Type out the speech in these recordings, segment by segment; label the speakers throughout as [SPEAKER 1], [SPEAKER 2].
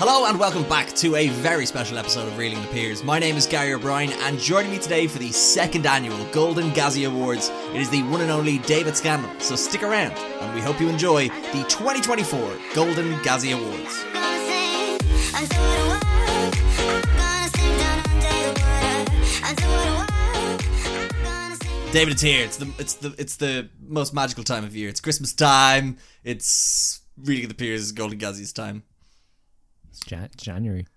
[SPEAKER 1] Hello and welcome back to a very special episode of Reeling the Peers. My name is Gary O'Brien and joining me today for the second annual Golden Gazzy Awards, it is the one and only David Scanlon. So stick around and we hope you enjoy the 2024 Golden Gazzy Awards. David, it's here. It's the it's the it's the most magical time of year. It's Christmas time. It's Reading the Peers Golden Gazzies time.
[SPEAKER 2] It's Jan- January.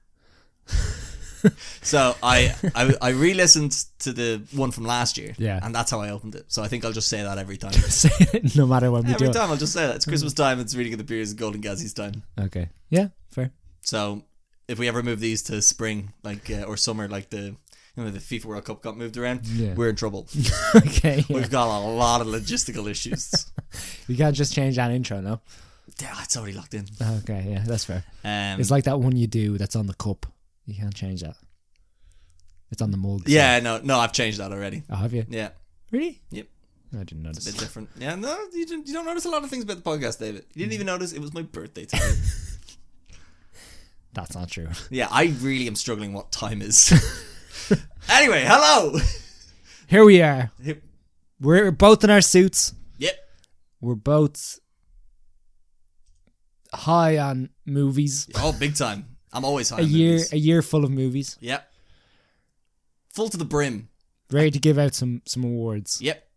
[SPEAKER 1] So I I, I re-listened to the one from last year.
[SPEAKER 2] Yeah.
[SPEAKER 1] And that's how I opened it. So I think I'll just say that every time.
[SPEAKER 2] Say it Mm. no matter when we
[SPEAKER 1] Every
[SPEAKER 2] do
[SPEAKER 1] time I'll just say that. It's Christmas time, it's Reading of the Beers, Golden Gazzies time.
[SPEAKER 2] it. Okay. Yeah, fair.
[SPEAKER 1] So if we ever move these to spring, like uh, or summer, like the you know, the FIFA World Cup got moved around,
[SPEAKER 2] Yeah.
[SPEAKER 1] we're in trouble.
[SPEAKER 2] okay. yeah.
[SPEAKER 1] We've got a lot of logistical issues.
[SPEAKER 2] You can't just change that intro, no?
[SPEAKER 1] yeah, it's already locked in.
[SPEAKER 2] Okay, yeah, that's fair.
[SPEAKER 1] Um,
[SPEAKER 2] It's like that one you do that's on the cup. You can't change that. It's on the mug. so-
[SPEAKER 1] yeah, no, no, I've changed that already.
[SPEAKER 2] Oh, have you?
[SPEAKER 1] Yeah,
[SPEAKER 2] Really?
[SPEAKER 1] Yep.
[SPEAKER 2] I didn't
[SPEAKER 1] it's a bit
[SPEAKER 2] notice.
[SPEAKER 1] different. Yeah, no, you, didn't, you don't notice a lot of things about the podcast, David. You didn't even
[SPEAKER 2] Mm.
[SPEAKER 1] notice it was my birthday today.
[SPEAKER 2] That's not true.
[SPEAKER 1] yeah, I really am struggling what time is. anyway, hello.
[SPEAKER 2] Here we are.
[SPEAKER 1] Yep.
[SPEAKER 2] We're both in our suits.
[SPEAKER 1] Yep.
[SPEAKER 2] We're both high on movies.
[SPEAKER 1] Oh, big time. I'm always high.
[SPEAKER 2] a
[SPEAKER 1] on
[SPEAKER 2] year
[SPEAKER 1] movies.
[SPEAKER 2] a year full of movies.
[SPEAKER 1] Yep. Full to the brim.
[SPEAKER 2] Ready to give out some some awards.
[SPEAKER 1] Yep.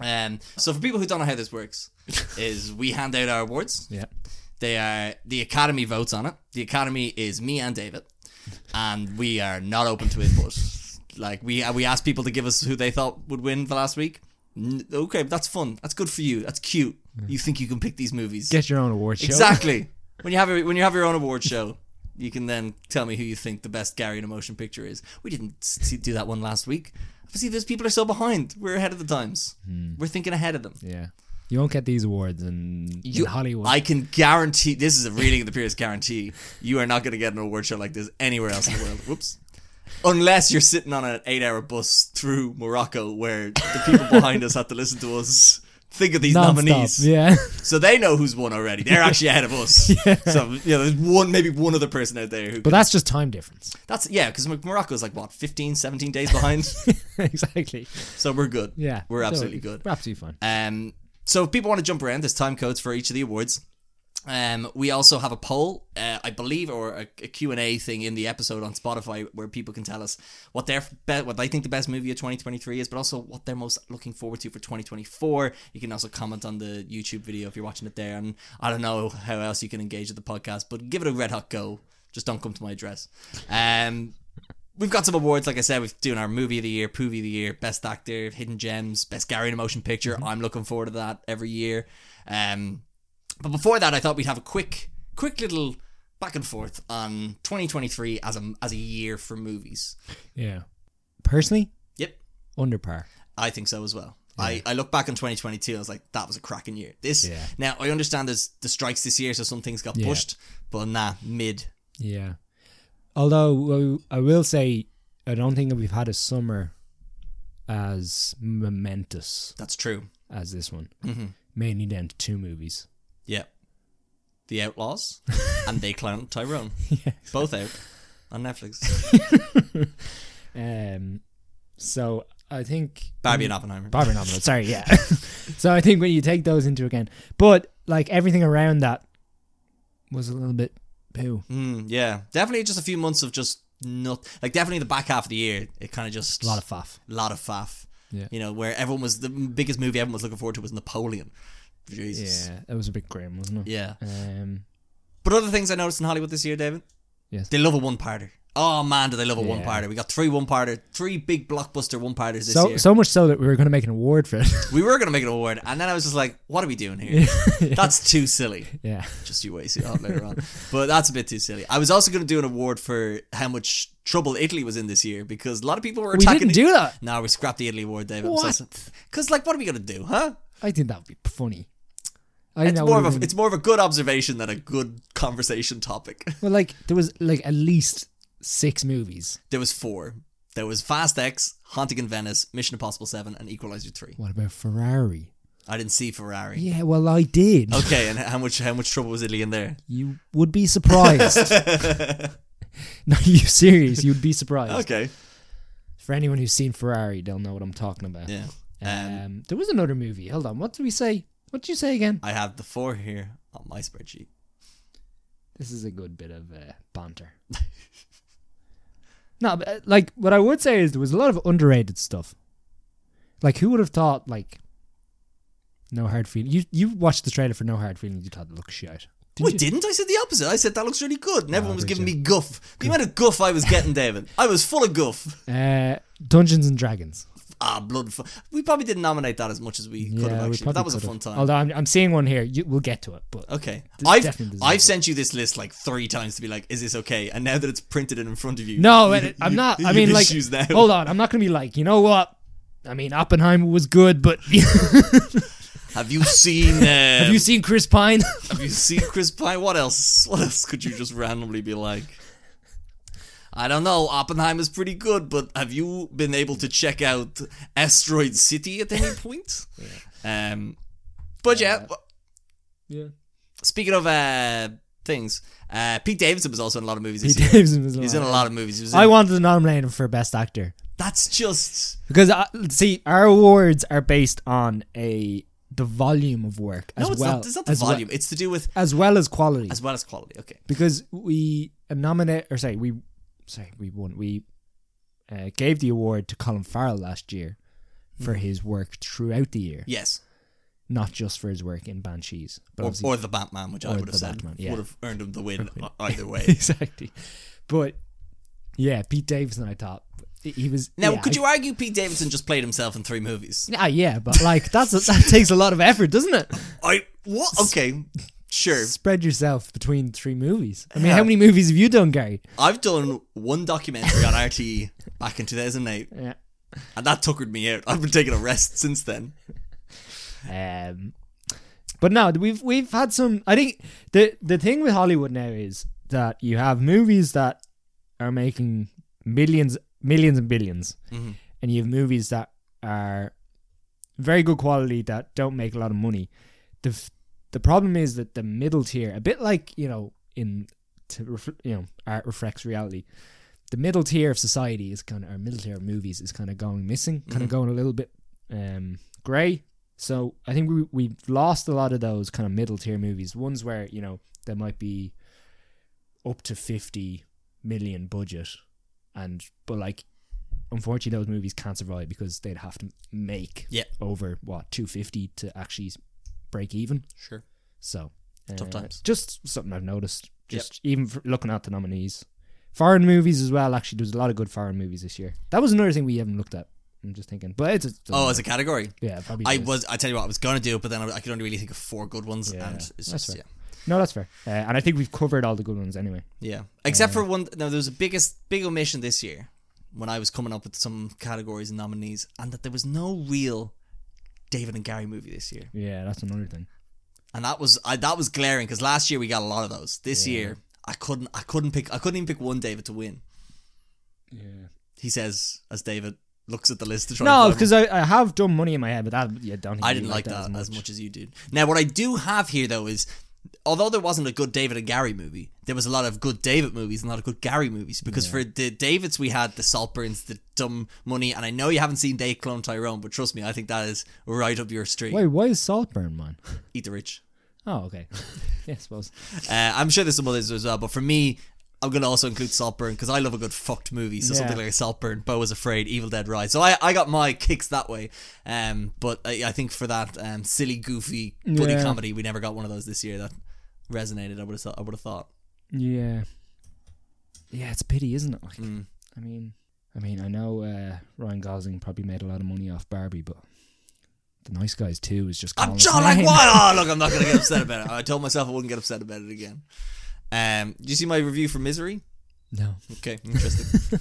[SPEAKER 1] Um, so for people who don't know how this works, is we hand out our awards.
[SPEAKER 2] Yeah.
[SPEAKER 1] They are the Academy votes on it. The Academy is me and David, and we are not open to input. like we we asked people to give us who they thought would win for last week. N- Okay, but that's fun. That's good for you. That's cute. You think you can pick these movies?
[SPEAKER 2] Get your own award show.
[SPEAKER 1] Exactly. when you have your, when you have your own award show, you can then tell me who you think the best Gary in a motion picture is. We didn't see, do that one last week. But see, those people are so behind. We're ahead of the times. We're thinking ahead of them.
[SPEAKER 2] Hmm. Yeah. You won't get these awards in,
[SPEAKER 1] You-
[SPEAKER 2] in Hollywood.
[SPEAKER 1] I can guarantee this is a reading of the period's guarantee. You are not going to get an award show like this anywhere else in the world. Whoops. Unless you're sitting on an eight-hour bus through Morocco, where the people behind us have to listen to us think of these
[SPEAKER 2] Non-stop,
[SPEAKER 1] nominees.
[SPEAKER 2] Yeah.
[SPEAKER 1] So they know who's won already. They're actually ahead of us. So you know, there's one, maybe one other person out there who.
[SPEAKER 2] But that's just time difference.
[SPEAKER 1] that's yeah, because Morocco's like what 15, 17 days behind.
[SPEAKER 2] exactly.
[SPEAKER 1] so we're good.
[SPEAKER 2] Yeah.
[SPEAKER 1] we're
[SPEAKER 2] So,
[SPEAKER 1] absolutely good.
[SPEAKER 2] We're absolutely fine.
[SPEAKER 1] Um, so if people want to jump around, there's time codes for each of the awards. Um, we also have a poll, uh, I believe, or a, a Q&A thing in the episode on Spotify where people can tell us what their be- what they think the best movie of 2023 is, but also what they're most looking forward to for 2024. You can also comment on the YouTube video if you're watching it there. And I don't know how else you can engage with the podcast, but give it a red hot go. Just don't come to my address. Um, We've got some awards, like I said, we've doing our movie of the year, Poovie of the year, best actor, hidden gems, best Gary in a motion picture.
[SPEAKER 2] Mm-hmm.
[SPEAKER 1] I'm looking forward to that every year. Um, but before that, I thought we'd have a quick, quick little back and forth on 2023 as a as a year for movies.
[SPEAKER 2] Yeah. Personally,
[SPEAKER 1] Yep,
[SPEAKER 2] under par.
[SPEAKER 1] I think so as well. I, I look back on 2022 and I was like, that was a cracking year. This
[SPEAKER 2] Yeah.
[SPEAKER 1] now I understand there's the strikes this year, so some things got
[SPEAKER 2] Yeah.
[SPEAKER 1] pushed, but nah, mid.
[SPEAKER 2] Yeah. Although well, I will say, I don't think we've had a summer as momentous
[SPEAKER 1] That's true.
[SPEAKER 2] as this one.
[SPEAKER 1] Mm-hmm.
[SPEAKER 2] Mainly down to two movies.
[SPEAKER 1] Yeah. The Outlaws and They Clown Tyrone. Both out on Netflix.
[SPEAKER 2] Um. So I think
[SPEAKER 1] Barbie and Oppenheimer.
[SPEAKER 2] Barbie nominal. Sorry, yeah. so I think when you take those into account, but like everything around that was a little bit poo.
[SPEAKER 1] Mm, yeah. Definitely just a few months of just not like definitely the back half of the year, it kind of just
[SPEAKER 2] A lot of faff.
[SPEAKER 1] lot of faff.
[SPEAKER 2] Yeah.
[SPEAKER 1] You know, where everyone was the biggest movie everyone was looking forward to was Napoleon. Jesus.
[SPEAKER 2] Yeah, it was a bit grim, wasn't it?
[SPEAKER 1] Yeah.
[SPEAKER 2] Um,
[SPEAKER 1] But other things I noticed in Hollywood this year, David.
[SPEAKER 2] Yes.
[SPEAKER 1] They love a one parter. Oh man, do they love a
[SPEAKER 2] Yeah.
[SPEAKER 1] one parter. We got three one parter, three big blockbuster one parters this
[SPEAKER 2] so
[SPEAKER 1] year.
[SPEAKER 2] so much so that we were going to make an award for it.
[SPEAKER 1] we were gonna make an award, and then I was just like, what are we doing here? That's too silly.
[SPEAKER 2] yeah,
[SPEAKER 1] just you wait, see that later on. But that's a bit too silly. I was also going to do an award for how much trouble Italy was in this year because a lot of people were
[SPEAKER 2] we
[SPEAKER 1] attacking.
[SPEAKER 2] didn't do that.
[SPEAKER 1] No, we scrapped the Italy award, David.
[SPEAKER 2] What?
[SPEAKER 1] Because like, what are we going to do, huh?
[SPEAKER 2] I think that would be funny. I
[SPEAKER 1] It's
[SPEAKER 2] know
[SPEAKER 1] more of a, it's more of a good observation than a good conversation topic.
[SPEAKER 2] well, like there was like at least six movies.
[SPEAKER 1] there was four. There was Fast X, Haunting in Venice, Mission Impossible Seven, and Equalizer Three.
[SPEAKER 2] What about Ferrari?
[SPEAKER 1] I didn't see Ferrari.
[SPEAKER 2] Yeah, well, I did.
[SPEAKER 1] Okay, and how much how much trouble was Italy in there?
[SPEAKER 2] You would be surprised. no, you serious? You'd be surprised.
[SPEAKER 1] Okay.
[SPEAKER 2] For anyone who's seen Ferrari, they'll know what I'm talking about.
[SPEAKER 1] Yeah.
[SPEAKER 2] Um,
[SPEAKER 1] Um,
[SPEAKER 2] there was another movie. Hold on. What did we say? What did you say again?
[SPEAKER 1] I have the four here on my spreadsheet.
[SPEAKER 2] This is a good bit of uh, banter. no, but, uh, like what I would say is there was a lot of underrated stuff. Like who would have thought like No Hard Feelings? You you watched the trailer for No Hard Feelings. You thought it looked shit.
[SPEAKER 1] Did
[SPEAKER 2] Didn't
[SPEAKER 1] I
[SPEAKER 2] you?
[SPEAKER 1] didn't. I said the opposite. I said that looks really good, and everyone was
[SPEAKER 2] did
[SPEAKER 1] giving
[SPEAKER 2] you?
[SPEAKER 1] me guff. The amount of guff I was getting, David. I was full of guff.
[SPEAKER 2] Uh, Dungeons and Dragons.
[SPEAKER 1] Ah, blood. Fu- we probably didn't nominate that as much as we could have
[SPEAKER 2] we
[SPEAKER 1] actually.
[SPEAKER 2] probably
[SPEAKER 1] But that was a
[SPEAKER 2] could've.
[SPEAKER 1] fun time.
[SPEAKER 2] Although I'm, I'm seeing one here. You, we'll get to it. But
[SPEAKER 1] Okay,
[SPEAKER 2] This
[SPEAKER 1] I've
[SPEAKER 2] definitely doesn't
[SPEAKER 1] I've
[SPEAKER 2] work.
[SPEAKER 1] sent you this list like three times to be like, is this okay? And now that it's printed in front of you,
[SPEAKER 2] no,
[SPEAKER 1] you-
[SPEAKER 2] and I'm
[SPEAKER 1] you-
[SPEAKER 2] not. I
[SPEAKER 1] you
[SPEAKER 2] mean,
[SPEAKER 1] can
[SPEAKER 2] like,
[SPEAKER 1] choose now.
[SPEAKER 2] hold on. I'm not gonna be like, you know what? I mean, Oppenheimer was good, but
[SPEAKER 1] have you seen? Uh,
[SPEAKER 2] have you seen Chris Pine?
[SPEAKER 1] Have you seen Chris Pine? What else? What else could you just randomly be like? I don't know. Oppenheimer's pretty good, but have you been able to check out Asteroid City at any point? Um, but yeah,
[SPEAKER 2] Uh,
[SPEAKER 1] w-
[SPEAKER 2] yeah.
[SPEAKER 1] speaking of uh, things, uh, Pete Davidson was also in a lot of movies.
[SPEAKER 2] Pete
[SPEAKER 1] This year.
[SPEAKER 2] Davidson was.
[SPEAKER 1] He's in a lot of movies. He was in-
[SPEAKER 2] I wanted to nominate him for best actor
[SPEAKER 1] that's just
[SPEAKER 2] because uh, see, our awards are based on a the volume of work as
[SPEAKER 1] no. It's
[SPEAKER 2] well
[SPEAKER 1] not. It's not the
[SPEAKER 2] as well-
[SPEAKER 1] volume. It's to do with
[SPEAKER 2] as well as quality
[SPEAKER 1] as well as quality. Okay.
[SPEAKER 2] because we nominate or sorry we sorry we won we uh, gave the award to Colin Farrell last year
[SPEAKER 1] Hmm.
[SPEAKER 2] for his work throughout the year,
[SPEAKER 1] Yes.
[SPEAKER 2] not just for his work in Banshees, but
[SPEAKER 1] Or,
[SPEAKER 2] obviously-
[SPEAKER 1] or the Batman, which I
[SPEAKER 2] Or
[SPEAKER 1] would have
[SPEAKER 2] the
[SPEAKER 1] said
[SPEAKER 2] Batman, yeah.
[SPEAKER 1] would have earned him the win e-, either way.
[SPEAKER 2] exactly. But yeah, Pete Davidson, I thought he was
[SPEAKER 1] Now,
[SPEAKER 2] yeah,
[SPEAKER 1] could
[SPEAKER 2] I-
[SPEAKER 1] you argue Pete Davidson just played himself in three movies?
[SPEAKER 2] Ah, yeah, but like that's a, that takes a lot of effort, doesn't it?
[SPEAKER 1] I what? Okay, sure.
[SPEAKER 2] Spread yourself between three movies. I mean,
[SPEAKER 1] Yeah.
[SPEAKER 2] how many movies have you done, Gary?
[SPEAKER 1] I've done one documentary on RTE back in 2008,
[SPEAKER 2] Yeah.
[SPEAKER 1] and that tuckered me out. I've been taking a rest since then.
[SPEAKER 2] Um, but no, we've we've had some. I think the the thing with Hollywood now is that you have movies that are making millions, millions and 1000000000s
[SPEAKER 1] Mhm.
[SPEAKER 2] and you have movies that are very good quality that don't make a lot of money. the f- The problem is that the middle tier, a bit like you know, in to ref, you know, art reflects reality. The middle tier of society is kind of, or middle tier of movies is kind of going missing, kind of going a little bit um, grey. So I think we we've lost a lot of those kind of middle tier movies, ones where you know there might be up to fifty million budget, and but like unfortunately those movies can't survive because they'd have to make
[SPEAKER 1] Yeah.
[SPEAKER 2] over what two fifty to actually s- break even.
[SPEAKER 1] Sure.
[SPEAKER 2] So
[SPEAKER 1] Tough
[SPEAKER 2] uh,
[SPEAKER 1] times.
[SPEAKER 2] Just something I've noticed. Just even for looking at the nominees, foreign movies as well. Actually, there's a lot of good foreign movies this year. That was another thing we haven't looked at. I'm just thinking, but it's, it's
[SPEAKER 1] Oh, as a category,
[SPEAKER 2] yeah, probably
[SPEAKER 1] I
[SPEAKER 2] does.
[SPEAKER 1] was. I tell you what, I was gonna do it, but then I, I could only really think of four good ones,
[SPEAKER 2] Yeah,
[SPEAKER 1] and it's
[SPEAKER 2] that's
[SPEAKER 1] just
[SPEAKER 2] fair.
[SPEAKER 1] yeah.
[SPEAKER 2] No, that's fair. Uh, and I think we've covered all the good ones anyway.
[SPEAKER 1] Yeah. Except for one. No, there was a biggest big omission this year when I was coming up with some categories and nominees, and that there was no real David and Gary movie this year,
[SPEAKER 2] Yeah, that's another thing.
[SPEAKER 1] and that was I, that was glaring because last year we got a lot of those. This year I couldn't. I couldn't pick. I couldn't even pick one David to win.
[SPEAKER 2] Yeah.
[SPEAKER 1] He says as David looks at the list to try.
[SPEAKER 2] No,
[SPEAKER 1] and find
[SPEAKER 2] because I, I have done money in my head, but that yeah, don't. think
[SPEAKER 1] I
[SPEAKER 2] you
[SPEAKER 1] didn't like that, as,
[SPEAKER 2] much.
[SPEAKER 1] much as you did. Now, what I do have here though is, although there wasn't a good David and Gary movie, there was a lot of good David movies and a lot of good Gary movies. Because for the Davids, we had the Saltburns, the Dumb Money, and I know you haven't seen They Clone Tyrone, but trust me, I think that is right up your street.
[SPEAKER 2] Wait, why is Saltburn mine?
[SPEAKER 1] Eat the rich.
[SPEAKER 2] Oh, okay. yeah, I suppose.
[SPEAKER 1] Uh, I'm sure there's some others as well, but for me. I'm gonna also include Saltburn because I love a good fucked movie. So
[SPEAKER 2] Yeah.
[SPEAKER 1] something like Saltburn, Bo was Afraid, Evil Dead Rise. So I, I got my kicks that way. Um, but I, I think for that um, silly, goofy buddy
[SPEAKER 2] Yeah.
[SPEAKER 1] comedy, we never got one of those this year. That resonated. I would have thought. I would have thought.
[SPEAKER 2] Yeah. Yeah, it's a pity, isn't it? Like,
[SPEAKER 1] Mm.
[SPEAKER 2] I mean, I mean, I know uh, Ryan Gosling probably made a lot of money off Barbie, but the Nice Guys too is just.
[SPEAKER 1] I'm
[SPEAKER 2] Colin
[SPEAKER 1] John. Like
[SPEAKER 2] Klein.
[SPEAKER 1] what? Oh, look, I'm not gonna get upset about it. I told myself I wouldn't get upset about it again. Um, did you see my review for Misery?
[SPEAKER 2] No.
[SPEAKER 1] Okay, interesting.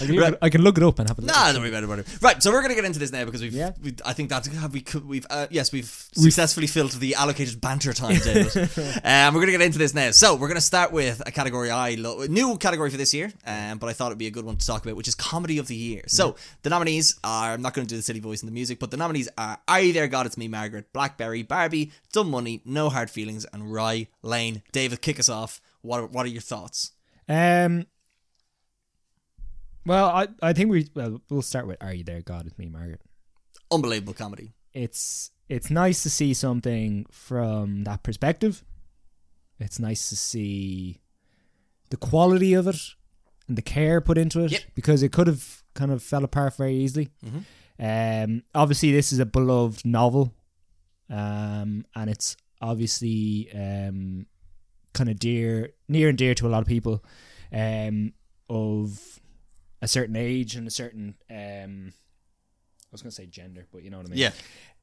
[SPEAKER 2] I can, look it, I can look it up and have a look.
[SPEAKER 1] Nah, don't worry about it, don't worry. Right, so we're gonna get into this now because we've.
[SPEAKER 2] Yeah.
[SPEAKER 1] We, I think that have we could- we've uh, yes we've successfully filled the allocated banter time, David. um, we're gonna get into this now. So we're gonna start with a category I love, new category for this year, um, but I thought it'd be a good one to talk about, which is comedy of the year. So the nominees are. I'm not gonna do the city voice and the music, but the nominees are I There God It's Me, Margaret, Blackberry, Barbie, Dumb Money, No Hard Feelings, and Rye Lane. David, kick us off. What are, what are your thoughts?
[SPEAKER 2] Um. Well, I I think we well we'll start with "Are You There, God?" It's me, Margaret.
[SPEAKER 1] Unbelievable comedy.
[SPEAKER 2] It's it's nice to see something from that perspective. It's nice to see the quality of it and the care put into it
[SPEAKER 1] Yep.
[SPEAKER 2] because it could have kind of fell apart very easily. Um, obviously, this is a beloved novel, um, and it's obviously um, kind of dear, near and dear to a lot of people um, of a certain age and a certain. Um, I was going to say gender, but you know what I mean.
[SPEAKER 1] Yeah.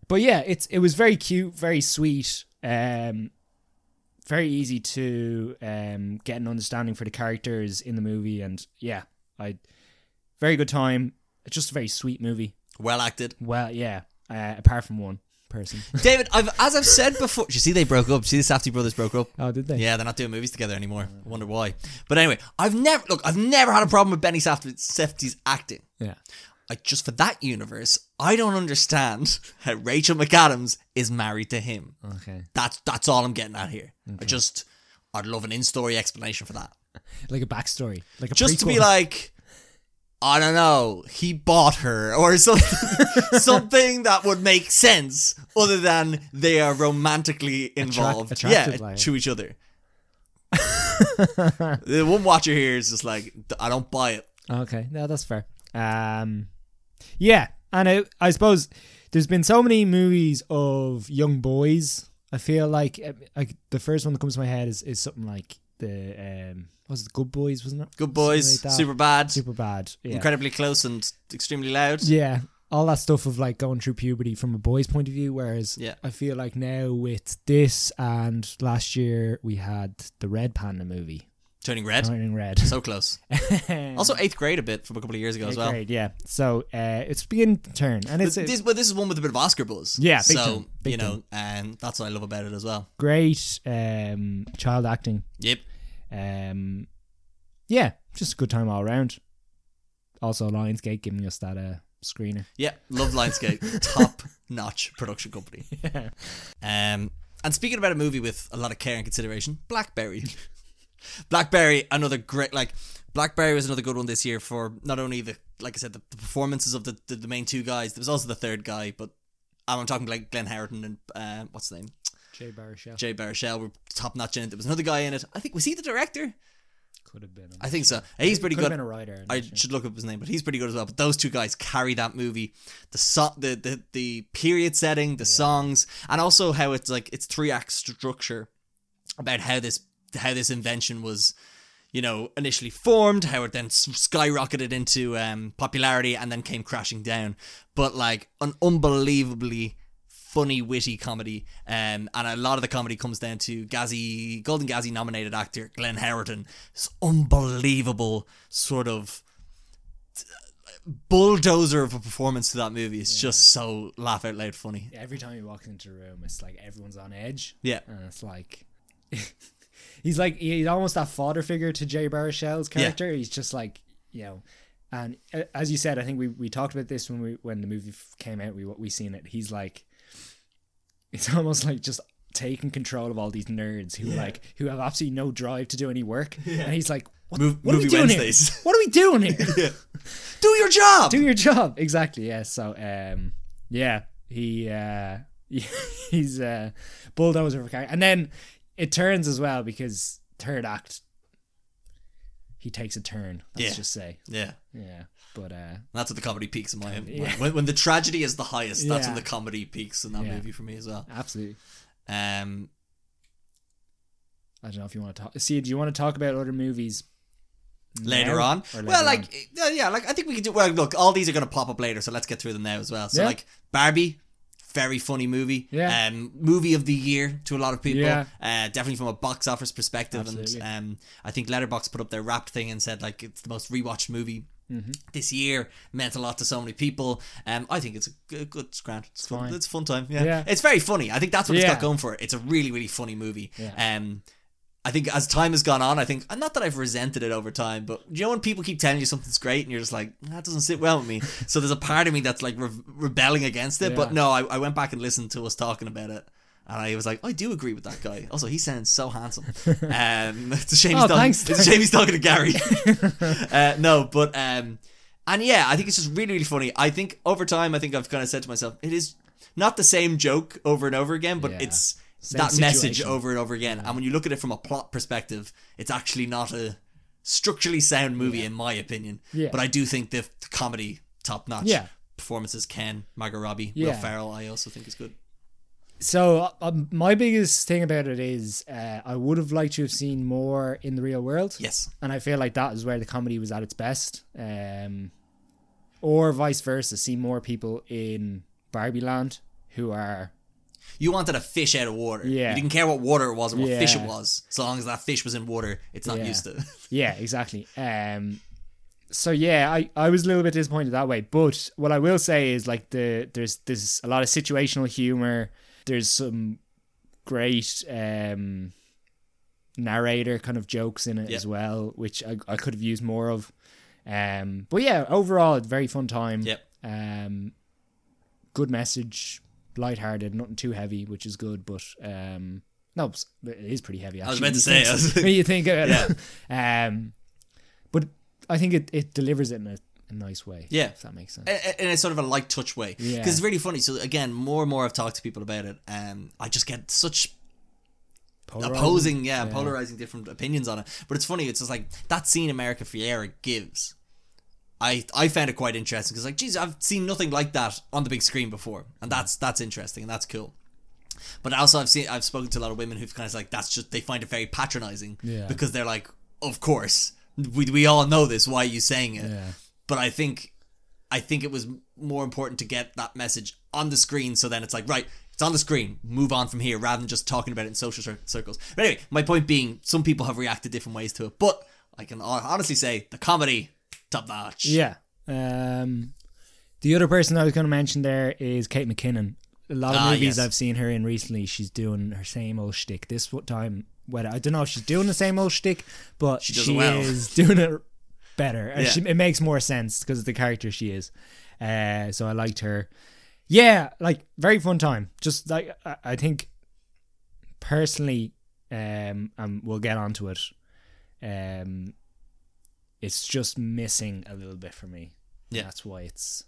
[SPEAKER 2] But yeah, it's it was very cute, very sweet, um, very easy to um, get an understanding for the characters in the movie, and yeah, I very good time. It's just a very sweet movie.
[SPEAKER 1] Well acted.
[SPEAKER 2] Well, yeah, uh, apart from one person.
[SPEAKER 1] David, I've, as I've said before, do you see they broke up? Do you see the Safety brothers broke up?
[SPEAKER 2] oh, did they?
[SPEAKER 1] Yeah, they're not doing movies together anymore. I wonder why. But anyway, I've never look. I've never had a problem with Benny Safdie- Safdie's acting.
[SPEAKER 2] yeah.
[SPEAKER 1] I just for that universe, I don't understand how Rachel McAdams is married to him.
[SPEAKER 2] Okay,
[SPEAKER 1] That's that's all I'm getting at here. I just I'd love an in-story explanation for that.
[SPEAKER 2] like a backstory, like a
[SPEAKER 1] Just to
[SPEAKER 2] prequel.
[SPEAKER 1] be like, I don't know, he bought her or something, something that would make sense other than they are romantically involved,
[SPEAKER 2] attracted
[SPEAKER 1] yeah,
[SPEAKER 2] by it.
[SPEAKER 1] to each other. the one watcher here is just like, I don't buy it.
[SPEAKER 2] Okay, no, that's fair. Um, yeah, and I, I suppose there's been so many movies of young boys. I feel like, uh, like the first one that comes to my head is, is something like the um, what was it Good Boys, wasn't it?
[SPEAKER 1] Good boys,
[SPEAKER 2] Something like that.
[SPEAKER 1] super bad,
[SPEAKER 2] super bad, yeah,
[SPEAKER 1] incredibly close and extremely loud.
[SPEAKER 2] yeah, all that stuff of like going through puberty from a boy's point of view. Whereas,
[SPEAKER 1] Yeah.
[SPEAKER 2] I feel like now with this and last year we had the Red Panda movie,
[SPEAKER 1] Turning red,
[SPEAKER 2] Turning Red.
[SPEAKER 1] so close. Also, eighth grade a bit from a couple of years ago as well.
[SPEAKER 2] Great, yeah. So uh, it's beginning to turn, and it's a-
[SPEAKER 1] This, but this is one with a bit of Oscar buzz.
[SPEAKER 2] Yeah, big
[SPEAKER 1] so
[SPEAKER 2] time, big
[SPEAKER 1] you know, and that's what I love about it as well.
[SPEAKER 2] great um, child acting.
[SPEAKER 1] Yep.
[SPEAKER 2] Um, yeah, just a good time all around. Also, Lionsgate giving us that uh, screener.
[SPEAKER 1] Yeah, love Lionsgate, top notch production company. Um, and speaking about a movie with a lot of care and consideration, Blackberry. Blackberry, another great like Blackberry was another good one this year for not only the like I said the, the performances of the, the the main two guys. There was also the third guy, but I'm talking like Glenn Harrington and uh, what's his name
[SPEAKER 2] Jay Baruchel
[SPEAKER 1] Jay Baruchel were top notch in it. There was another guy in it. I think was he the director?
[SPEAKER 2] could have been.
[SPEAKER 1] I think so. He's pretty
[SPEAKER 2] could
[SPEAKER 1] good.
[SPEAKER 2] have been a writer.
[SPEAKER 1] I should look up his name, but he's pretty good as well. But those two guys carry that movie, the so- the, the the period setting, the songs, and also how it's like it's three act structure about how this how this invention was, you know, initially formed, how it then s- skyrocketed into um, popularity and then came crashing down. But like an unbelievably funny, witty comedy, um, and a lot of the comedy comes down to Gazi Golden Gazi nominated actor Glenn Harrington. This unbelievable sort of bulldozer of a performance to that movie. It's just so laugh out loud funny.
[SPEAKER 2] Every time he walks into the room, it's like everyone's on edge,
[SPEAKER 1] Yeah.
[SPEAKER 2] and it's like. He's like he's almost that father figure to Jay Baruchel's character. He's just like you know, and uh, as you said, I think we, we talked about this when we when the movie f- came out. We what we seen it. He's like it's almost like just taking control of all these nerds who like who have absolutely no drive to do any work. And he's like, what,
[SPEAKER 1] Mov-
[SPEAKER 2] what are we
[SPEAKER 1] movie
[SPEAKER 2] doing
[SPEAKER 1] Wednesdays.
[SPEAKER 2] here? What are we doing here?
[SPEAKER 1] Do your job.
[SPEAKER 2] do your job exactly. Yeah. So um, yeah, he uh, he's uh, bulldozer for character, and then it turns as well because third act he takes a turn. Let's
[SPEAKER 1] Yeah.
[SPEAKER 2] just say
[SPEAKER 1] yeah.
[SPEAKER 2] yeah, but uh,
[SPEAKER 1] That's what the comedy peaks in my head.
[SPEAKER 2] Yeah.
[SPEAKER 1] When, when the tragedy is the highest, that's when
[SPEAKER 2] Yeah.
[SPEAKER 1] the comedy peaks in that
[SPEAKER 2] Yeah.
[SPEAKER 1] movie for me as well.
[SPEAKER 2] absolutely.
[SPEAKER 1] Um,
[SPEAKER 2] I don't know if you want to talk. See, do you want to talk about other movies
[SPEAKER 1] later
[SPEAKER 2] now
[SPEAKER 1] on,
[SPEAKER 2] or later
[SPEAKER 1] well, like yeah, yeah, like I think we can do. Well, look, all these are going to pop up later, so let's get through them now as well. So
[SPEAKER 2] Yeah.
[SPEAKER 1] like Barbie. Very funny movie,
[SPEAKER 2] Yeah.
[SPEAKER 1] Um, movie of the year to a lot of people,
[SPEAKER 2] Yeah.
[SPEAKER 1] uh, definitely from a box office perspective.
[SPEAKER 2] Absolutely.
[SPEAKER 1] And um, I think Letterbox put up their wrapped thing and said like it's the most rewatched movie
[SPEAKER 2] Mm-hmm.
[SPEAKER 1] this year meant a lot to so many people. Um, I think it's a good, good scrant. It's, fun.
[SPEAKER 2] fine.
[SPEAKER 1] It's a fun time. Yeah.
[SPEAKER 2] Yeah.
[SPEAKER 1] it's very funny. I think that's what it's got
[SPEAKER 2] Yeah.
[SPEAKER 1] going for it. It's a really really funny movie.
[SPEAKER 2] Yeah.
[SPEAKER 1] Um, I think as time has gone on, I think and not that I've resented it over time, but you know when people keep telling you something's great and you're just like that doesn't sit well with me. so there's a part of me that's like re- rebelling against it. But
[SPEAKER 2] Yeah.
[SPEAKER 1] no, I, I went back and listened to us talking about it. And I was like, I do agree with that guy. Also, he sounds so handsome. Um, it's a shame. he's
[SPEAKER 2] Oh,
[SPEAKER 1] talking,
[SPEAKER 2] thanks,
[SPEAKER 1] It's a shame he's talking to Gary. uh, no, but um, and yeah, I think it's just really, really funny. I think over time, I think I've kind of said to myself, it is not the same joke over and over again, but
[SPEAKER 2] Yeah.
[SPEAKER 1] it's
[SPEAKER 2] Same
[SPEAKER 1] that message
[SPEAKER 2] situation.
[SPEAKER 1] over and over again. And when you look at it from a plot perspective, it's actually not a structurally sound movie, in my opinion.
[SPEAKER 2] Yeah.
[SPEAKER 1] But I do think the, the comedy top notch.
[SPEAKER 2] Yeah.
[SPEAKER 1] Performances Ken, Margot Robbie, Will
[SPEAKER 2] Yeah.
[SPEAKER 1] Ferrell, I also think is good.
[SPEAKER 2] So um, my biggest thing about it is uh, I would have liked to have seen more in the real world.
[SPEAKER 1] Yes.
[SPEAKER 2] and I feel like that is where the comedy was at its best. Um, or vice versa, see more people in Barbie Land who are
[SPEAKER 1] You wanted a fish out of water.
[SPEAKER 2] Yeah.
[SPEAKER 1] You didn't care what water it was or what fish it
[SPEAKER 2] Yeah.
[SPEAKER 1] was. So long as that fish was in water, it's not
[SPEAKER 2] Yeah.
[SPEAKER 1] used to.
[SPEAKER 2] yeah, exactly. Um, so yeah, I, I was a little bit disappointed that way, but what I will say is like the there's there's a lot of situational humor. There's some great um, narrator kind of jokes in it
[SPEAKER 1] Yeah.
[SPEAKER 2] as well, which I, I could have used more of. Um, but yeah, overall, a very fun time.
[SPEAKER 1] Yep.
[SPEAKER 2] Um, good message, lighthearted, nothing too heavy, which is good. But um, no, it's- it is pretty heavy. Actually,
[SPEAKER 1] was about
[SPEAKER 2] when
[SPEAKER 1] to
[SPEAKER 2] you
[SPEAKER 1] say,
[SPEAKER 2] think-
[SPEAKER 1] I was-
[SPEAKER 2] when you think about it. Um, but I think it, it delivers it in a, a nice way.
[SPEAKER 1] Yeah.
[SPEAKER 2] if that makes sense.
[SPEAKER 1] A- a- in a sort of a light touch way because
[SPEAKER 2] Yeah.
[SPEAKER 1] it's really funny so again more and more i've talked to people about it um i just get such
[SPEAKER 2] Polarizing.
[SPEAKER 1] opposing yeah, polarizing different opinions on it but it's funny it's just like that scene america fiera gives i i found it quite interesting because like geez i've seen nothing like that on the big screen before and that's that's interesting and that's cool but also i've seen i've spoken to a lot of women who've kind of like that's just they find it very patronizing
[SPEAKER 2] Yeah.
[SPEAKER 1] because they're like of course we, we all know this why are you saying it
[SPEAKER 2] Yeah.
[SPEAKER 1] but I think I think it was more important to get that message on the screen. So then it's like right, it's on the screen. Move on from here, rather than just talking about it in social cir- circles. But anyway, my point being, some people have reacted different ways to it, but I can hon- honestly say the comedy top notch.
[SPEAKER 2] Yeah. Um, the other person I was going to mention there is Kate McKinnon. A lot of
[SPEAKER 1] Ah,
[SPEAKER 2] movies
[SPEAKER 1] yes.
[SPEAKER 2] I've seen her in recently, she's doing her same old shtick. This w- time, whether I don't know if she's doing the same old shtick, but she,
[SPEAKER 1] does it well.
[SPEAKER 2] is doing it better. And
[SPEAKER 1] Yeah.
[SPEAKER 2] she, it makes more sense because of the character she is. Uh, so I liked her. Yeah, like very fun time. Just like I, I think personally, um, and we'll get onto it. Um, it's just missing a little bit for me.
[SPEAKER 1] Yeah.
[SPEAKER 2] that's why it's.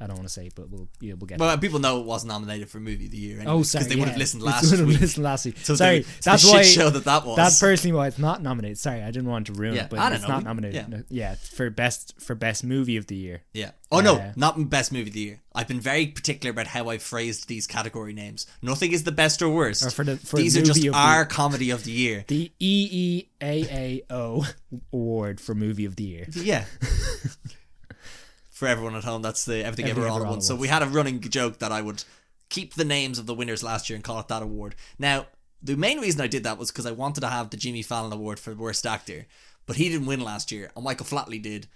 [SPEAKER 2] I don't want to say, but we'll yeah, we'll get.
[SPEAKER 1] Well, people know it was nominated for movie of the year. Anyway,
[SPEAKER 2] oh, sorry,
[SPEAKER 1] because they would have
[SPEAKER 2] yeah.
[SPEAKER 1] listened
[SPEAKER 2] They
[SPEAKER 1] last
[SPEAKER 2] would have
[SPEAKER 1] week.
[SPEAKER 2] listened last week.
[SPEAKER 1] So
[SPEAKER 2] sorry,
[SPEAKER 1] they, it's
[SPEAKER 2] that's
[SPEAKER 1] the
[SPEAKER 2] why.
[SPEAKER 1] shit show that that was.
[SPEAKER 2] That's personally why it's not nominated. Sorry, I didn't want to ruin
[SPEAKER 1] Yeah,
[SPEAKER 2] it, but
[SPEAKER 1] I don't
[SPEAKER 2] it's
[SPEAKER 1] know.
[SPEAKER 2] not
[SPEAKER 1] We-
[SPEAKER 2] nominated.
[SPEAKER 1] yeah.
[SPEAKER 2] No, yeah, for best for best movie of the year.
[SPEAKER 1] Yeah. Oh no,
[SPEAKER 2] Uh,
[SPEAKER 1] not best movie of the year. I've been very particular about how I phrased these category names. Nothing is the best or worst.
[SPEAKER 2] Or for the- for
[SPEAKER 1] these are just
[SPEAKER 2] movie of the-
[SPEAKER 1] our comedy of the year.
[SPEAKER 2] The E EEAAO award for movie of the year.
[SPEAKER 1] Yeah. For everyone at home, that's the everything
[SPEAKER 2] Everything
[SPEAKER 1] ever all
[SPEAKER 2] Ever
[SPEAKER 1] at
[SPEAKER 2] All
[SPEAKER 1] once.
[SPEAKER 2] at
[SPEAKER 1] So
[SPEAKER 2] Once.
[SPEAKER 1] we had a running joke that I would keep the names of the winners last year and call it that award. Now, the main reason I did that was because I wanted to have the Jimmy Fallon Award for worst actor, but he didn't win last year, and Michael Flatley did.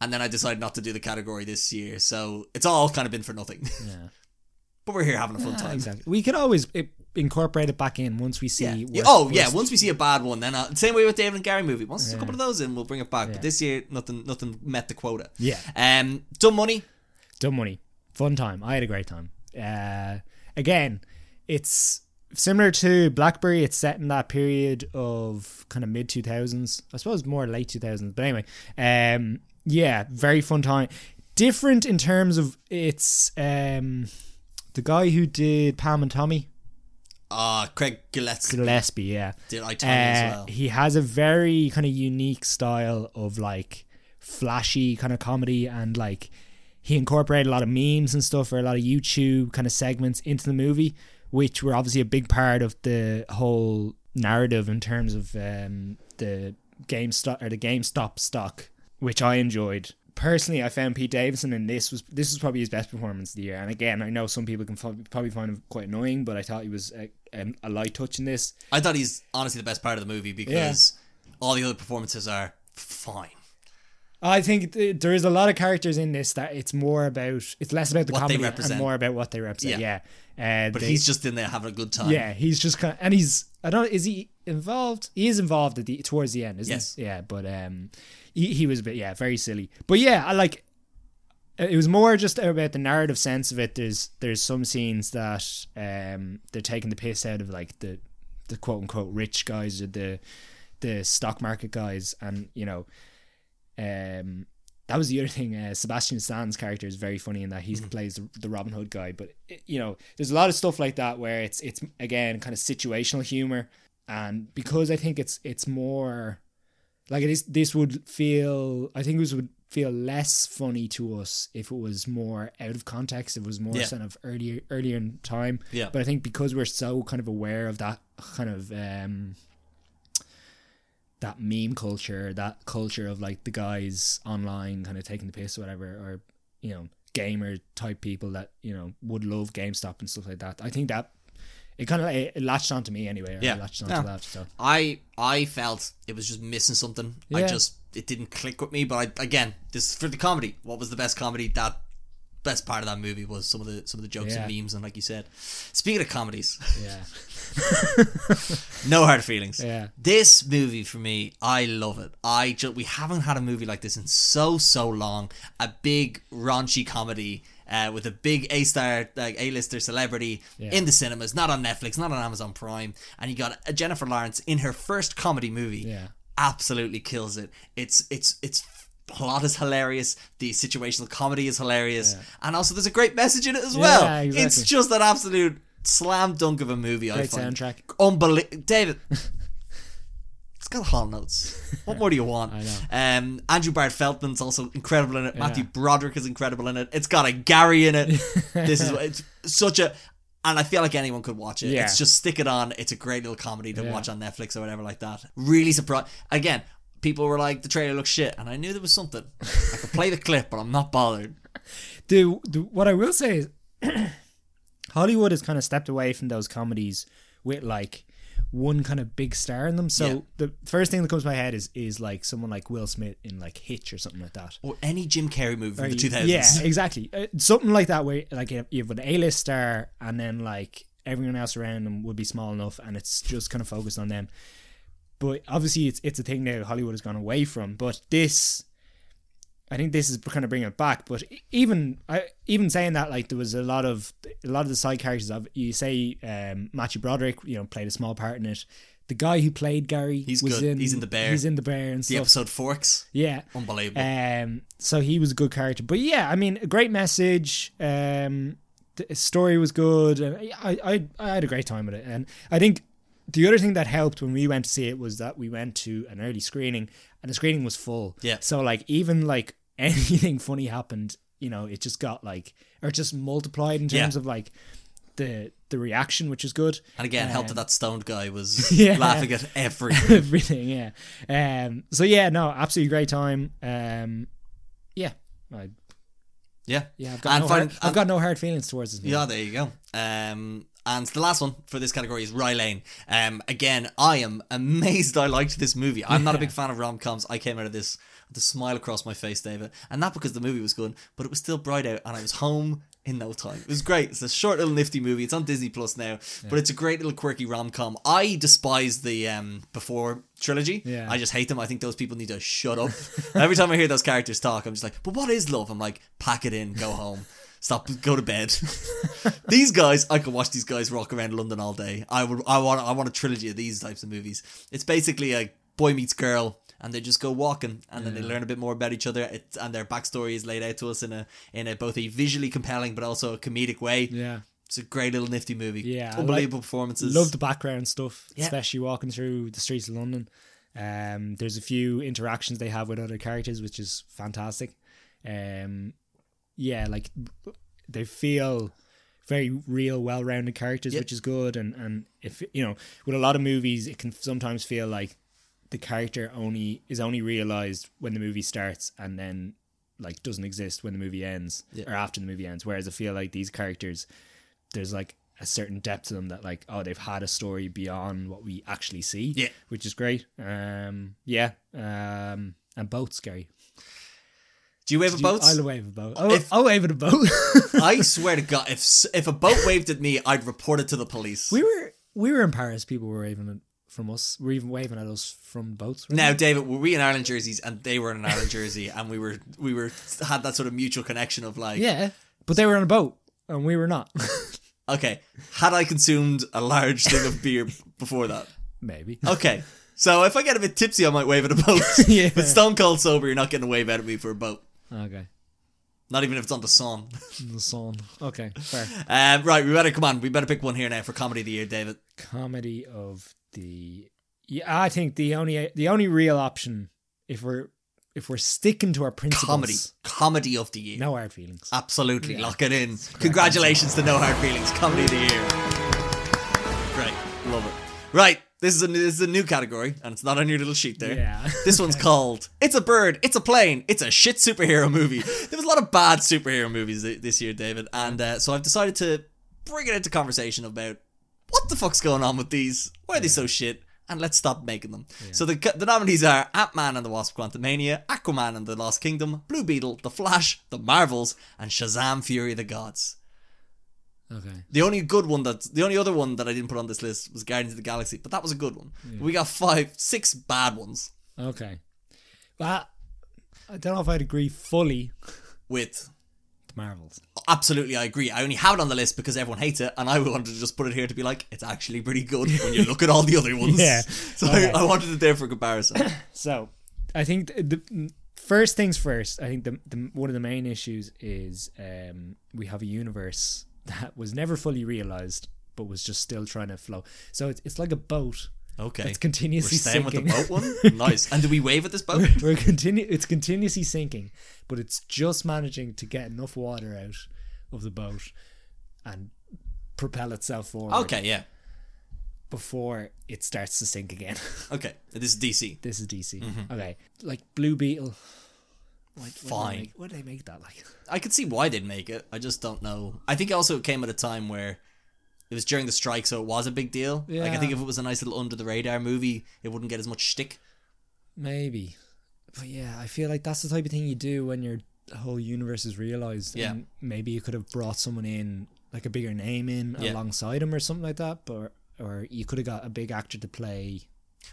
[SPEAKER 1] And then I decided not to do the category this year, so it's all kind of been for nothing.
[SPEAKER 2] Yeah.
[SPEAKER 1] but we're here having a fun time.
[SPEAKER 2] Exactly. We could always i incorporate it back in once we see.
[SPEAKER 1] Yeah.
[SPEAKER 2] worst-
[SPEAKER 1] oh yeah.
[SPEAKER 2] worst-
[SPEAKER 1] Once we see a bad one, then I'll, same way with David and Gary movie. Once there's a
[SPEAKER 2] Yeah.
[SPEAKER 1] couple of those in, we'll bring it back.
[SPEAKER 2] Yeah.
[SPEAKER 1] But this year, nothing, nothing met the quota.
[SPEAKER 2] Yeah.
[SPEAKER 1] Um, dumb money.
[SPEAKER 2] Dumb money. Fun time. I had a great time. Uh, again, it's similar to Blackberry. It's set in that period of kind of mid 2000s. I suppose more late 2000s. But anyway, um, yeah, very fun time. Different in terms of it's um, the guy who did Pam and Tommy
[SPEAKER 1] Ah, Craig Gillespie
[SPEAKER 2] Gillespie. Yeah.
[SPEAKER 1] did I
[SPEAKER 2] Uh,
[SPEAKER 1] tell you as well.
[SPEAKER 2] He has a very kind of unique style of like flashy kind of comedy and like he incorporated a lot of memes and stuff or a lot of YouTube kind of segments into the movie, which were obviously a big part of the whole narrative in terms of um, the GameStop or the GameStop stock, which I enjoyed. Personally, I found Pete Davidson, and this was this was probably his best performance of the year. And again, I know some people can fo- probably find him quite annoying, but I thought he was a, um, a light touch in this.
[SPEAKER 1] I thought he's honestly the best part of the movie because all the other performances are fine.
[SPEAKER 2] I think th- there is a lot of characters in this that it's more about it's less about the
[SPEAKER 1] What they
[SPEAKER 2] comedy and
[SPEAKER 1] represent.
[SPEAKER 2] more about what they represent. Yeah, Uh,
[SPEAKER 1] But
[SPEAKER 2] they-
[SPEAKER 1] he's just in there having a good time.
[SPEAKER 2] yeah he's just kind of, and he's I don't is he involved? He is involved at the towards the end, isn't
[SPEAKER 1] Yes.
[SPEAKER 2] he? Yeah, but um, he, he was a bit yeah very silly. But yeah, I like it was more just about the narrative sense of it. There's there's some scenes that um they're taking the piss out of like the the quote unquote rich guys or the the stock market guys, and you know, um that was the other thing. Uh, Sebastian Stan's character is very funny in that
[SPEAKER 1] Mm.
[SPEAKER 2] he plays the, the Robin Hood guy, but it, you know, there's a lot of stuff like that where it's it's again kind of situational humor, and because I think it's it's more like it is this would feel i think this would feel less funny to us if it was more out of context if it was more
[SPEAKER 1] Yeah.
[SPEAKER 2] kind of earlier earlier in time
[SPEAKER 1] Yeah.
[SPEAKER 2] but i think because we're so kind of aware of that kind of um that meme culture that culture of like the guys online kind of taking the piss or whatever or you know gamer type people that you know would love gamestop and stuff like that i think that it kind of like, it latched onto me anyway or
[SPEAKER 1] Yeah.
[SPEAKER 2] yeah latched onto
[SPEAKER 1] Yeah.
[SPEAKER 2] that so
[SPEAKER 1] I I felt it was just missing something. I
[SPEAKER 2] Yeah.
[SPEAKER 1] just it didn't click with me. But I, again, this is for the comedy. What was the best comedy? That best part of that movie was some of the some of the jokes and
[SPEAKER 2] Yeah.
[SPEAKER 1] memes and like you said. Speaking of comedies,
[SPEAKER 2] yeah
[SPEAKER 1] no hard feelings.
[SPEAKER 2] Yeah.
[SPEAKER 1] This movie for me, I love it. I just we haven't had a movie like this in so so long. A big raunchy comedy. Uh, with a big A star, like A lister celebrity
[SPEAKER 2] Yeah.
[SPEAKER 1] in the cinemas, not on Netflix, not on Amazon Prime, and you got uh, Jennifer Lawrence in her first comedy movie
[SPEAKER 2] yeah
[SPEAKER 1] absolutely kills it. It's it's it's plot is hilarious. The situational comedy is hilarious, and also there's a great message in it as well.
[SPEAKER 2] Yeah, exactly.
[SPEAKER 1] It's just an absolute slam dunk of a movie. I
[SPEAKER 2] great
[SPEAKER 1] find
[SPEAKER 2] soundtrack
[SPEAKER 1] unbelievable. David, it's got hall notes. What more do you want?
[SPEAKER 2] I know.
[SPEAKER 1] Um, Andrew Bard Feldman's also incredible in it. Matthew
[SPEAKER 2] Yeah.
[SPEAKER 1] Broderick is incredible in it. It's got a Gary in it. this is it's such a. And I feel like anyone could watch it.
[SPEAKER 2] Yeah.
[SPEAKER 1] It's just stick it on. It's a great little comedy to
[SPEAKER 2] Yeah.
[SPEAKER 1] watch on Netflix or whatever like that. Really surprised. Again, people were like, the trailer looks shit. And I knew there was something. I could play the clip, but I'm not bothered.
[SPEAKER 2] the, the what I will say is Hollywood has kind of stepped away from those comedies with like one kind of big star in them. So
[SPEAKER 1] Yeah.
[SPEAKER 2] the first thing that comes to my head is is like someone like Will Smith in like Hitch or something like that.
[SPEAKER 1] Or any Jim Carrey movie from the 2000s.
[SPEAKER 2] Yeah, exactly. Uh, something like that where like you have- you have an A-list star and then like everyone else around them would be small enough and it's just kind of focused on them. But obviously it's it's a thing now Hollywood has gone away from, but this I think this is kind of bringing it back, but e- even I even saying that like there was a lot of a lot of the side characters of you say um, Matthew Broderick, you know, played a small part in it. The guy who played Gary,
[SPEAKER 1] He's
[SPEAKER 2] was
[SPEAKER 1] good.
[SPEAKER 2] In,
[SPEAKER 1] He's in The Bear.
[SPEAKER 2] He's in the bear and
[SPEAKER 1] The
[SPEAKER 2] stuff.
[SPEAKER 1] episode Forks.
[SPEAKER 2] Yeah,
[SPEAKER 1] Unbelievable.
[SPEAKER 2] um, so he was a good character, but yeah, I mean, a great message. Um, the story was good, and I, I, I had a great time with it. And I think the other thing that helped when we went to see it was that we went to an early screening, and the screening was full.
[SPEAKER 1] Yeah.
[SPEAKER 2] So like, even like anything funny happened, you know, it just got like, or just multiplied in
[SPEAKER 1] Yeah.
[SPEAKER 2] terms of like the the reaction, which is good.
[SPEAKER 1] and again, helped that
[SPEAKER 2] um,
[SPEAKER 1] that stoned guy was
[SPEAKER 2] Yeah.
[SPEAKER 1] laughing at everything.
[SPEAKER 2] everything. Yeah. Um. So yeah, no, absolutely great time. Um. Yeah. I,
[SPEAKER 1] Yeah.
[SPEAKER 2] Yeah, I've
[SPEAKER 1] And
[SPEAKER 2] got, no
[SPEAKER 1] fin-
[SPEAKER 2] hard, I've
[SPEAKER 1] and-
[SPEAKER 2] got no hard feelings towards this. Movie.
[SPEAKER 1] Yeah, there you go. Um, and the last one for this category is Rylane. Um, again, I am amazed I liked this movie. I'm not a big fan of rom coms. I came out of this with a smile across my face, David, and not because the movie was good, but it was still bright out, and I was home in no time. It was great. It's a short little nifty movie. It's on Disney Plus now, but it's a great little quirky rom com. I despise the um, before trilogy.
[SPEAKER 2] Yeah.
[SPEAKER 1] I just hate them. I think those people need to shut up. Every time I hear those characters talk, I'm just like, but what is love? I'm like, pack it in, go home. Stop, go to bed. these guys, I could watch these guys rock around London all day. I would, I want, I want a trilogy of these types of movies. It's basically like boy meets girl, and they just go walking, and then they learn a bit more about each other. It, and their backstory is laid out to us in a, in a both a visually compelling but also a comedic way.
[SPEAKER 2] Yeah.
[SPEAKER 1] It's a great little nifty movie.
[SPEAKER 2] Yeah, I like-
[SPEAKER 1] unbelievable performances.
[SPEAKER 2] Love the background stuff,
[SPEAKER 1] Yeah.
[SPEAKER 2] especially walking through the streets of London. Um, there's a few interactions they have with other characters, which is fantastic. Um, yeah, like they feel very real, well-rounded characters,
[SPEAKER 1] Yeah.
[SPEAKER 2] which is good. And and if you know, with a lot of movies, it can sometimes feel like the character only is only realized when the movie starts, and then like doesn't exist when the movie ends
[SPEAKER 1] Yeah.
[SPEAKER 2] or after the movie ends. Whereas I feel like these characters, there's like a certain depth to them that like oh they've had a story beyond what we actually see
[SPEAKER 1] Yeah.
[SPEAKER 2] which is great um yeah um and both scary
[SPEAKER 1] Do you wave at
[SPEAKER 2] Do you-
[SPEAKER 1] boats? Oh,
[SPEAKER 2] I'll wave a boat. I'll,
[SPEAKER 1] If-
[SPEAKER 2] I'll wave at a boat.
[SPEAKER 1] I swear to God, if s- if a boat waved at me, I'd report it to the police.
[SPEAKER 2] we were we were in Paris. People were waving at, from us. Were even waving at us from boats. weren't
[SPEAKER 1] now,
[SPEAKER 2] they?
[SPEAKER 1] David, were we in Ireland jerseys and they were in an Ireland jersey, and we were we were had that sort of mutual connection of like,
[SPEAKER 2] yeah, but they were on a boat and we were not.
[SPEAKER 1] okay, had I consumed a large thing of beer before that?
[SPEAKER 2] Maybe.
[SPEAKER 1] Okay, so if I get a bit tipsy, I might wave at a boat.
[SPEAKER 2] Yeah.
[SPEAKER 1] But stone cold sober, you're not getting a wave out of me for a boat.
[SPEAKER 2] Okay.
[SPEAKER 1] Not even if it's on the song.
[SPEAKER 2] The song. Okay. Fair.
[SPEAKER 1] Um, right, we better come on. We better pick one here now for comedy of the year, David.
[SPEAKER 2] comedy of the yeah i think the only the only real option if we're if we're sticking to our principles
[SPEAKER 1] Comedy, Ah. comedy of the year.
[SPEAKER 2] no hard feelings
[SPEAKER 1] Absolutely, lock it in. Congratulations to No Hard Feelings, comedy of the year. Great, love it. Right, this is a this is a new category, and it's not on your little sheet there.
[SPEAKER 2] yeah
[SPEAKER 1] This one's called "It's a Bird, It's a Plane, It's a Shit Superhero Movie." There was a lot of bad superhero movies th- this year, David, and uh, so I've decided to bring it into conversation about what the fuck's going on with these? Why are they so shit? And let's stop making them. So the, the nominees are Ant Man and the Wasp: Quantumania, Aquaman and the Lost Kingdom, Blue Beetle, The Flash, The Marvels, and Shazam: Fury of the Gods.
[SPEAKER 2] okay
[SPEAKER 1] The only good one that the only other one that I didn't put on this list was Guardians of the Galaxy, but that was a good one.
[SPEAKER 2] Hmm.
[SPEAKER 1] We got five, six bad ones
[SPEAKER 2] okay well i don't know if i'd agree fully
[SPEAKER 1] with
[SPEAKER 2] the marvels
[SPEAKER 1] Absolutely, I agree. I only have it on the list because everyone hates it, and I wanted to just put it here to be like, it's actually pretty good when you look at all the other ones.
[SPEAKER 2] Yeah.
[SPEAKER 1] So
[SPEAKER 2] Okay.
[SPEAKER 1] I, I wanted it there for comparison.
[SPEAKER 2] so i think the, the first things first i think the, the one of the main issues is um we have a universe that was never fully realized but was just still trying to flow so it's, it's like a boat
[SPEAKER 1] Okay.
[SPEAKER 2] that's continuously
[SPEAKER 1] We're staying with the
[SPEAKER 2] sinking.
[SPEAKER 1] boat one? Nice. And do we wave at this boat?
[SPEAKER 2] We're continu- it's continuously sinking, but it's just managing to get enough water out of the boat and propel itself forward
[SPEAKER 1] Okay, yeah.
[SPEAKER 2] before it starts to sink again.
[SPEAKER 1] Okay. This is DC.
[SPEAKER 2] this is DC.
[SPEAKER 1] Mm-hmm.
[SPEAKER 2] Okay. Like Blue Beetle. Like,
[SPEAKER 1] Fine.
[SPEAKER 2] Where do they make that? Like,
[SPEAKER 1] I could see why they'd make it. I just don't know. I think also it came at a time where it was during the strike, so it was a big deal. Like, I
[SPEAKER 2] Yeah.
[SPEAKER 1] think if it was a nice little under the radar movie, it wouldn't get as much shtick.
[SPEAKER 2] maybe. But yeah, I feel like that's the type of thing you do when your whole universe is realized.
[SPEAKER 1] Yeah.
[SPEAKER 2] And maybe you could have brought someone in, like a bigger name in
[SPEAKER 1] Yeah.
[SPEAKER 2] alongside him or something like that, but. Or you could have got a big actor to play,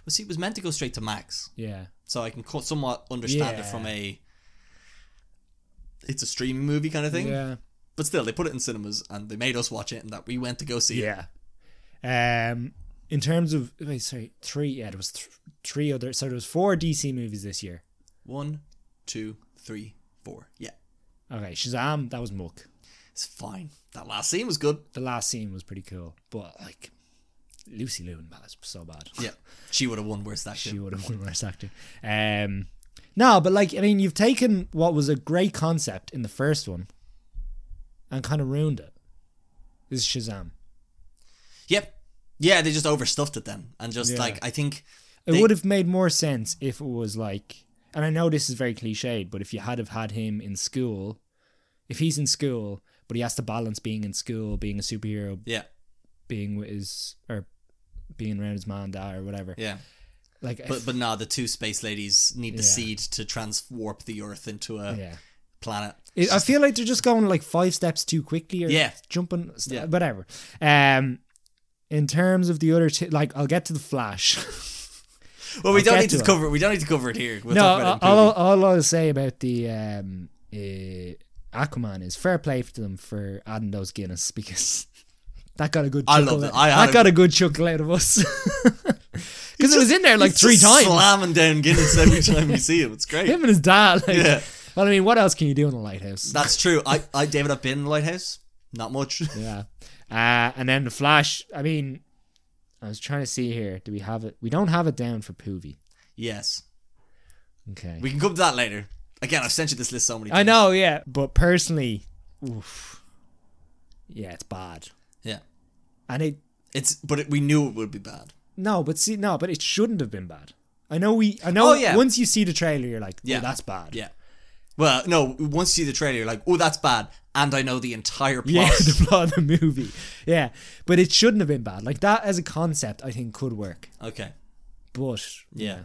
[SPEAKER 1] Well, see, it was meant to go straight to Max.
[SPEAKER 2] yeah.
[SPEAKER 1] so I can co- somewhat understand it
[SPEAKER 2] Yeah.
[SPEAKER 1] from a it's a streaming movie kind of thing.
[SPEAKER 2] Yeah.
[SPEAKER 1] But still, they put it in cinemas and they made us watch it, and that we went to go see it.
[SPEAKER 2] Yeah. Um, in terms of wait, sorry, three. Yeah, there was th- three other. So there was four DC movies this year.
[SPEAKER 1] One, two, three, four. Yeah,
[SPEAKER 2] Okay, Shazam. That was muck.
[SPEAKER 1] it's fine. That last scene was good.
[SPEAKER 2] The last scene was pretty cool, but like Lucy Liu in that was so bad.
[SPEAKER 1] Yeah, she would have won worst actor.
[SPEAKER 2] She would have won Worst Actor. Um, no, but like I mean, you've taken what was a great concept in the first one, and kind of ruined it. This is Shazam.
[SPEAKER 1] Yep. Yeah, they just overstuffed it then, and just
[SPEAKER 2] Yeah.
[SPEAKER 1] like I think
[SPEAKER 2] It
[SPEAKER 1] They-
[SPEAKER 2] would have made more sense if it was like, and I know this is very cliched, but if you had have had him in school, if he's in school, but he has to balance being in school, being a superhero,
[SPEAKER 1] yeah,
[SPEAKER 2] being with his or being around his mom, and dad, or whatever.
[SPEAKER 1] yeah.
[SPEAKER 2] Like, if-
[SPEAKER 1] But but no, the two space ladies need the
[SPEAKER 2] Yeah.
[SPEAKER 1] seed to transwarp the Earth into a
[SPEAKER 2] yeah,
[SPEAKER 1] planet.
[SPEAKER 2] It- I feel like they're just going like five steps too quickly, or
[SPEAKER 1] Yeah.
[SPEAKER 2] jumping, st-
[SPEAKER 1] Yeah.
[SPEAKER 2] whatever. Um, in terms of the other, two, like, I'll get to the Flash.
[SPEAKER 1] Well, we
[SPEAKER 2] I'll
[SPEAKER 1] don't
[SPEAKER 2] get
[SPEAKER 1] need to,
[SPEAKER 2] to it.
[SPEAKER 1] cover it. We don't need to cover it here. We'll
[SPEAKER 2] no,
[SPEAKER 1] talk about it in
[SPEAKER 2] all,
[SPEAKER 1] preview.
[SPEAKER 2] all, all I'll say about the um, uh, Aquaman is fair play to them for adding those Guinness because that got a good.
[SPEAKER 1] I
[SPEAKER 2] chuckle
[SPEAKER 1] love it.
[SPEAKER 2] out-
[SPEAKER 1] I had
[SPEAKER 2] that
[SPEAKER 1] a-
[SPEAKER 2] got a good chuckle out of us because it was in there like
[SPEAKER 1] He's
[SPEAKER 2] three
[SPEAKER 1] just
[SPEAKER 2] times.
[SPEAKER 1] Slamming down Guinness every time you see him. It's great.
[SPEAKER 2] Him and his dad. Like,
[SPEAKER 1] Yeah.
[SPEAKER 2] Well, I mean, what else can you do in a lighthouse?
[SPEAKER 1] That's true. I, I David, I've been in the lighthouse. Not much.
[SPEAKER 2] yeah. Uh, and then the Flash. I mean, I was trying to see here. Do we have it? We don't have it down for Poovy.
[SPEAKER 1] yes,
[SPEAKER 2] Okay.
[SPEAKER 1] we can come to that later. Again, I've sent you this list so many. times.
[SPEAKER 2] I know. Yeah. But personally, oof. Yeah, it's bad.
[SPEAKER 1] Yeah,
[SPEAKER 2] And it
[SPEAKER 1] it's but it, we knew it would be bad.
[SPEAKER 2] No, but see, no, but it shouldn't have been bad. I know we, I know.
[SPEAKER 1] Oh, yeah.
[SPEAKER 2] Once you see the trailer, you're like, yeah,
[SPEAKER 1] Yeah.
[SPEAKER 2] that's bad.
[SPEAKER 1] Yeah. Well, no. Once you see the trailer, you're like, oh, that's bad, and I know the entire
[SPEAKER 2] Yeah,
[SPEAKER 1] plot.
[SPEAKER 2] the plot of the movie. Yeah, but it shouldn't have been bad. Like that as a concept, I think could work.
[SPEAKER 1] okay.
[SPEAKER 2] But
[SPEAKER 1] Yeah.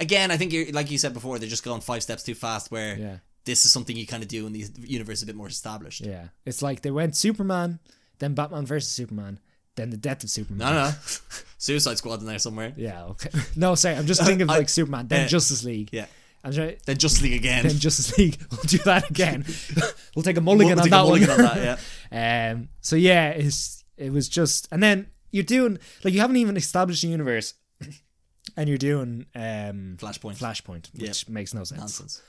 [SPEAKER 1] again, I think you're like you said before, they're just going five steps too fast. Where
[SPEAKER 2] Yeah.
[SPEAKER 1] this is something you kind of do, and the universe is a bit more established.
[SPEAKER 2] Yeah. It's like they went Superman, then Batman versus Superman, then the death of Superman.
[SPEAKER 1] I don't know. Suicide Squad in there somewhere.
[SPEAKER 2] Yeah, okay. No, sorry, I'm just thinking of
[SPEAKER 1] I-
[SPEAKER 2] like Superman, then
[SPEAKER 1] uh,
[SPEAKER 2] Justice League.
[SPEAKER 1] yeah.
[SPEAKER 2] I'm sorry,
[SPEAKER 1] Then Justice League again.
[SPEAKER 2] then Justice League. We'll do that again. we'll take a
[SPEAKER 1] We'll
[SPEAKER 2] mulligan
[SPEAKER 1] take a
[SPEAKER 2] on that
[SPEAKER 1] mulligan
[SPEAKER 2] one.
[SPEAKER 1] on that, yeah.
[SPEAKER 2] Um, so yeah, it's it was just, and then you're doing like you haven't even established the universe, and you're doing um,
[SPEAKER 1] Flashpoint.
[SPEAKER 2] Flashpoint,
[SPEAKER 1] Yeah.
[SPEAKER 2] which makes no sense.
[SPEAKER 1] Nonsense.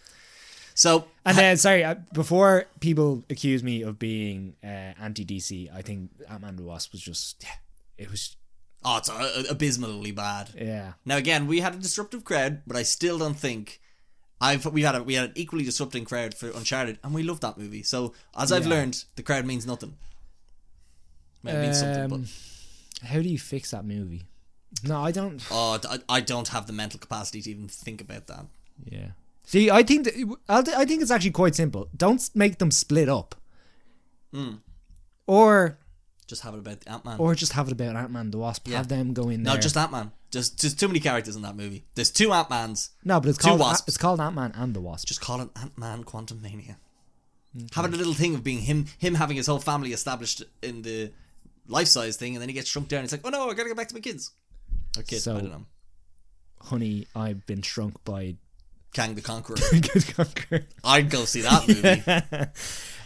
[SPEAKER 1] So
[SPEAKER 2] And then, sorry, I, before people accuse me of being uh, anti DC, I think Ant Man the Wasp was just, yeah, it was,
[SPEAKER 1] Oh, it's uh, abysmally bad.
[SPEAKER 2] yeah,
[SPEAKER 1] Now again, we had a disruptive crowd, but I still don't think I've we had a, we had an equally disrupting crowd for Uncharted, and we loved that movie. So as I've
[SPEAKER 2] Yeah.
[SPEAKER 1] learned, the crowd means nothing. Well, It means
[SPEAKER 2] Um,
[SPEAKER 1] something, but
[SPEAKER 2] how do you fix that movie? No, I don't.
[SPEAKER 1] oh, th- I I don't have the mental capacity to even think about that.
[SPEAKER 2] Yeah. See, I think that, I'll t- I think it's actually quite simple. Don't s- make them split up,
[SPEAKER 1] Hmm.
[SPEAKER 2] or
[SPEAKER 1] Just have it about Ant Man.
[SPEAKER 2] or just have it about Ant Man the Wasp. Have them go in there.
[SPEAKER 1] No, just Ant Man. Just just too many characters in that movie. There's two Ant Mans.
[SPEAKER 2] no, but it's
[SPEAKER 1] two
[SPEAKER 2] called
[SPEAKER 1] wasps.
[SPEAKER 2] it's called Ant Man and the Wasp.
[SPEAKER 1] Just call it Ant Man Quantum Mania. Having a little thing of being him, him having his whole family established in the life size thing, and then he gets shrunk down. It's like, oh no, I gotta go back to my kids. Or kids,
[SPEAKER 2] So-
[SPEAKER 1] I don't know.
[SPEAKER 2] Honey, I've been shrunk by
[SPEAKER 1] Kang the Conqueror.
[SPEAKER 2] Good Conqueror.
[SPEAKER 1] I'd go see that movie. yeah,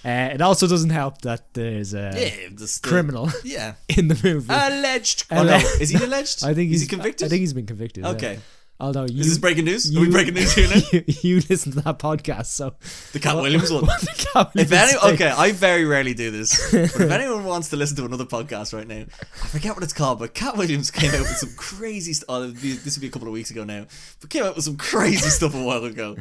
[SPEAKER 2] Uh, it also doesn't help that there's a
[SPEAKER 1] this- the-
[SPEAKER 2] criminal
[SPEAKER 1] Yeah,
[SPEAKER 2] in the movie.
[SPEAKER 1] alleged. Oh no, is he alleged?
[SPEAKER 2] I think
[SPEAKER 1] is he
[SPEAKER 2] he's
[SPEAKER 1] convicted.
[SPEAKER 2] I think he's been convicted. yeah.
[SPEAKER 1] okay,
[SPEAKER 2] Although you,
[SPEAKER 1] is this breaking news?
[SPEAKER 2] you
[SPEAKER 1] Are we breaking news here now?
[SPEAKER 2] you, you listen to that podcast, so
[SPEAKER 1] The Cat Williams one.
[SPEAKER 2] I can't
[SPEAKER 1] If
[SPEAKER 2] even
[SPEAKER 1] any,
[SPEAKER 2] say-
[SPEAKER 1] okay, I very rarely do this, but if anyone wants to listen to another podcast right now, I forget what it's called, but Cat Williams came out with some crazy stuff. Oh, it'd be- this would be a couple of weeks ago now, but came out with some crazy stuff a while ago.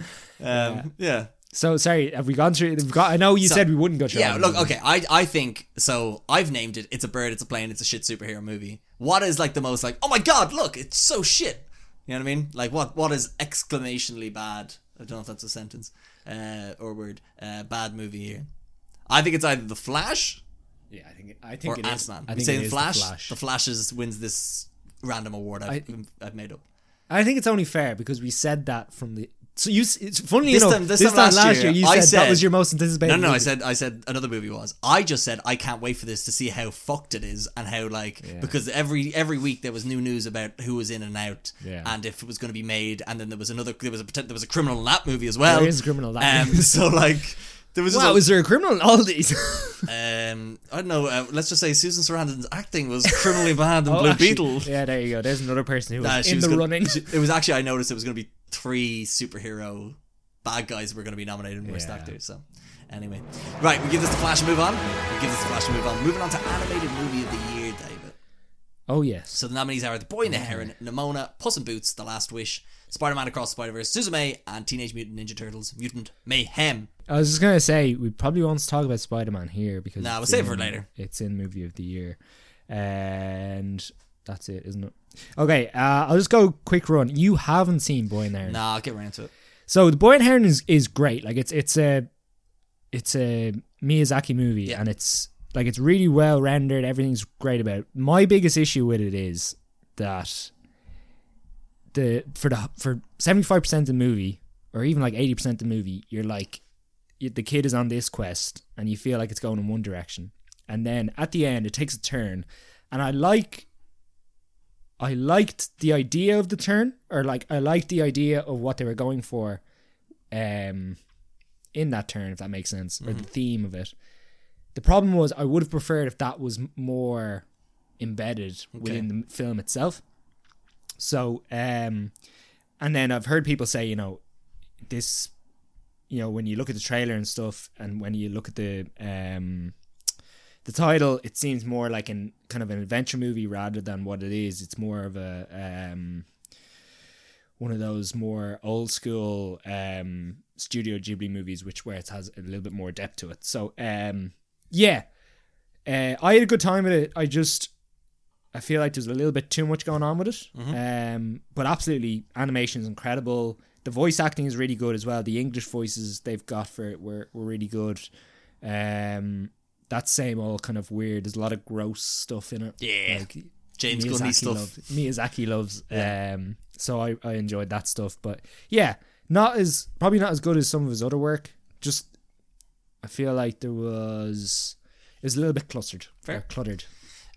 [SPEAKER 1] Um, yeah,
[SPEAKER 2] So sorry, have we gone through? We've got, I know you
[SPEAKER 1] So-
[SPEAKER 2] said we wouldn't go through.
[SPEAKER 1] yeah.
[SPEAKER 2] all of
[SPEAKER 1] Look,
[SPEAKER 2] them.
[SPEAKER 1] okay, I I think so. I've named it. It's a bird. It's a plane. It's a shit superhero movie. What is like the most like? Oh my god! Look, it's so shit. You know what I mean? Like what? What is exclamationally bad? I don't know if that's a sentence uh, or word. Uh, bad movie here. I think it's either the Flash.
[SPEAKER 2] Yeah, I think I think
[SPEAKER 1] or
[SPEAKER 2] it is.
[SPEAKER 1] Ant Man.
[SPEAKER 2] I
[SPEAKER 1] You
[SPEAKER 2] think
[SPEAKER 1] say
[SPEAKER 2] it
[SPEAKER 1] the
[SPEAKER 2] is
[SPEAKER 1] Flash?
[SPEAKER 2] The Flash.
[SPEAKER 1] is wins this random award I've, I, have made up.
[SPEAKER 2] I think it's only fair because we said that from the. So you, s- it's funny
[SPEAKER 1] This
[SPEAKER 2] enough.
[SPEAKER 1] time- this
[SPEAKER 2] this
[SPEAKER 1] time
[SPEAKER 2] time
[SPEAKER 1] last
[SPEAKER 2] last year,
[SPEAKER 1] year,
[SPEAKER 2] you
[SPEAKER 1] I
[SPEAKER 2] said, that
[SPEAKER 1] said-
[SPEAKER 2] was your most anticipated.
[SPEAKER 1] No, no, I
[SPEAKER 2] movie.
[SPEAKER 1] said I said another movie was. I just said I can't wait for this to see how fucked it is and how like because every every week there was new news about who was in and out
[SPEAKER 2] Yeah.
[SPEAKER 1] and if it was going to be made and then there was another there was a pretend- there was a criminal in that movie as well.
[SPEAKER 2] There is a criminal in that
[SPEAKER 1] Um,
[SPEAKER 2] movie.
[SPEAKER 1] so like there was just
[SPEAKER 2] Wow,
[SPEAKER 1] a-
[SPEAKER 2] is there a criminal in all these?
[SPEAKER 1] um I don't know. Uh, let's just say Susan Sarandon's acting was criminally bad in
[SPEAKER 2] Oh,
[SPEAKER 1] Blue
[SPEAKER 2] actually-
[SPEAKER 1] Beetle.
[SPEAKER 2] Yeah, there you go. There's another person who was
[SPEAKER 1] Uh, she
[SPEAKER 2] in
[SPEAKER 1] was
[SPEAKER 2] the
[SPEAKER 1] gonna-
[SPEAKER 2] running.
[SPEAKER 1] she- it was actually I noticed it was going to be three superhero bad guys were going to be nominated in worst
[SPEAKER 2] Yeah.
[SPEAKER 1] actor. So anyway, right, we give this the flash and move on. We give this the flash and move on. Moving on to animated movie of the year, David.
[SPEAKER 2] oh yes.
[SPEAKER 1] So the nominees are The Boy and the Heron,
[SPEAKER 2] Mm.
[SPEAKER 1] Nimona, Puss in Boots, The Last Wish, Spider-Man Across the Spider-Verse, Suzume, and Teenage Mutant Ninja Turtles: Mutant Mayhem.
[SPEAKER 2] I was just gonna say we probably won't talk about Spider Man here because
[SPEAKER 1] Nah, we'll
[SPEAKER 2] it's
[SPEAKER 1] save it for
[SPEAKER 2] in-
[SPEAKER 1] later.
[SPEAKER 2] It's in movie of the year, and that's it, isn't it? Okay, uh, I'll just go quick run. You haven't seen Boy and the Heron,
[SPEAKER 1] Nah, I'll get around to it.
[SPEAKER 2] so the Boy and Heron is is great. Like it's it's a it's a Miyazaki movie,
[SPEAKER 1] Yeah.
[SPEAKER 2] and it's like it's really well rendered. Everything's great about. It. My biggest issue with it is that the for the for seventy five percent of the movie, or even like eighty percent of the movie, you're like you- the kid is on this quest, and you feel like it's going in one direction, and then at the end it takes a turn, and I like. I liked the idea of the turn, or like I liked the idea of what they were going for, um, in that turn, if that makes sense, or the theme of it. The problem was I would have preferred if that was m- more embedded within the m- film itself. So, um, and then I've heard people say, you know, this, you know, when you look at the trailer and stuff, and when you look at the um, the title, it seems more like an kind of an adventure movie rather than what it is. It's more of a um, one of those more old school um, Studio Ghibli movies, which where it has a little bit more depth to it. So, um, yeah, uh, I had a good time with it. I just I feel like there's a little bit too much going on with it. Um, but absolutely, animation is incredible. The voice acting is really good as well. The English voices they've got for it were, were really good. Um, that same all kind of weird. There's a lot of gross stuff in it.
[SPEAKER 1] Yeah.
[SPEAKER 2] Like,
[SPEAKER 1] James Gundy stuff.
[SPEAKER 2] Loved, Miyazaki loves.
[SPEAKER 1] Yeah.
[SPEAKER 2] Um, so I, I enjoyed that stuff, but yeah, not as probably not as good as some of his other work. Just I feel like there was it was a little bit clustered,
[SPEAKER 1] Fair.
[SPEAKER 2] or cluttered.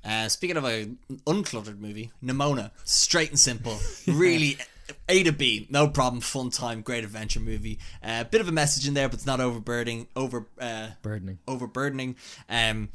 [SPEAKER 1] Uh, speaking of a uncluttered movie, Nimona, straight and simple, really A to B, no problem, fun time, great adventure movie. A uh, bit of a message in there, but it's not overburdening, over uh,
[SPEAKER 2] Burdening.
[SPEAKER 1] overburdening. Um,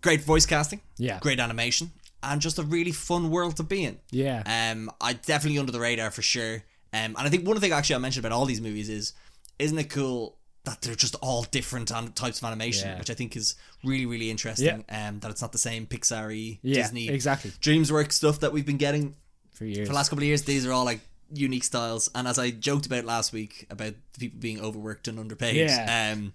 [SPEAKER 1] great voice casting,
[SPEAKER 2] Yeah.
[SPEAKER 1] great animation, and just a really fun world to be in.
[SPEAKER 2] Yeah.
[SPEAKER 1] Um, I definitely under the radar for sure. Um, and I think one thing actually I mentioned about all these movies is, isn't it cool that they're just all different an- types of animation,
[SPEAKER 2] Yeah.
[SPEAKER 1] which I think is really really interesting. Um, that it's not the same Pixar-y,
[SPEAKER 2] yeah.
[SPEAKER 1] Disney,
[SPEAKER 2] Exactly.
[SPEAKER 1] DreamsWorks stuff that we've been getting
[SPEAKER 2] For years.
[SPEAKER 1] for the last couple of years. These are all like unique styles. And as I joked about last week about people being overworked and underpaid,
[SPEAKER 2] Yeah.
[SPEAKER 1] um,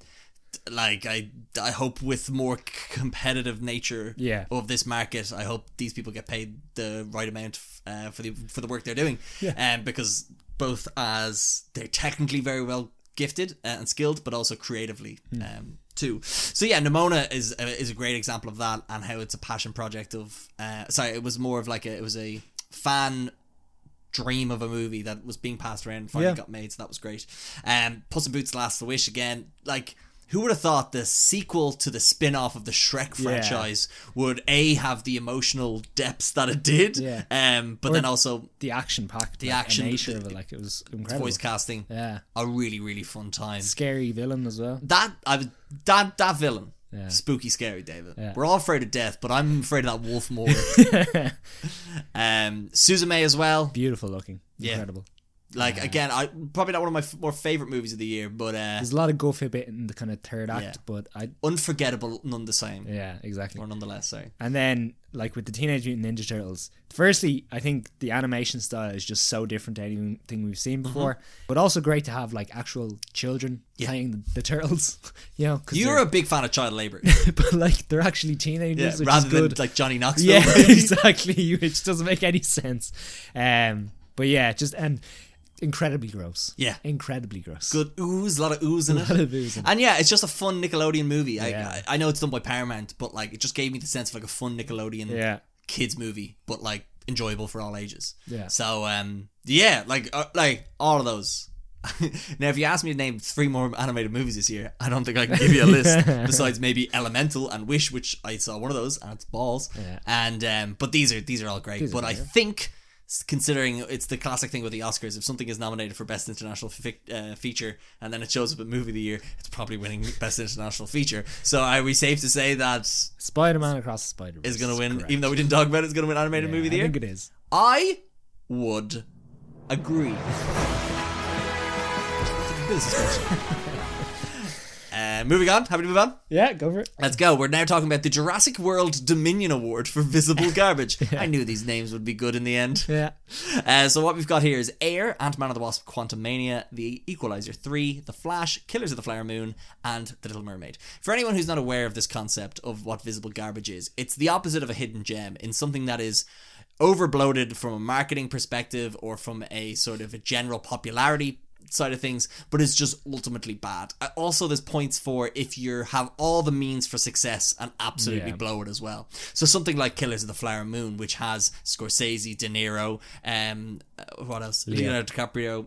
[SPEAKER 1] t- like I, I hope with more c- competitive nature
[SPEAKER 2] Yeah.
[SPEAKER 1] of this market, I hope these people get paid the right amount uh, for the for the work they're doing. Yeah. Um, because both as they're technically very well gifted uh, and skilled, but also creatively.
[SPEAKER 2] Hmm.
[SPEAKER 1] Um, too. So yeah, Nimona is a, is a great example of that, and how it's a passion project of. Uh, sorry, it was more of like a it was a fan dream of a movie that was being passed around and finally
[SPEAKER 2] Yeah.
[SPEAKER 1] got made, so that was great. Um, Puss in Boots: Last the Wish again, like. Who would have thought the sequel to the spin off of the Shrek franchise would A, have the emotional depths that it did,
[SPEAKER 2] Yeah.
[SPEAKER 1] um, but
[SPEAKER 2] Or
[SPEAKER 1] then also
[SPEAKER 2] the action packed. The
[SPEAKER 1] action,
[SPEAKER 2] nature
[SPEAKER 1] the-
[SPEAKER 2] of it, like it was incredible.
[SPEAKER 1] voice casting?
[SPEAKER 2] yeah.
[SPEAKER 1] A really, really fun time.
[SPEAKER 2] Scary villain as well.
[SPEAKER 1] That I was that that villain.
[SPEAKER 2] Yeah.
[SPEAKER 1] Spooky, scary, David.
[SPEAKER 2] Yeah.
[SPEAKER 1] We're all afraid of death, but I'm afraid of that wolf more. um, Suzume as well.
[SPEAKER 2] Beautiful looking.
[SPEAKER 1] Yeah.
[SPEAKER 2] Incredible.
[SPEAKER 1] Like again, I probably not one of my f- more favorite movies of the year, but uh,
[SPEAKER 2] There's a lot of guff a bit in the kind of third act,
[SPEAKER 1] Yeah.
[SPEAKER 2] but I
[SPEAKER 1] unforgettable none the same,
[SPEAKER 2] yeah, exactly.
[SPEAKER 1] or nonetheless. Sorry.
[SPEAKER 2] And then, like with the Teenage Mutant Ninja Turtles, firstly, I think the animation style is just so different to anything we've seen
[SPEAKER 1] Mm-hmm.
[SPEAKER 2] before. But also great to have like actual children playing the, the turtles, you know, because
[SPEAKER 1] You're a big fan of child labor,
[SPEAKER 2] but like they're actually teenagers,
[SPEAKER 1] yeah,
[SPEAKER 2] which
[SPEAKER 1] rather
[SPEAKER 2] is
[SPEAKER 1] than
[SPEAKER 2] good.
[SPEAKER 1] like Johnny Knoxville.
[SPEAKER 2] yeah, exactly, which doesn't make any sense. Um, but yeah, just and incredibly gross.
[SPEAKER 1] Yeah.
[SPEAKER 2] incredibly gross.
[SPEAKER 1] good ooze, a lot of ooze in it.
[SPEAKER 2] lot of ooze in it.
[SPEAKER 1] And yeah, it's just a fun Nickelodeon movie. I,
[SPEAKER 2] Yeah.
[SPEAKER 1] I I know it's done by Paramount, but like it just gave me the sense of like a fun Nickelodeon
[SPEAKER 2] Yeah,
[SPEAKER 1] kids movie, but like enjoyable for all ages.
[SPEAKER 2] Yeah.
[SPEAKER 1] So um, yeah, like uh, like all of those. now, if you ask me to name three more animated movies this year, I don't think I can give you a list besides maybe Elemental and Wish, which I saw one of those and it's balls.
[SPEAKER 2] Yeah.
[SPEAKER 1] And um, but these are these are all great.
[SPEAKER 2] These are
[SPEAKER 1] but I
[SPEAKER 2] great, yeah.
[SPEAKER 1] think. s- Considering it's the classic thing with the Oscars, if something is nominated for Best International Fic- uh, Feature and then it shows up at Movie of the Year, it's probably winning Best International Feature. So are we safe to say that
[SPEAKER 2] Spider Man across the Spider
[SPEAKER 1] is going to win, even though we didn't talk about it, is going to win animated movie of the
[SPEAKER 2] I
[SPEAKER 1] year.
[SPEAKER 2] think it is.
[SPEAKER 1] I would agree. Bit of suspension. uh, moving on, happy to move on.
[SPEAKER 2] Yeah, go for it.
[SPEAKER 1] Let's go. We're now talking about the Jurassic World Dominion Award for Visible Garbage. I knew these names would be good in the end.
[SPEAKER 2] Yeah.
[SPEAKER 1] Uh, so what we've got here is Air, Ant Man and the Wasp, Quantum Mania, The Equalizer 3, The Flash, Killers of the Flower Moon, and The Little Mermaid. For anyone who's not aware of this concept of what visible garbage is, it's the opposite of a hidden gem in something that is overbloated from a marketing perspective or from a sort of a general popularity side of things, but is just ultimately bad. Uh, Also, there's points for if you have all the means for success and absolutely
[SPEAKER 2] Yeah.
[SPEAKER 1] blow it as well. So something like Killers of the Flower Moon, which has Scorsese, De Niro, um, uh, what else? Leonardo DiCaprio,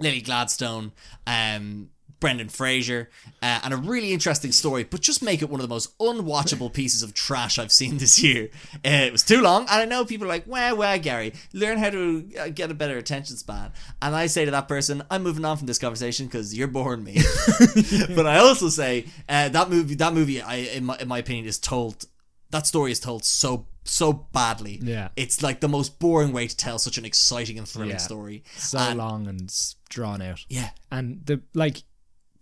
[SPEAKER 1] Lily Gladstone, um. Brendan Fraser, uh, and a really interesting story, but just make it one of the most unwatchable pieces of trash I've seen this year. Uh, it was too long, and I know people are like, "Wah wah, Gary, learn how to uh, get a better attention span." And I say to that person, "I'm moving on from this conversation because you're boring me." but I also say uh, that movie, that movie, I in my, in my opinion, is told. That story is told so so badly.
[SPEAKER 2] Yeah.
[SPEAKER 1] it's like the most boring way to tell such an exciting and thrilling
[SPEAKER 2] Yeah.
[SPEAKER 1] story.
[SPEAKER 2] So
[SPEAKER 1] And-
[SPEAKER 2] long and s- drawn out.
[SPEAKER 1] Yeah,
[SPEAKER 2] And the like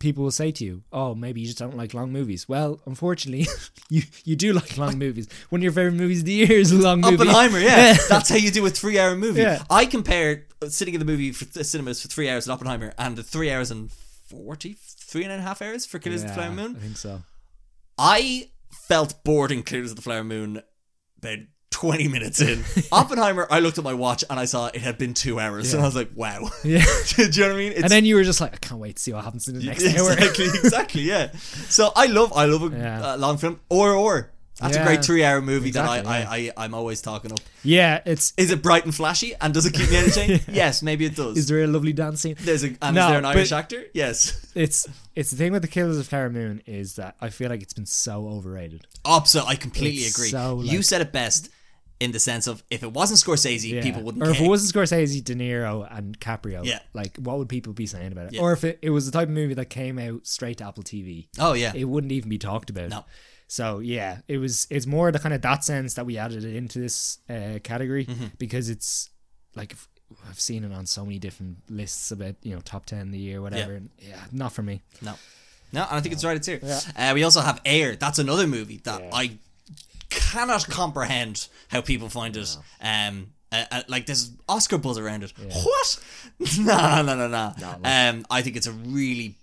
[SPEAKER 2] people will say to you, "Oh, maybe you just don't like long movies." Well, unfortunately, you you do like long movies. One of your favorite movies of the year is a long movie.
[SPEAKER 1] Oppenheimer, yeah. That's how you do a three hour movie.
[SPEAKER 2] Yeah.
[SPEAKER 1] I compare sitting in the movie for the cinemas for three hours at Oppenheimer and the three hours and 40, three and a half hours for Killers of the
[SPEAKER 2] Yeah,
[SPEAKER 1] Flower
[SPEAKER 2] I
[SPEAKER 1] Moon.
[SPEAKER 2] think so.
[SPEAKER 1] I felt bored in Killers of the Flower Moon about 20 minutes in. Oppenheimer, I looked at my watch and I saw it had been two hours and I was like, wow.
[SPEAKER 2] Yeah.
[SPEAKER 1] do you know what I mean? It's,
[SPEAKER 2] and then you were just like, "I can't wait to see what happens in the next hour."
[SPEAKER 1] exactly, exactly, yeah. So I love, I love a
[SPEAKER 2] Yeah.
[SPEAKER 1] uh, long film. Or, or. That's a
[SPEAKER 2] Yeah.
[SPEAKER 1] great three-hour movie that I,
[SPEAKER 2] Exactly,
[SPEAKER 1] I, I, I'm always talking up.
[SPEAKER 2] Yeah, it's
[SPEAKER 1] Is it bright and flashy? And does it keep me entertained? Yes, maybe it does.
[SPEAKER 2] is there a lovely dance scene?
[SPEAKER 1] There's a, and is
[SPEAKER 2] No,
[SPEAKER 1] there an
[SPEAKER 2] but-
[SPEAKER 1] Irish actor? Yes.
[SPEAKER 2] It's it's the thing with the Killers of Flower Moon is that I feel like it's been so overrated.
[SPEAKER 1] Opposite, I completely
[SPEAKER 2] It's
[SPEAKER 1] agree.
[SPEAKER 2] so, like-
[SPEAKER 1] you said it best in the sense of if it wasn't Scorsese,
[SPEAKER 2] Yeah.
[SPEAKER 1] people wouldn't
[SPEAKER 2] Or if
[SPEAKER 1] care.
[SPEAKER 2] it wasn't Scorsese, De Niro, and Caprio,
[SPEAKER 1] Yeah.
[SPEAKER 2] like what would people be saying about it?
[SPEAKER 1] Yeah.
[SPEAKER 2] Or if it, it was the type of movie that came out straight to Apple TV,
[SPEAKER 1] oh, yeah.
[SPEAKER 2] it wouldn't even be talked about.
[SPEAKER 1] No.
[SPEAKER 2] So yeah, it was. It's more the kind of that sense that we added it into this uh, category
[SPEAKER 1] Mm-hmm.
[SPEAKER 2] because it's like if- I've seen it on so many different lists about you know top ten of the year whatever. Yeah, and, yeah not for me.
[SPEAKER 1] No. No, and I think it's right, it's here.
[SPEAKER 2] Yeah.
[SPEAKER 1] Uh, we also have Air. That's another movie that
[SPEAKER 2] Yeah.
[SPEAKER 1] I cannot comprehend how people find it. Um, uh, uh, like there's Oscar buzz around it. What? nah, nah, nah, nah. Um, I think it's a really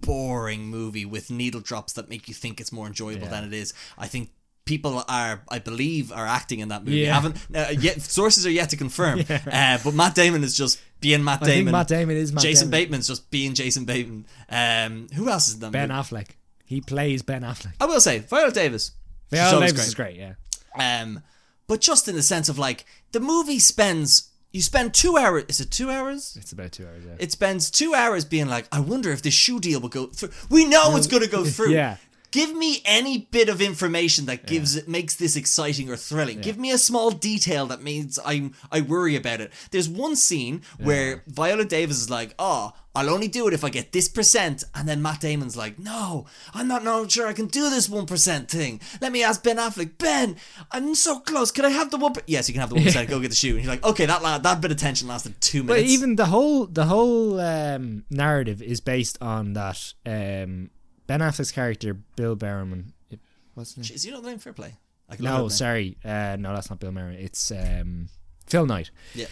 [SPEAKER 1] boring movie with needle drops that make you think it's more enjoyable
[SPEAKER 2] Yeah.
[SPEAKER 1] than it is. I think people are, I believe, are acting in that movie.
[SPEAKER 2] Yeah.
[SPEAKER 1] Haven't uh, yet? Sources are yet to confirm. Uh, but Matt Damon is just being Matt
[SPEAKER 2] I think
[SPEAKER 1] Damon.
[SPEAKER 2] Matt Damon is Matt
[SPEAKER 1] Jason
[SPEAKER 2] Damon.
[SPEAKER 1] Bateman's just being Jason Bateman. Um, who else is in that
[SPEAKER 2] Ben
[SPEAKER 1] movie?
[SPEAKER 2] Affleck. He plays Ben Affleck.
[SPEAKER 1] I will say Viola Davis. She's
[SPEAKER 2] Yeah,
[SPEAKER 1] always
[SPEAKER 2] Davis is great. Yeah.
[SPEAKER 1] Um, but just in the sense of like the movie spends you spend two hours. Is it two hours?
[SPEAKER 2] It's about two hours. Yeah.
[SPEAKER 1] It spends two hours being like, I wonder if this shoe deal will go through. We know it's going to go through.
[SPEAKER 2] Yeah.
[SPEAKER 1] Give me any bit of information that gives it makes this exciting or thrilling. Give me a small detail that means I'm I worry about it. There's one scene where Viola Davis is like, "Oh, I'll only do it if I get this percent," and then Matt Damon's like, "No, I'm not not sure I can do this one percent thing. Let me ask Ben Affleck. Ben, I'm so close. Can I have the one? per- Yes, you can have the one percent. Go get the shoe." And he's like, "Okay, that la- that bit of tension lasted two
[SPEAKER 2] but
[SPEAKER 1] minutes."
[SPEAKER 2] even the whole the whole um, narrative is based on that um, Ben Affleck's character Bill Barrowman. It, what's his name?
[SPEAKER 1] Jeez, you know the name Fair Play. I can look it
[SPEAKER 2] No,
[SPEAKER 1] up now.
[SPEAKER 2] sorry. Uh, no, that's not Bill Murray. It's um, Phil Knight.
[SPEAKER 1] Yeah.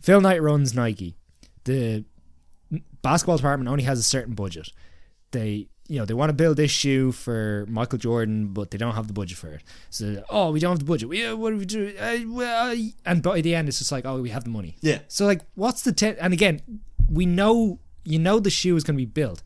[SPEAKER 2] Phil Knight runs Nike. The n- basketball department only has a certain budget. They, you know, they want to build this shoe for Michael Jordan, but they don't have the budget for it. So, they're like, oh, we don't have the budget. We, uh, what do we do? Uh, well, uh," and by the end, it's just like, oh, we have the money.
[SPEAKER 1] Yeah.
[SPEAKER 2] So, like, what's the ten? And again, we know you know the shoe is going to be built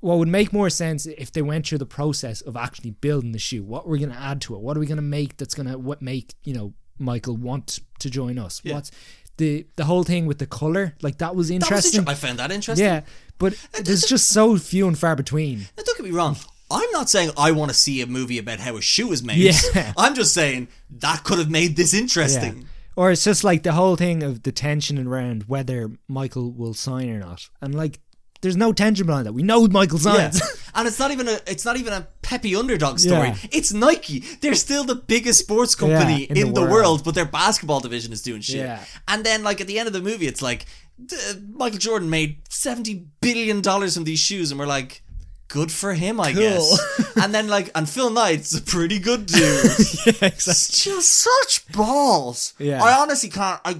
[SPEAKER 2] what would make more sense if they went through the process of actually building the shoe what we're going to add to it what are we going to make that's going to what make you know michael want to join us what's the the whole thing with the color like that was
[SPEAKER 1] That was
[SPEAKER 2] interesting
[SPEAKER 1] inter- I found that interesting.
[SPEAKER 2] yeah but there's just so few and far between
[SPEAKER 1] Now, don't get me wrong. I'm not saying I want to see a movie about how a shoe is made.
[SPEAKER 2] Yeah.
[SPEAKER 1] I'm just saying that could have made this
[SPEAKER 2] yeah
[SPEAKER 1] interesting.
[SPEAKER 2] or it's just like the whole thing of the tension around whether michael will sign or not and like there's no tension behind that we know michael signs
[SPEAKER 1] and it's not even a it's not even a peppy underdog story.
[SPEAKER 2] Yeah.
[SPEAKER 1] It's Nike. They're still the biggest sports company
[SPEAKER 2] Yeah,
[SPEAKER 1] in, the, world. but their basketball division is doing shit.
[SPEAKER 2] Yeah.
[SPEAKER 1] And then like at the end of the movie, it's like d- uh, Michael Jordan made seventy billion dollars from these shoes, and we're like. Good for him, I guess. and then, like, and Phil Knight's a pretty good dude. It's just such balls.
[SPEAKER 2] Yeah.
[SPEAKER 1] I honestly can't. I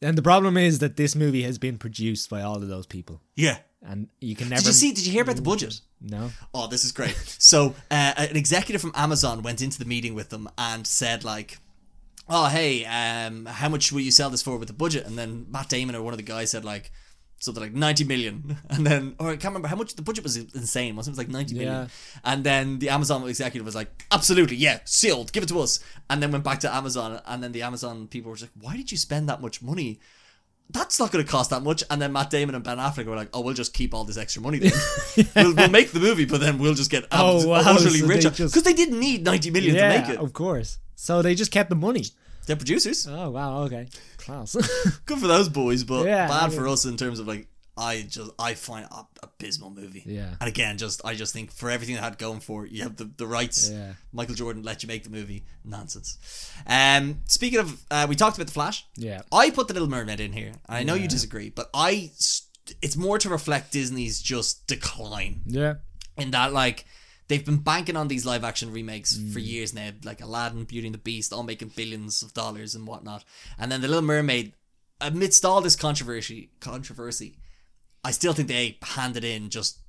[SPEAKER 2] and the problem is that this movie has been produced by all of those people
[SPEAKER 1] yeah.
[SPEAKER 2] and you can never
[SPEAKER 1] Did you see? Did you hear about the budget?
[SPEAKER 2] no
[SPEAKER 1] Oh, this is great. So, uh, an executive from Amazon went into the meeting with them and said, like, "Oh, hey, um, how much will you sell this for with the budget?" And then Matt Damon or one of the guys said, like, something like ninety million, and then or I can't remember how much the budget was insane. Wasn't it? It was like ninety million?
[SPEAKER 2] Yeah.
[SPEAKER 1] And then the Amazon executive was like, "Absolutely, yeah, sealed. Give it to us." And then went back to Amazon, and then the Amazon people were just like, "Why did you spend that much money?" that's not going to cost that much. And then Matt Damon and Ben Affleck were like, oh, we'll just keep all this extra money then. we'll, we'll make the movie, but then we'll just get
[SPEAKER 2] Oh,
[SPEAKER 1] abs-
[SPEAKER 2] wow,
[SPEAKER 1] utterly
[SPEAKER 2] so they
[SPEAKER 1] richer. Because
[SPEAKER 2] just-
[SPEAKER 1] they, didn't need 90 million to make it.
[SPEAKER 2] of course. So they just kept the money.
[SPEAKER 1] They're producers.
[SPEAKER 2] Oh wow, okay, class.
[SPEAKER 1] Good for those boys, but
[SPEAKER 2] Yeah,
[SPEAKER 1] bad
[SPEAKER 2] I
[SPEAKER 1] for us in terms of like, I just, I find a abysmal movie.
[SPEAKER 2] Yeah.
[SPEAKER 1] And again, just, I just think for everything that had going for it, you have the, the rights.
[SPEAKER 2] Yeah.
[SPEAKER 1] Michael Jordan let you make the movie. Nonsense. Um, speaking of, uh, we talked about The Flash.
[SPEAKER 2] yeah,
[SPEAKER 1] I put the Little Mermaid in here. I know you disagree, but I st- it's more to reflect Disney's just decline
[SPEAKER 2] yeah,
[SPEAKER 1] in that like they've been banking on these live action remakes for years now, like Aladdin, Beauty and the Beast, all making billions of dollars and whatnot. And then the Little Mermaid, amidst all this controversy, controversy, I still think they handed in just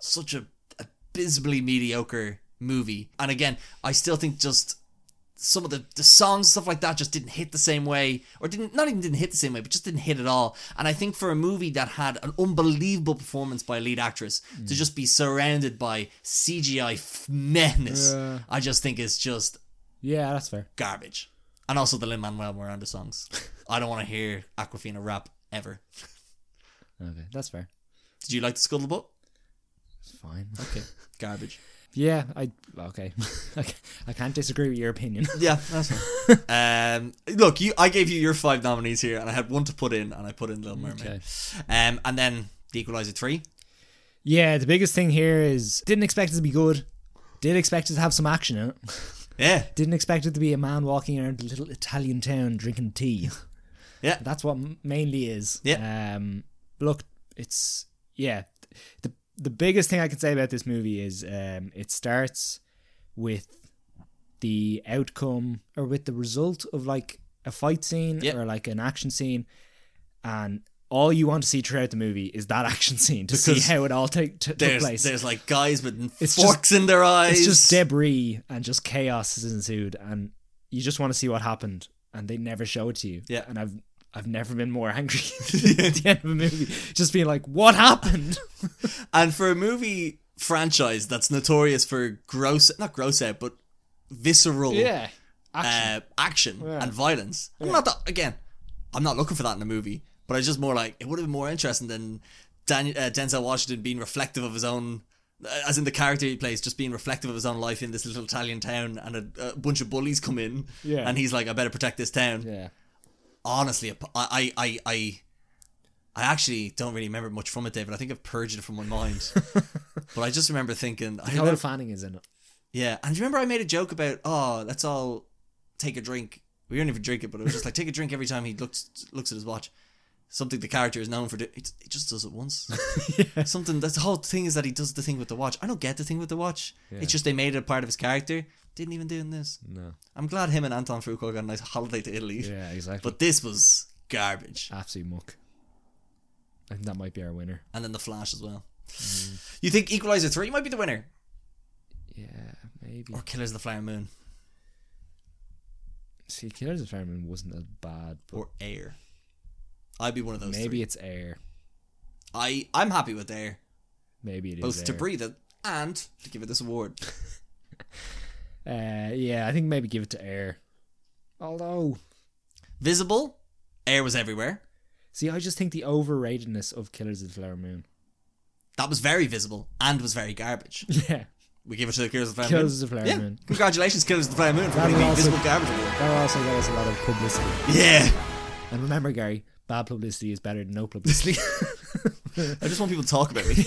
[SPEAKER 1] such a abysmally mediocre movie. And again, I still think just some of the, the songs stuff like that just didn't hit the same way or didn't not even didn't hit the same way but just didn't hit at all and i think for a movie that had an unbelievable performance by a lead actress to just be surrounded by cgi f- madness
[SPEAKER 2] Yeah.
[SPEAKER 1] i just think is just
[SPEAKER 2] Yeah, that's fair.
[SPEAKER 1] garbage and also the lin manuel miranda songs i don't want to hear aquafina rap ever
[SPEAKER 2] Okay, that's fair.
[SPEAKER 1] did you like the scuttlebutt
[SPEAKER 2] It's fine.
[SPEAKER 1] okay garbage
[SPEAKER 2] Yeah, I okay. Okay, I can't disagree with your opinion.
[SPEAKER 1] Yeah, that's fine. um, look, you, I gave you your five nominees here, and I had one to put in, and I put in Little Mermaid.
[SPEAKER 2] Okay.
[SPEAKER 1] Um, and then The Equalizer 3.
[SPEAKER 2] Yeah, the biggest thing here is didn't expect it to be good. Did expect it to have some action in it.
[SPEAKER 1] Yeah,
[SPEAKER 2] Didn't expect it to be a man walking around a little Italian town drinking tea.
[SPEAKER 1] Yeah.
[SPEAKER 2] that's what m- mainly is.
[SPEAKER 1] Yeah.
[SPEAKER 2] Um, look, it's yeah. the The biggest thing I can say about this movie is um, it starts with the outcome or with the result of like a fight scene
[SPEAKER 1] Yeah.
[SPEAKER 2] or like an action scene, and all you want to see throughout the movie is that action scene to
[SPEAKER 1] Because
[SPEAKER 2] see how it all take t- took
[SPEAKER 1] there's
[SPEAKER 2] place.
[SPEAKER 1] there's like guys with
[SPEAKER 2] It's
[SPEAKER 1] forks in their eyes.
[SPEAKER 2] it's just debris and just chaos has ensued and you just want to see what happened and they never show it to you
[SPEAKER 1] Yeah.
[SPEAKER 2] and i've i've never been more angry at the end of a movie just being like what happened
[SPEAKER 1] And for a movie franchise that's notorious for gross, not gross out, but visceral
[SPEAKER 2] yeah
[SPEAKER 1] action, uh, action
[SPEAKER 2] Yeah.
[SPEAKER 1] and violence. I'm not that, again, I'm not looking for that in a movie, but I just more like, it would have been more interesting than Dan, uh, Denzel Washington being reflective of his own, uh, as in the character he plays, just being reflective of his own life in this little Italian town and a, a bunch of bullies come in
[SPEAKER 2] Yeah.
[SPEAKER 1] and he's like, I better protect this town.
[SPEAKER 2] yeah
[SPEAKER 1] Honestly, I, I, I, I, I actually don't really remember much from it, David. I think I've purged it from my mind. but I just remember thinking, I
[SPEAKER 2] Dakota
[SPEAKER 1] remember-
[SPEAKER 2] Fanning is in it
[SPEAKER 1] yeah, and do you remember I made a joke about oh, let's all take a drink. We don't even drink it, but it was just like take a drink every time he looks looks at his watch. Something the character is known for. Do- it, it just does it once. Something that's the whole thing is that he does the thing with the watch. I don't get the thing with the watch. It's just they made it a part of his character. Didn't even do in this.
[SPEAKER 2] no
[SPEAKER 1] I'm glad him and Anton Foucault got a nice holiday to Italy.
[SPEAKER 2] yeah exactly
[SPEAKER 1] But this was garbage.
[SPEAKER 2] absolute muck i think that might be our winner
[SPEAKER 1] And then the Flash as well.
[SPEAKER 2] Mm.
[SPEAKER 1] You think Equalizer three might be the winner,
[SPEAKER 2] yeah maybe
[SPEAKER 1] or Killers of the Flower Moon,
[SPEAKER 2] see killers of the Flower Moon wasn't as bad but
[SPEAKER 1] or Air? I'd be one of those.
[SPEAKER 2] maybe
[SPEAKER 1] three.
[SPEAKER 2] it's air
[SPEAKER 1] I I'm happy with Air.
[SPEAKER 2] maybe it is
[SPEAKER 1] both to
[SPEAKER 2] Air.
[SPEAKER 1] breathe it and to give it this award.
[SPEAKER 2] uh yeah i think maybe give it to air although
[SPEAKER 1] Visible, air was everywhere.
[SPEAKER 2] See, I just think the overratedness of Killers of the Flower Moon.
[SPEAKER 1] That was very visible and was very garbage.
[SPEAKER 2] Yeah.
[SPEAKER 1] We give it to the Killers of the Flower
[SPEAKER 2] Killers of the
[SPEAKER 1] Moon.
[SPEAKER 2] Flower
[SPEAKER 1] yeah,
[SPEAKER 2] Moon.
[SPEAKER 1] congratulations, Killers of the Flower Moon, for
[SPEAKER 2] That
[SPEAKER 1] winning the
[SPEAKER 2] would also-
[SPEAKER 1] Invisible Garbage Award.
[SPEAKER 2] That also got us a lot of publicity.
[SPEAKER 1] Yeah,
[SPEAKER 2] And remember, Gary, bad publicity is better than no publicity.
[SPEAKER 1] I just want people to talk about me.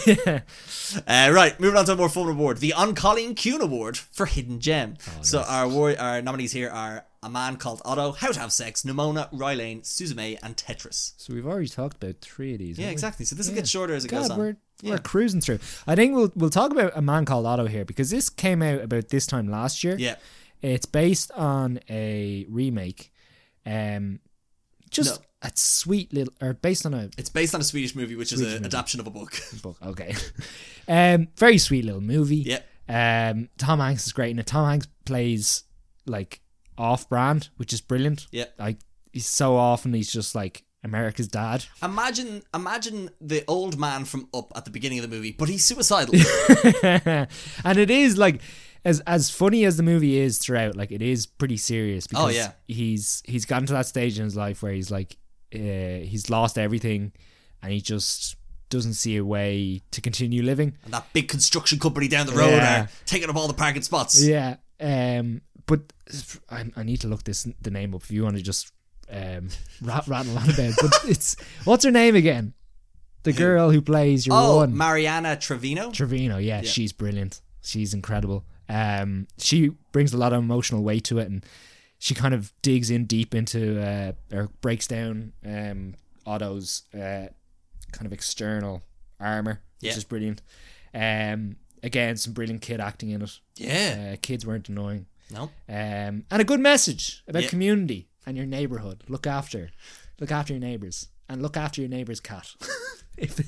[SPEAKER 1] uh, right, moving on to a more fun award, the Uncolleen Kuhn Award for Hidden Gem.
[SPEAKER 2] Oh,
[SPEAKER 1] so our award, our nominees here are A Man Called Otto, How to Have Sex, Nimona, Rylane, Suzume, and Tetris.
[SPEAKER 2] so we've already talked about three of these.
[SPEAKER 1] Yeah,
[SPEAKER 2] haven't we?
[SPEAKER 1] exactly. So this will
[SPEAKER 2] Yeah.
[SPEAKER 1] get shorter as it goes
[SPEAKER 2] God,
[SPEAKER 1] on.
[SPEAKER 2] we're,
[SPEAKER 1] Yeah.
[SPEAKER 2] we're cruising through. I think we'll we'll talk about a man called Otto here because this came out about this time last year.
[SPEAKER 1] Yeah.
[SPEAKER 2] It's based on a remake. Um, just
[SPEAKER 1] No.
[SPEAKER 2] a sweet little, or based on a
[SPEAKER 1] It's based on a Swedish movie, which
[SPEAKER 2] Swedish
[SPEAKER 1] is an
[SPEAKER 2] movie.
[SPEAKER 1] adaptation of a book.
[SPEAKER 2] book. Okay. um, very sweet little movie.
[SPEAKER 1] Yep.
[SPEAKER 2] Um, Tom Hanks is great in it. Tom Hanks plays like off brand, which is brilliant.
[SPEAKER 1] Yep.
[SPEAKER 2] Like he's so often he's just like America's dad.
[SPEAKER 1] Imagine, imagine the old man from Up at the beginning of the movie, but he's suicidal.
[SPEAKER 2] and it is like as as funny as the movie is throughout, like it is pretty serious because
[SPEAKER 1] yeah.
[SPEAKER 2] he's he's gotten to that stage in his life where he's like uh, he's lost everything and he just doesn't see a way to continue living.
[SPEAKER 1] and that big construction company down the road
[SPEAKER 2] Yeah.
[SPEAKER 1] are taking up all the parking spots.
[SPEAKER 2] Yeah. Um. But I, I need to look this the name up if you want to just um rat, rattle on about. it. But it's what's her name again? The girl who plays your
[SPEAKER 1] Oh,
[SPEAKER 2] one
[SPEAKER 1] Mariana Trevino.
[SPEAKER 2] Trevino. Yeah, she's brilliant. She's incredible. Um. She brings a lot of emotional weight to it, and she kind of digs in deep into uh or breaks down um Otto's uh kind of external armor,
[SPEAKER 1] Yeah.
[SPEAKER 2] which is brilliant. Um. Again, some brilliant kid acting in it.
[SPEAKER 1] yeah.
[SPEAKER 2] Uh, kids weren't annoying
[SPEAKER 1] No.
[SPEAKER 2] um, and a good message about
[SPEAKER 1] Yeah.
[SPEAKER 2] community and your neighborhood. Look after, look after your neighbors, and look after your neighbor's cat. if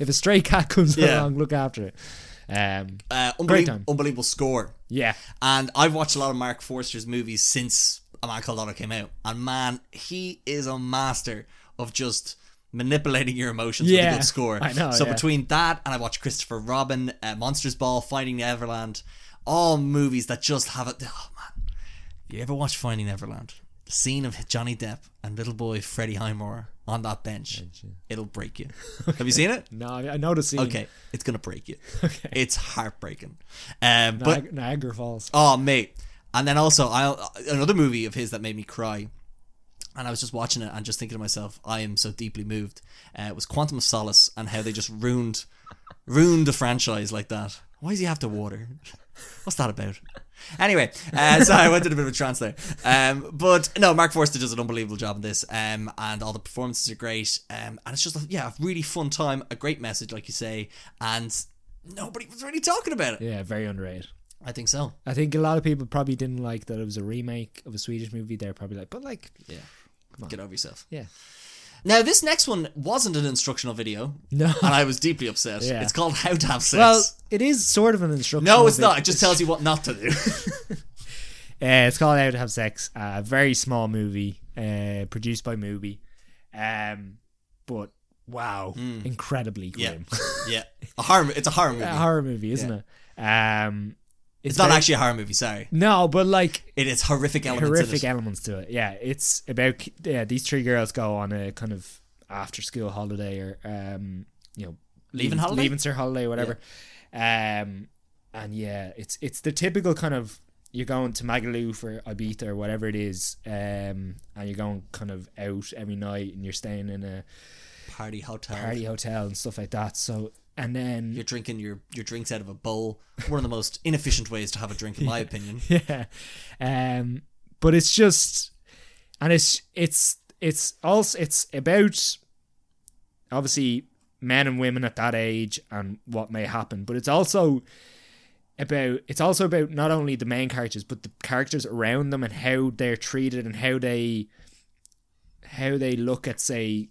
[SPEAKER 2] if a stray cat comes
[SPEAKER 1] Yeah.
[SPEAKER 2] along, look after it. Um,
[SPEAKER 1] Uh,
[SPEAKER 2] Great
[SPEAKER 1] unbelie-
[SPEAKER 2] time.
[SPEAKER 1] unbelievable score.
[SPEAKER 2] yeah,
[SPEAKER 1] And I've watched a lot of Mark Forster's movies since A Man Called Otto came out. And man, he is a master of just manipulating your emotions with
[SPEAKER 2] Yeah,
[SPEAKER 1] a good score.
[SPEAKER 2] I know,
[SPEAKER 1] So
[SPEAKER 2] yeah.
[SPEAKER 1] between that and I watched Christopher Robin, uh, Monsters Ball, Finding Neverland, all movies that just have it. Oh man, you ever watch Finding Neverland? The scene of Johnny Depp and little boy Freddie Highmore on that bench. It'll break you. Have you seen it?
[SPEAKER 2] no, I I know the scene.
[SPEAKER 1] Okay, it's gonna break you. Okay. It's heartbreaking. Um, but
[SPEAKER 2] Niag- Niagara Falls.
[SPEAKER 1] Oh, mate. And then also, I another movie of his that made me cry, and I was just watching it and just thinking to myself, I am so deeply moved. Uh, it was Quantum of Solace and how they just ruined, ruined the franchise like that. Why does he have to water? What's that about? Anyway, uh, sorry, I went in a bit of a trance there. Um, but no, Mark Forster does an unbelievable job in this, um, and all the performances are great. Um, and it's just, a, yeah, a really fun time, a great message, like you say, and nobody was really talking about it.
[SPEAKER 2] Yeah, very underrated.
[SPEAKER 1] I think so.
[SPEAKER 2] I think a lot of people probably didn't like that it was a remake of a Swedish movie. They're probably like, but like,
[SPEAKER 1] Yeah. Get over yourself.
[SPEAKER 2] yeah,
[SPEAKER 1] Now, this next one wasn't an instructional video,
[SPEAKER 2] no.
[SPEAKER 1] and I was deeply upset.
[SPEAKER 2] Yeah.
[SPEAKER 1] It's called How to Have Sex.
[SPEAKER 2] Well, it is sort of an instruction.
[SPEAKER 1] no, it's not. It just tells you what not to do.
[SPEAKER 2] Uh, it's called How to Have Sex. A very small movie, uh, produced by Movie, um, but wow, incredibly
[SPEAKER 1] Hmm. yeah.
[SPEAKER 2] grim.
[SPEAKER 1] Yeah. A horror, it's a horror movie.
[SPEAKER 2] a horror movie, isn't it? Um,
[SPEAKER 1] it's not
[SPEAKER 2] very-
[SPEAKER 1] actually a horror movie, sorry.
[SPEAKER 2] No, but like
[SPEAKER 1] It is horrific elements in
[SPEAKER 2] horrific
[SPEAKER 1] it.
[SPEAKER 2] elements to it. Yeah, it's about ki- yeah these three girls go on a kind of after school holiday or um you know
[SPEAKER 1] Leaving holiday?
[SPEAKER 2] leaving their holiday or whatever. Um, and yeah, it's it's the typical kind of you're going to Magaluf or Ibiza or whatever it is, um, and you're going kind of out every night and you're staying in a
[SPEAKER 1] Party hotel.
[SPEAKER 2] e- party hotel and stuff like that. So and then
[SPEAKER 1] You're drinking your, your drinks out of a bowl. One of the most inefficient ways to have a drink, in my opinion.
[SPEAKER 2] yeah. Um, but it's just, and it's it's it's also it's about obviously men and women at that age and what may happen, but it's also about it's also about not only the main characters but the characters around them and how they're treated and how they how they look at say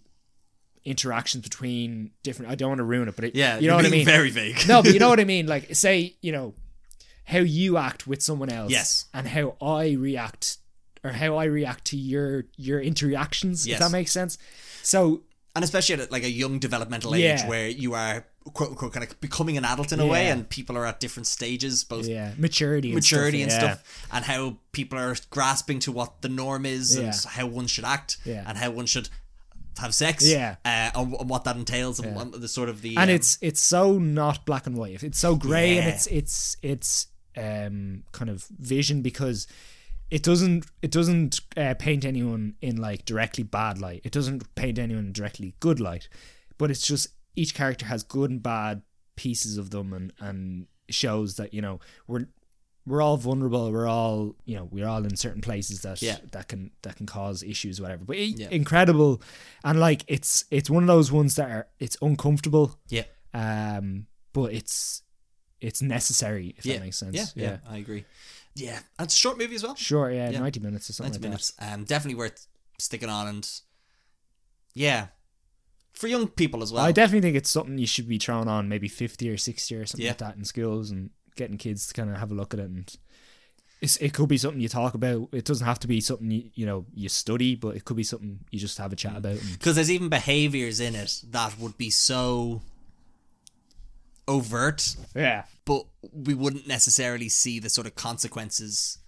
[SPEAKER 2] interactions between different I don't want to ruin it but it,
[SPEAKER 1] Yeah,
[SPEAKER 2] you know
[SPEAKER 1] you're
[SPEAKER 2] what I
[SPEAKER 1] being
[SPEAKER 2] mean
[SPEAKER 1] Very vague.
[SPEAKER 2] no, but you know what I mean. Like, say, you know, how you act with someone else,
[SPEAKER 1] Yes.
[SPEAKER 2] and how I react, or how I react to your your interactions.
[SPEAKER 1] Yes.
[SPEAKER 2] If that makes sense. So
[SPEAKER 1] and especially at like a young developmental age
[SPEAKER 2] Yeah.
[SPEAKER 1] where you are quote unquote kind of becoming an adult in a way,
[SPEAKER 2] Yeah.
[SPEAKER 1] and people are at different stages, both
[SPEAKER 2] yeah, maturity, and
[SPEAKER 1] maturity and
[SPEAKER 2] stuff, yeah.
[SPEAKER 1] stuff and how people are grasping to what the norm is and
[SPEAKER 2] Yeah.
[SPEAKER 1] s- how one should act
[SPEAKER 2] Yeah.
[SPEAKER 1] and how one should have sex
[SPEAKER 2] Yeah.
[SPEAKER 1] uh, and, wh- and what that entails and what the sort of the
[SPEAKER 2] And
[SPEAKER 1] um,
[SPEAKER 2] it's it's so not black and white. It's so grey, and
[SPEAKER 1] Yeah.
[SPEAKER 2] it's it's it's um kind of vision because. It doesn't. It doesn't uh, paint anyone in like directly bad light. It doesn't paint anyone in directly good light. but it's just each character has good and bad pieces of them and and shows that you know we're we're all vulnerable we're all you know we're all in certain places that
[SPEAKER 1] Yeah.
[SPEAKER 2] that can that can cause issues whatever but it-
[SPEAKER 1] Yeah.
[SPEAKER 2] incredible and like it's it's one of those ones that are it's uncomfortable
[SPEAKER 1] yeah
[SPEAKER 2] um but it's it's necessary if
[SPEAKER 1] yeah.
[SPEAKER 2] that makes sense
[SPEAKER 1] yeah, yeah I agree yeah and it's a short movie as well
[SPEAKER 2] sure yeah,
[SPEAKER 1] Yeah.
[SPEAKER 2] 90 minutes or something
[SPEAKER 1] 90
[SPEAKER 2] like
[SPEAKER 1] minutes um, definitely worth sticking on and yeah for young people as
[SPEAKER 2] that
[SPEAKER 1] well
[SPEAKER 2] i definitely think it's something you should be throwing on maybe 50 or 60 or something like that in schools and getting kids to kind of have a look at it and it's, it could be something you talk about it doesn't have to be something you, you know you study but it could be something you just have a
[SPEAKER 1] Mm.
[SPEAKER 2] chat about and
[SPEAKER 1] because there's even behaviors in it that would be so overt
[SPEAKER 2] yeah
[SPEAKER 1] but we wouldn't necessarily see the sort of consequences.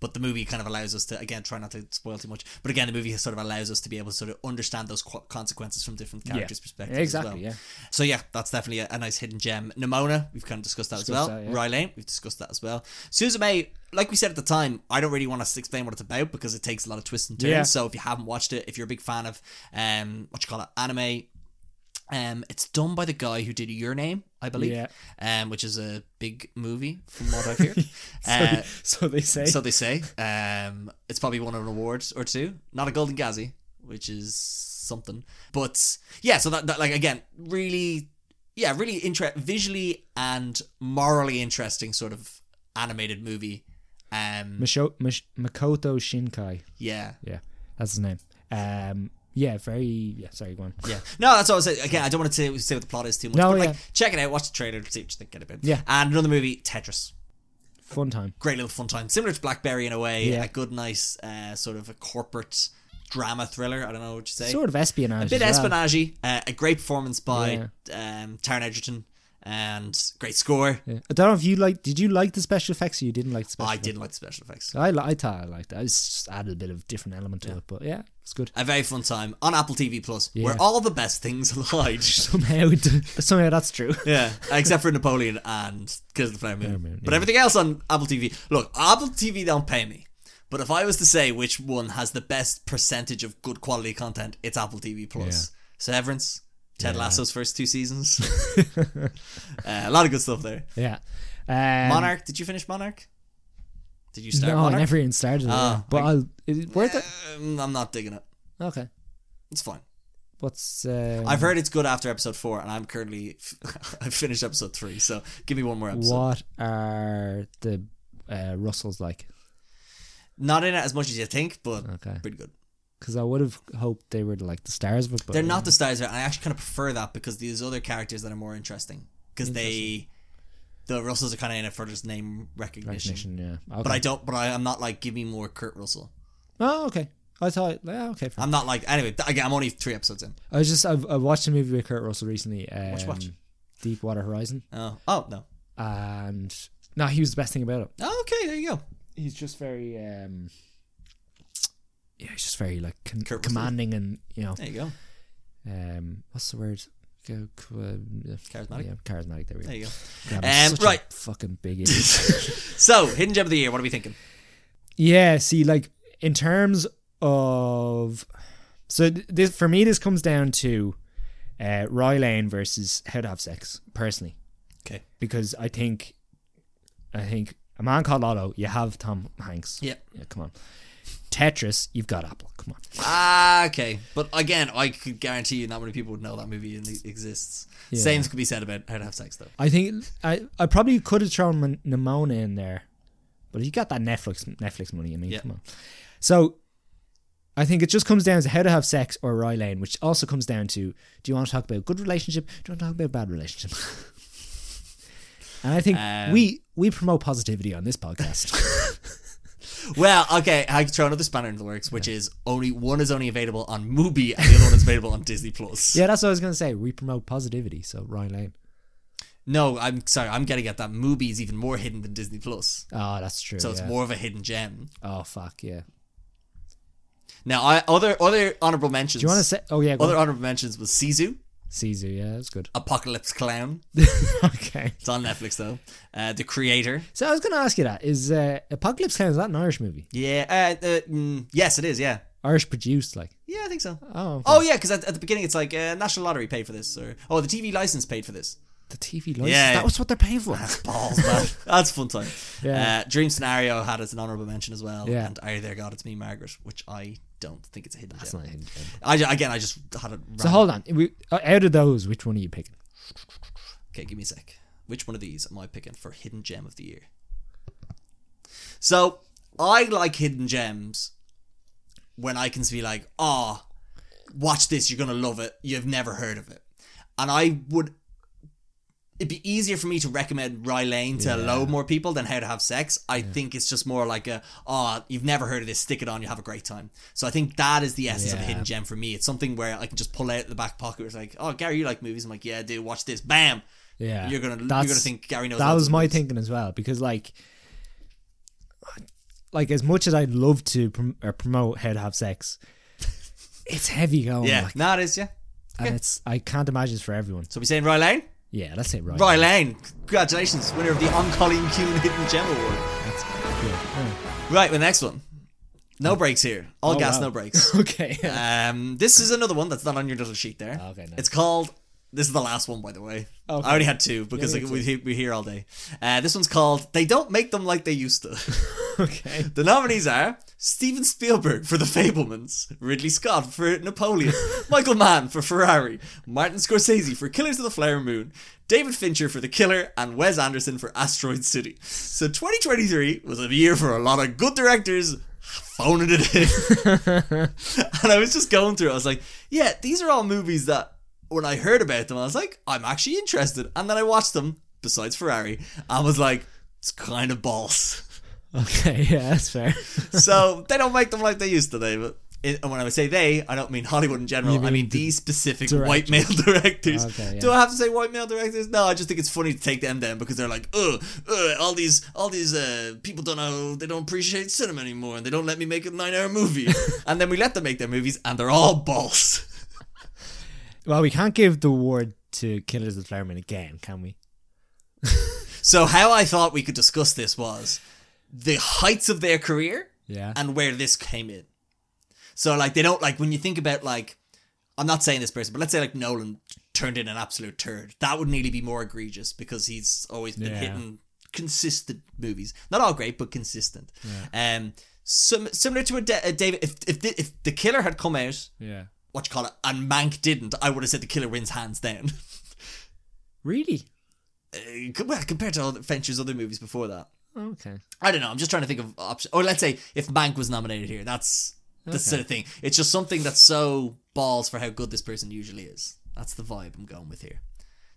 [SPEAKER 1] But the movie kind of allows us to, again, try not to spoil too much. But again, the movie sort of allows us to be able to sort of understand those qu- consequences from different characters' perspectives.
[SPEAKER 2] exactly
[SPEAKER 1] As well.
[SPEAKER 2] yeah
[SPEAKER 1] So yeah, that's definitely a, a nice hidden gem. Nimona, we've kind of discussed that as
[SPEAKER 2] Discussed
[SPEAKER 1] well.
[SPEAKER 2] that, yeah.
[SPEAKER 1] Rylane, we've discussed that as well. Susan May, like we said at the time, I don't really want us to explain what it's about because it takes a lot of twists and turns.
[SPEAKER 2] Yeah.
[SPEAKER 1] So if you haven't watched it, if you're a big fan of um, what you call it, anime, um, it's done by the guy who did Your Name, I believe.
[SPEAKER 2] Yeah.
[SPEAKER 1] Um, which is a big movie from what I've heard. uh,
[SPEAKER 2] so they say
[SPEAKER 1] so they say. Um, it's probably won an award or two. Not a Golden Gazzy, which is something. But yeah, so that, that like again, really, yeah, really inter- visually and morally interesting sort of animated movie. Um,
[SPEAKER 2] Misho- Mish- makoto shinkai
[SPEAKER 1] yeah,
[SPEAKER 2] yeah that's his name um Yeah, very. Yeah, sorry, go on.
[SPEAKER 1] Yeah. No, that's what I was saying. Again, I don't want to say, say what the plot is too much.
[SPEAKER 2] No,
[SPEAKER 1] but
[SPEAKER 2] yeah.
[SPEAKER 1] like, check it out, watch the trailer, see what you think about it.
[SPEAKER 2] Yeah.
[SPEAKER 1] And another movie, Tetris.
[SPEAKER 2] Fun time.
[SPEAKER 1] Great little fun time. Similar to Blackberry in a way.
[SPEAKER 2] Yeah.
[SPEAKER 1] A good, nice uh, sort of a corporate drama thriller. I don't know what you say.
[SPEAKER 2] Sort of espionage.
[SPEAKER 1] a bit
[SPEAKER 2] as well.
[SPEAKER 1] espionage uh, a great performance by um, Taron Egerton and great score
[SPEAKER 2] Yeah. I don't know if you like. Did you like the special effects or you didn't like the special?
[SPEAKER 1] I didn't like the special effects
[SPEAKER 2] I, li- I thought I liked it. I just added a bit of different element to it, but yeah, it's good.
[SPEAKER 1] a very fun time on Apple TV Plus
[SPEAKER 2] Yeah.
[SPEAKER 1] where all the best things are lied
[SPEAKER 2] Somehow, it- somehow that's true.
[SPEAKER 1] yeah except for Napoleon and Kids of the Flower Moon,
[SPEAKER 2] Moon,
[SPEAKER 1] but everything else on Apple TV look Apple TV don't pay me but if I was to say which one has the best percentage of good quality content it's Apple TV Plus Severance Ted Lasso's first two seasons uh, a lot of good stuff there
[SPEAKER 2] Yeah. Um,
[SPEAKER 1] Monarch. Did you finish Monarch? Did you start
[SPEAKER 2] No, I
[SPEAKER 1] Monarch?
[SPEAKER 2] never even started. it,
[SPEAKER 1] Ah,
[SPEAKER 2] yeah. but
[SPEAKER 1] I-
[SPEAKER 2] I'll, is it worth it?
[SPEAKER 1] Um, I'm not digging it.
[SPEAKER 2] Okay.
[SPEAKER 1] It's fine.
[SPEAKER 2] What's um,
[SPEAKER 1] I've heard it's good after episode four, and I'm currently I've finished episode three. So give me one more episode.
[SPEAKER 2] what are the uh, Russells like?
[SPEAKER 1] Not in it as much as you think, but
[SPEAKER 2] Okay.
[SPEAKER 1] pretty good.
[SPEAKER 2] Because I would have hoped they were like the stars of it, but um,
[SPEAKER 1] They're not the stars. of it, and I actually kind of prefer that because these other characters that are more interesting because they the Russells are kind of in it for just name recognition.
[SPEAKER 2] recognition. Yeah. Okay.
[SPEAKER 1] But I don't. But I, I'm not like give me more Kurt Russell.
[SPEAKER 2] oh, okay. I thought. Yeah, okay. Fine.
[SPEAKER 1] I'm not like anyway. th- Again, I'm only three episodes in.
[SPEAKER 2] I was just. I've, I watched a movie with Kurt Russell recently. Um,
[SPEAKER 1] Which watch?
[SPEAKER 2] Deep Water Horizon,
[SPEAKER 1] Oh, oh no.
[SPEAKER 2] and no, he was the best thing about it.
[SPEAKER 1] Oh, okay, there you go.
[SPEAKER 2] He's just very. um Yeah, he's just very like con-
[SPEAKER 1] Kurt Russell.
[SPEAKER 2] commanding and you know.
[SPEAKER 1] There you go.
[SPEAKER 2] um what's the word Go, c- uh,
[SPEAKER 1] Charismatic?
[SPEAKER 2] yeah, charismatic there we go,
[SPEAKER 1] There you go.
[SPEAKER 2] God, I'm
[SPEAKER 1] Um,
[SPEAKER 2] such a
[SPEAKER 1] right.
[SPEAKER 2] fucking big idiot.
[SPEAKER 1] So, hidden gem of the year. What are we thinking?
[SPEAKER 2] yeah see like in terms of so th- this for me this comes down to uh Roy Lane versus how to have sex personally
[SPEAKER 1] Okay.
[SPEAKER 2] because I think I think a man called Otto you have Tom Hanks
[SPEAKER 1] Yeah.
[SPEAKER 2] yeah come on Tetris you've got Apple come on
[SPEAKER 1] Ah, okay. But again, I could guarantee you not many people would know that movie even exists.
[SPEAKER 2] Yeah.
[SPEAKER 1] Same could be said about how to have sex, though.
[SPEAKER 2] I think I, I probably could have thrown Mon- Nimona in there, but you got that Netflix Netflix money. I mean,
[SPEAKER 1] Yeah.
[SPEAKER 2] come on. So I think it just comes down to how to have sex or Roy Lane, which also comes down to do you want to talk about good relationship? Do you want to talk about bad relationship? and I think
[SPEAKER 1] Um,
[SPEAKER 2] we we promote positivity on this podcast.
[SPEAKER 1] Well, okay. I could throw another spanner into the works, which is only one is only available on Mubi and the other one is available on Disney Plus.
[SPEAKER 2] yeah, that's what I was gonna say. We promote positivity, so Roy Lane.
[SPEAKER 1] No, I'm sorry. I'm getting at that Mubi is even more hidden than Disney Plus,
[SPEAKER 2] Oh, that's true.
[SPEAKER 1] so
[SPEAKER 2] yeah.
[SPEAKER 1] it's more of a hidden gem.
[SPEAKER 2] Oh fuck yeah.
[SPEAKER 1] Now, I, other other honorable mentions.
[SPEAKER 2] Do you want to say? Oh yeah, go
[SPEAKER 1] other
[SPEAKER 2] on.
[SPEAKER 1] honorable mentions was Sisu,
[SPEAKER 2] Caesar. Yeah, that's good.
[SPEAKER 1] Apocalypse Clown.
[SPEAKER 2] okay.
[SPEAKER 1] It's on Netflix though. Uh, the Creator.
[SPEAKER 2] So I was going to ask you that is uh, Apocalypse Clown is that an Irish movie?
[SPEAKER 1] Yeah. Uh, uh, mm, yes, it is. Yeah.
[SPEAKER 2] Irish produced, like
[SPEAKER 1] Yeah, I think so.
[SPEAKER 2] oh, okay.
[SPEAKER 1] Oh yeah, because at, at the beginning it's like uh, national lottery paid for this, or oh the TV license paid for this.
[SPEAKER 2] the TV license.
[SPEAKER 1] Yeah.
[SPEAKER 2] that was what they're paying for.
[SPEAKER 1] Balls, man, that's fun time.
[SPEAKER 2] Yeah.
[SPEAKER 1] Uh, Dream scenario had its an honourable mention as well,
[SPEAKER 2] Yeah.
[SPEAKER 1] and I there God it's me Margaret, which I don't think it's a hidden
[SPEAKER 2] That's
[SPEAKER 1] gem.
[SPEAKER 2] not a hidden gem.
[SPEAKER 1] I ju- again I just had it.
[SPEAKER 2] So hold on, we, uh, out of those, which one are you picking?
[SPEAKER 1] Okay, give me a sec. Which one of these am I picking for hidden gem of the year? So I like hidden gems when I can be like, ah, watch this, you're gonna love it. You've never heard of it, and I would. It'd be easier for me to recommend Rye Lane to a load more people than How to Have Sex. I think it's just more like a, ah, you've never heard of this, stick it on, you have a great time. So I think that is the essence of a
[SPEAKER 2] Yeah.
[SPEAKER 1] hidden gem for me. It's something where I can just pull out the back pocket. It's like, oh, Gary, you like movies? I'm like, yeah, dude, watch this. Bam!
[SPEAKER 2] Yeah,
[SPEAKER 1] You're gonna you're gonna
[SPEAKER 2] That's-
[SPEAKER 1] think Gary knows.
[SPEAKER 2] that
[SPEAKER 1] lots
[SPEAKER 2] was
[SPEAKER 1] of
[SPEAKER 2] my
[SPEAKER 1] movies.
[SPEAKER 2] thinking as well because like, like as much as I'd love to prom- or promote how to have sex, it's heavy going,
[SPEAKER 1] Yeah,
[SPEAKER 2] like,
[SPEAKER 1] no, it is. Yeah.
[SPEAKER 2] and it's I can't imagine it's for everyone.
[SPEAKER 1] So we saying Roy Lane?
[SPEAKER 2] Yeah, that's it, right?
[SPEAKER 1] Roy Lane, congratulations, winner of the On Colleen Kuhn Hidden Gem Award.
[SPEAKER 2] That's good. Yeah.
[SPEAKER 1] Right, the next one. No breaks here. All gas,
[SPEAKER 2] Hmm. Oh, wow.
[SPEAKER 1] no breaks.
[SPEAKER 2] Okay.
[SPEAKER 1] Um, this is another one that's not on your little sheet there.
[SPEAKER 2] Oh, Okay, nice.
[SPEAKER 1] It's called. This is the last one, by the way.
[SPEAKER 2] Okay.
[SPEAKER 1] I already had two because
[SPEAKER 2] Yeah, me
[SPEAKER 1] like, we we here all day. Uh, this one's called "They Don't Make Them Like They Used to."
[SPEAKER 2] okay.
[SPEAKER 1] The nominees are Steven Spielberg for The Fablemans, Ridley Scott for Napoleon, Michael Mann for Ferrari, Martin Scorsese for Killers of the Flower Moon, David Fincher for The Killer, and Wes Anderson for Asteroid City. So 2023 was a year for a lot of good directors phoning it in. and I was just going through. it. I was like, yeah, these are all movies that when I heard about them, I was like, I'm actually interested. And then I watched them. Besides Ferrari, I was like, it's kind of balls.
[SPEAKER 2] Okay, yeah, that's fair.
[SPEAKER 1] so they don't make them like they used to, David. It, and when I say they, I don't mean Hollywood in general.
[SPEAKER 2] You
[SPEAKER 1] I
[SPEAKER 2] mean
[SPEAKER 1] mean
[SPEAKER 2] the
[SPEAKER 1] these specific
[SPEAKER 2] directors.
[SPEAKER 1] white male directors.
[SPEAKER 2] Okay, yeah.
[SPEAKER 1] Do I have to say white male directors? No, I just think it's funny to take them down because they're like, ugh, ugh all these, all these uh, people don't know, they don't appreciate cinema anymore, and they don't let me make a nine-hour movie. and then we let them make their movies, and they're all balls.
[SPEAKER 2] Well, we can't give the award to Killers of the Flower Moon again, can we?
[SPEAKER 1] So how I thought we could discuss this was the heights of their career.
[SPEAKER 2] Yeah.
[SPEAKER 1] and where this came in. So like they don't like when you think about like I'm not saying this person, but let's say like Nolan turned in an absolute turd. That would nearly be more egregious because he's always been
[SPEAKER 2] Yeah.
[SPEAKER 1] hitting consistent movies. Not all great, but consistent. Um, sim- similar to a, Da- a David. If if the, if the killer had come out,
[SPEAKER 2] yeah.
[SPEAKER 1] what you call it, and Mank didn't, I would have said the killer wins hands down.
[SPEAKER 2] Really?
[SPEAKER 1] Uh, co- well, compared to other Fincher's other movies before that.
[SPEAKER 2] Oh, Okay.
[SPEAKER 1] I don't know. I'm just trying to think of options. Or let's say if Mank was nominated here, that's that's the
[SPEAKER 2] Okay.
[SPEAKER 1] sort of thing. It's just something that's so balls for how good this person usually is. That's the vibe I'm going with here.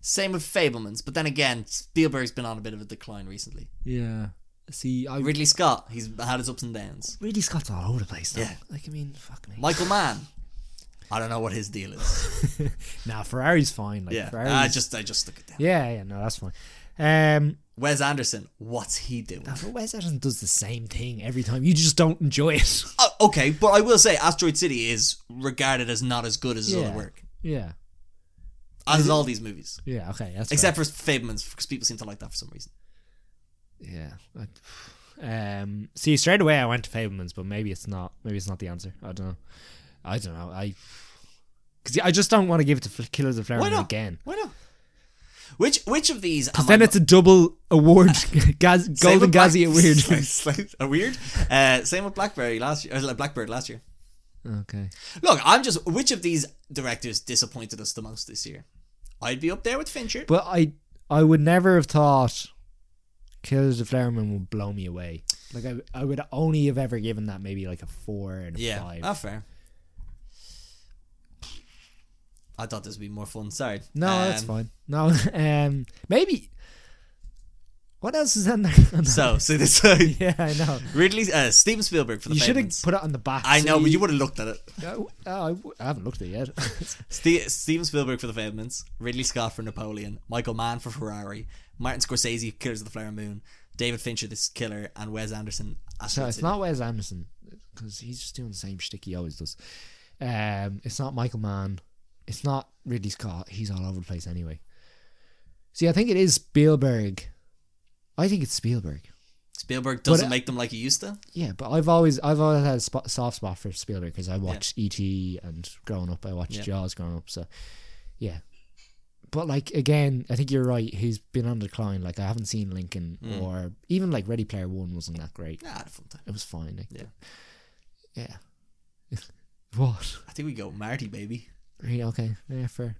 [SPEAKER 1] Same with Fablemans, but then again, Spielberg's been on a bit of a decline recently.
[SPEAKER 2] Yeah. See, I
[SPEAKER 1] Ridley Scott, he's had his ups and downs.
[SPEAKER 2] really Scott's all over the place. Though.
[SPEAKER 1] Yeah.
[SPEAKER 2] Like I mean, fuck me.
[SPEAKER 1] Michael Mann, I don't know what his deal is.
[SPEAKER 2] Nah, Ferrari's fine. Like
[SPEAKER 1] Yeah,
[SPEAKER 2] Ferrari's.
[SPEAKER 1] I just I just look at that.
[SPEAKER 2] yeah, yeah, no, that's fine. Um,
[SPEAKER 1] Wes Anderson, what's he doing?
[SPEAKER 2] but Wes Anderson does the same thing every time. You just don't enjoy it.
[SPEAKER 1] Oh, okay, but I will say Asteroid City is regarded as not as good as his
[SPEAKER 2] Yeah.
[SPEAKER 1] other work,
[SPEAKER 2] yeah.
[SPEAKER 1] as is all these movies.
[SPEAKER 2] Yeah. Okay. That's
[SPEAKER 1] Except for Fableman's, because people seem to like that for some reason.
[SPEAKER 2] Yeah. I- Um. See, straight away I went to Fableman's, but maybe it's not. Maybe it's not the answer. I don't know. I don't know. I. Because I just don't want to give it to Fl- Killers of the Flower
[SPEAKER 1] Why
[SPEAKER 2] Moon
[SPEAKER 1] not?
[SPEAKER 2] again.
[SPEAKER 1] Why not? Which which of these? am
[SPEAKER 2] Then
[SPEAKER 1] I-
[SPEAKER 2] it's a double award, Gaz-
[SPEAKER 1] same
[SPEAKER 2] Golden
[SPEAKER 1] with Black-
[SPEAKER 2] Gazette weird.
[SPEAKER 1] Slight- a weird. Uh, same with Blackberry last year. Or like Blackbird last year.
[SPEAKER 2] okay.
[SPEAKER 1] Look, I'm just. Which of these directors disappointed us the most this year? I'd be up there with Fincher.
[SPEAKER 2] But I I would never have thought Killers of the Flower Moon would blow me away. Like I, I would only have ever given that maybe like a four and a
[SPEAKER 1] yeah, Ah,
[SPEAKER 2] five.
[SPEAKER 1] not fair. I thought this would be more fun. Sorry.
[SPEAKER 2] no,
[SPEAKER 1] Um,
[SPEAKER 2] that's fine. No, um, maybe. What else is in there?
[SPEAKER 1] So, so this side.
[SPEAKER 2] yeah, I know.
[SPEAKER 1] Ridley, uh, Steven Spielberg for the
[SPEAKER 2] You should have
[SPEAKER 1] Fablemans.
[SPEAKER 2] put it on the back.
[SPEAKER 1] I
[SPEAKER 2] so
[SPEAKER 1] know, but you would have looked at it.
[SPEAKER 2] Oh, I, w- I haven't looked at it yet.
[SPEAKER 1] Ste- Steven Spielberg for The Fablemans, Ridley Scott for Napoleon, Michael Mann for Ferrari, Martin Scorsese Killers of the Flower Moon, David Fincher This Killer, and Wes Anderson.
[SPEAKER 2] So
[SPEAKER 1] Asteroid
[SPEAKER 2] it's
[SPEAKER 1] City.
[SPEAKER 2] not Wes Anderson because he's just doing the same shtick he always does. Um, it's not Michael Mann. It's not Ridley Scott. He's all over the place anyway. See, I think it is Spielberg. I think it's Spielberg.
[SPEAKER 1] Spielberg doesn't
[SPEAKER 2] But, uh,
[SPEAKER 1] make them like he used to.
[SPEAKER 2] Yeah, but I've always I've always had a spot, soft spot for Spielberg because I watched E.T. and growing up I watched
[SPEAKER 1] Yeah.
[SPEAKER 2] Jaws growing up. So yeah, but like again, I think you're right. He's been on decline. Like I haven't seen Lincoln
[SPEAKER 1] Mm.
[SPEAKER 2] or even like Ready Player One wasn't that great.
[SPEAKER 1] Nah, I had a fun time.
[SPEAKER 2] It was fine. Like,
[SPEAKER 1] Yeah.
[SPEAKER 2] Yeah. what?
[SPEAKER 1] I think we go Marty, baby.
[SPEAKER 2] Really? Okay. Yeah, fair.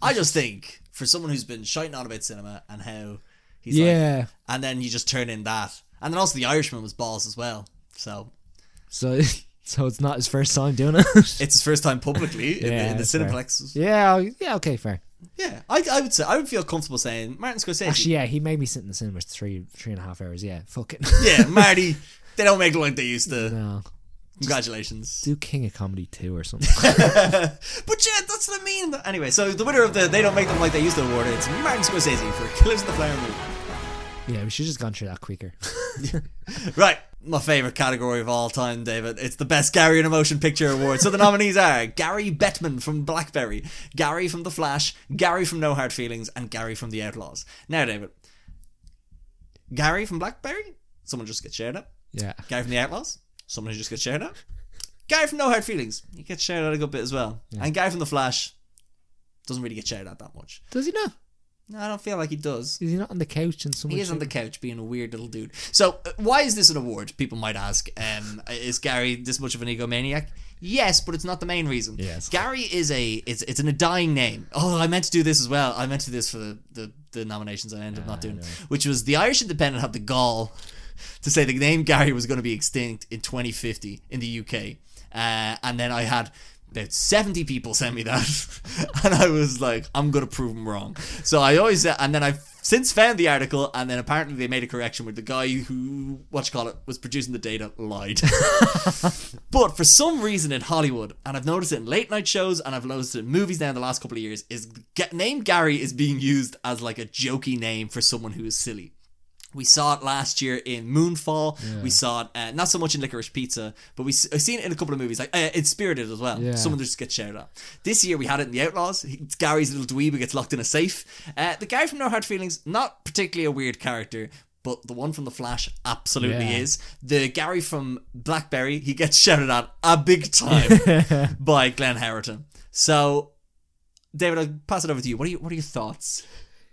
[SPEAKER 1] I just think for someone who's been shouting on about cinema and how he's like,
[SPEAKER 2] yeah.
[SPEAKER 1] and then you just turn in that, and then also The Irishman was balls as well. So
[SPEAKER 2] so so it's not his first time doing it.
[SPEAKER 1] it's his first time publicly in, the,
[SPEAKER 2] Yeah,
[SPEAKER 1] in the
[SPEAKER 2] that's fair.
[SPEAKER 1] Cineplex.
[SPEAKER 2] yeah. I- Yeah. Okay. Fair.
[SPEAKER 1] Yeah, I, I would say I would feel comfortable saying Martin Scorsese.
[SPEAKER 2] Actually, yeah. He made me sit in the cinema for three three and a half hours. Yeah. Fuck it.
[SPEAKER 1] yeah, Marty. They don't make them like they used to.
[SPEAKER 2] no.
[SPEAKER 1] Congratulations.
[SPEAKER 2] Do King of Comedy two or something.
[SPEAKER 1] But yeah, that's what I mean. Anyway, so the winner of the They Don't Make Them Like They Used to award, it's Martin Scorsese for Killers of the Flower Moon.
[SPEAKER 2] yeah. We should have just gone through that quicker.
[SPEAKER 1] Right, my favourite category of all time, David. It's the Best Gary in a Motion Picture Award. So the nominees are Gary Bettman from Blackberry, Gary from The Flash, Gary from No Hard Feelings, and Gary from The Outlaws. Now, David, Gary from Blackberry? Someone just gets shouted at.
[SPEAKER 2] yeah.
[SPEAKER 1] Gary from The Outlaws? Someone who just gets shouted at. Gary from No Hard Feelings? He gets shouted at a good bit as well. And Gary from The Flash doesn't really get shouted at that much.
[SPEAKER 2] Does he not?
[SPEAKER 1] No, I don't feel like he does.
[SPEAKER 2] Is he not on the couch and someone?
[SPEAKER 1] He is on the couch being a weird little dude. So, uh, why is this an award? People might ask. Um, is Gary this much of an egomaniac? Yes, but it's not the main reason.
[SPEAKER 2] Yes.
[SPEAKER 1] Gary is a it's it's an a dying name. Oh, I meant to do this as well. I meant to do this for the the, the nominations I ended up not doing, which was the Irish Independent had the gall to say the name Gary was going to be extinct in 2050 in the UK. Uh, and then I had about 70 people sent me that. and I was like, I'm going to prove them wrong. So I always, said- and then I've since found the article, and then apparently they made a correction where the guy who, what you call it, was producing the data lied. But for some reason in Hollywood, and I've noticed it in late night shows and I've noticed it in movies now in the last couple of years, is ga- name Gary is being used as like a jokey name for someone who is silly. We saw it last year in Moonfall. We saw it uh, not so much in Licorice Pizza, but we s- I've seen it in a couple of movies, like uh, in Spirited as well.
[SPEAKER 2] Yeah.
[SPEAKER 1] Someone just gets shouted at. This year we had it in The Outlaws. He, Gary's little dweeb who gets locked in a safe. Uh, the guy from No Hard Feelings, not particularly a weird character, but the one from The Flash absolutely
[SPEAKER 2] Yeah.
[SPEAKER 1] is is the Gary from Blackberry. He gets shouted at a big time by Glenn Harrington. So, David, I'll pass it over to you. What are you, what are your thoughts?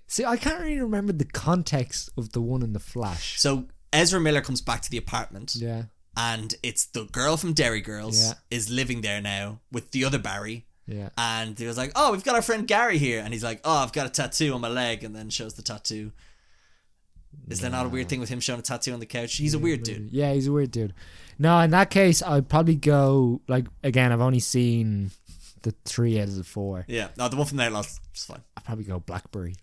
[SPEAKER 2] See, I can't really remember the context of the one in the Flash.
[SPEAKER 1] So Ezra Miller comes back to the apartment,
[SPEAKER 2] Yeah,
[SPEAKER 1] and it's the girl from Dairy Girls
[SPEAKER 2] Yeah.
[SPEAKER 1] is living there now with the other Barry.
[SPEAKER 2] yeah.
[SPEAKER 1] And he was like, "Oh, we've got our friend Gary here," and he's like, "Oh, I've got a tattoo on my leg," and then shows the tattoo. Is there not a weird thing with him showing a tattoo on the couch? He's a weird dude.
[SPEAKER 2] Yeah, he's a weird dude. No, in that case, I'd probably go like again. I've only seen the three out of the four.
[SPEAKER 1] Yeah, no, the one from there last is fine.
[SPEAKER 2] I'd probably go Blackberry.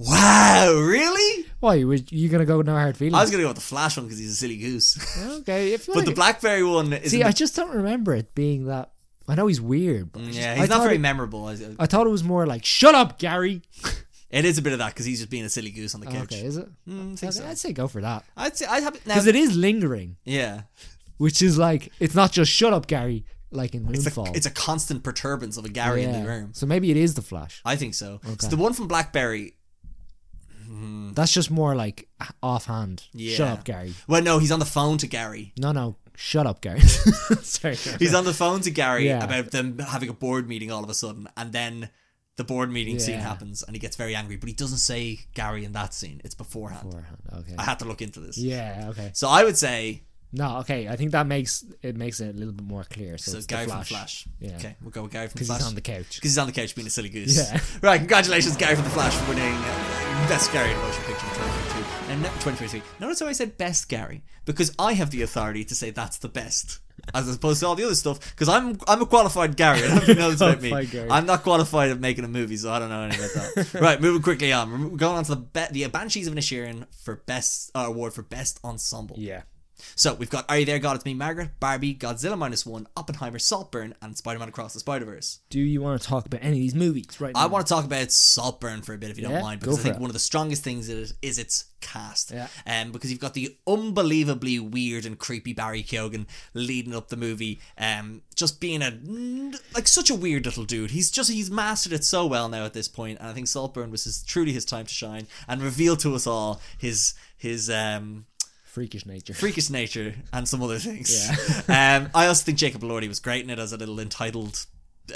[SPEAKER 1] Wow, really?
[SPEAKER 2] Why you was you gonna go with no hard feelings?
[SPEAKER 1] I was gonna go with the Flash one because he's a silly goose,
[SPEAKER 2] okay, if you
[SPEAKER 1] but
[SPEAKER 2] want
[SPEAKER 1] the BlackBerry one is
[SPEAKER 2] see, I just don't remember it being that. I know he's weird. But I just-
[SPEAKER 1] Mm, yeah,
[SPEAKER 2] I
[SPEAKER 1] he's not
[SPEAKER 2] thought
[SPEAKER 1] very
[SPEAKER 2] It,
[SPEAKER 1] memorable. I-
[SPEAKER 2] I thought it was more like "Shut up, Gary."
[SPEAKER 1] It is a bit of that because he's just being a silly goose on the couch.
[SPEAKER 2] Oh, Okay, is it?
[SPEAKER 1] Mm, I think
[SPEAKER 2] Okay,
[SPEAKER 1] so.
[SPEAKER 2] I'd say go for that
[SPEAKER 1] I'd say I'd have it now.
[SPEAKER 2] because it is lingering,
[SPEAKER 1] yeah,
[SPEAKER 2] which is like it's not just "Shut up, Gary" like in
[SPEAKER 1] it's a,
[SPEAKER 2] Moonfall.
[SPEAKER 1] it's a constant perturbance of a Gary in
[SPEAKER 2] Yeah.
[SPEAKER 1] the room.
[SPEAKER 2] So maybe it is the Flash.
[SPEAKER 1] I think so.
[SPEAKER 2] Okay.
[SPEAKER 1] So the one from BlackBerry.
[SPEAKER 2] That's just more like offhand. Shut
[SPEAKER 1] Um, Yeah.
[SPEAKER 2] up, Gary.
[SPEAKER 1] Well, no, he's on the phone to Gary.
[SPEAKER 2] No, no, shut up, Gary. Sorry.
[SPEAKER 1] He's on the phone to Gary
[SPEAKER 2] Yeah.
[SPEAKER 1] about them having a board meeting all of a sudden, and then the board meeting scene
[SPEAKER 2] Yeah.
[SPEAKER 1] happens, and he gets very angry. But he doesn't say Gary in that scene; it's beforehand.
[SPEAKER 2] Beforehand, Okay.
[SPEAKER 1] I had to look into this.
[SPEAKER 2] Yeah. Okay.
[SPEAKER 1] So I would say
[SPEAKER 2] No. Okay. I think that makes it makes it a little bit more clear. So,
[SPEAKER 1] So
[SPEAKER 2] it's
[SPEAKER 1] Gary
[SPEAKER 2] the
[SPEAKER 1] from
[SPEAKER 2] Flash.
[SPEAKER 1] Flash.
[SPEAKER 2] Yeah.
[SPEAKER 1] Okay, we'll go with Gary from
[SPEAKER 2] Because
[SPEAKER 1] Flash.
[SPEAKER 2] he's on the couch.
[SPEAKER 1] Because he's on the couch being a silly goose.
[SPEAKER 2] Yeah.
[SPEAKER 1] Right, congratulations, Gary from the Flash, for winning uh, Best Gary in a Motion Picture in 2022. And no- 2023. Notice how I said Best Gary, because I have the authority to say that's the best. As opposed to all the other stuff, because I'm I'm a qualified Gary. I don't know if you know this about me.
[SPEAKER 2] Qualified Gary.
[SPEAKER 1] I'm not qualified at making a movie, so I don't know anything about that. right, moving quickly on. We're going on to the be- the Banshees of Inisherin for best uh, award for best ensemble.
[SPEAKER 2] Yeah.
[SPEAKER 1] So we've got Are You There, God? It's Me, Margaret, Barbie, Godzilla Minus One, Oppenheimer, Saltburn, and Spider Man Across the Spider Verse.
[SPEAKER 2] Do you want to talk about any of these movies right now?
[SPEAKER 1] I want to talk about Saltburn for a bit, if you don't
[SPEAKER 2] Hmm. Yeah,
[SPEAKER 1] mind,
[SPEAKER 2] go
[SPEAKER 1] because I
[SPEAKER 2] for
[SPEAKER 1] think
[SPEAKER 2] it.
[SPEAKER 1] one of the strongest things it is, is its cast.
[SPEAKER 2] Yeah.
[SPEAKER 1] Um, because you've got the unbelievably weird and creepy Barry Keoghan leading up the movie, um, just being a like such a weird little dude. He's just he's mastered it so well now at this point, and I think Saltburn was his, truly his time to shine and reveal to us all his his um
[SPEAKER 2] freakish nature.
[SPEAKER 1] freakish nature and some other things. um, I also think Jacob Lordy was great in it as a little entitled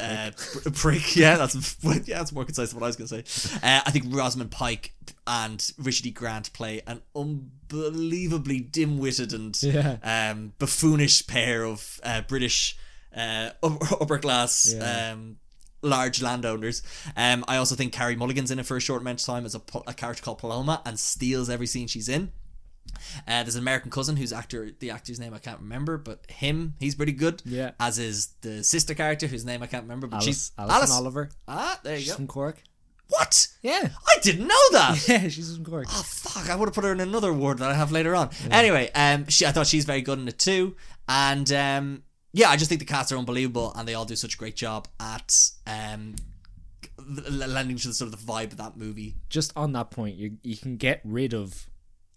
[SPEAKER 1] uh, pr- prick. Yeah, that's yeah, that's more concise than what I was going to say. Uh, I think Rosamund Pike and Richard E. Grant play an unbelievably dim-witted and
[SPEAKER 2] Yeah.
[SPEAKER 1] um, buffoonish pair of uh, British uh, upper, upper class.
[SPEAKER 2] Yeah.
[SPEAKER 1] Um, Large landowners. Um, I also think Carrie Mulligan's in it for a short amount of time as a, po- a character called Paloma and steals every scene she's in. Uh, there's an American cousin whose actor, the actor's name I can't remember, but him, he's pretty good.
[SPEAKER 2] Yeah.
[SPEAKER 1] As is the sister character whose name I can't remember, but
[SPEAKER 2] Alice,
[SPEAKER 1] she's
[SPEAKER 2] Alison Oliver.
[SPEAKER 1] Ah, there you
[SPEAKER 2] She's
[SPEAKER 1] go.
[SPEAKER 2] from Cork.
[SPEAKER 1] What?
[SPEAKER 2] Yeah.
[SPEAKER 1] I didn't know that.
[SPEAKER 2] Yeah, she's from Cork.
[SPEAKER 1] Oh fuck! I would have put her in another award that I have later on. Anyway, um, she I thought she's very good in it too, and um, yeah, I just think the cast are unbelievable, and they all do such a great job at um, l- l- lending to the sort of the vibe of that movie.
[SPEAKER 2] Just on that point, you you can get rid of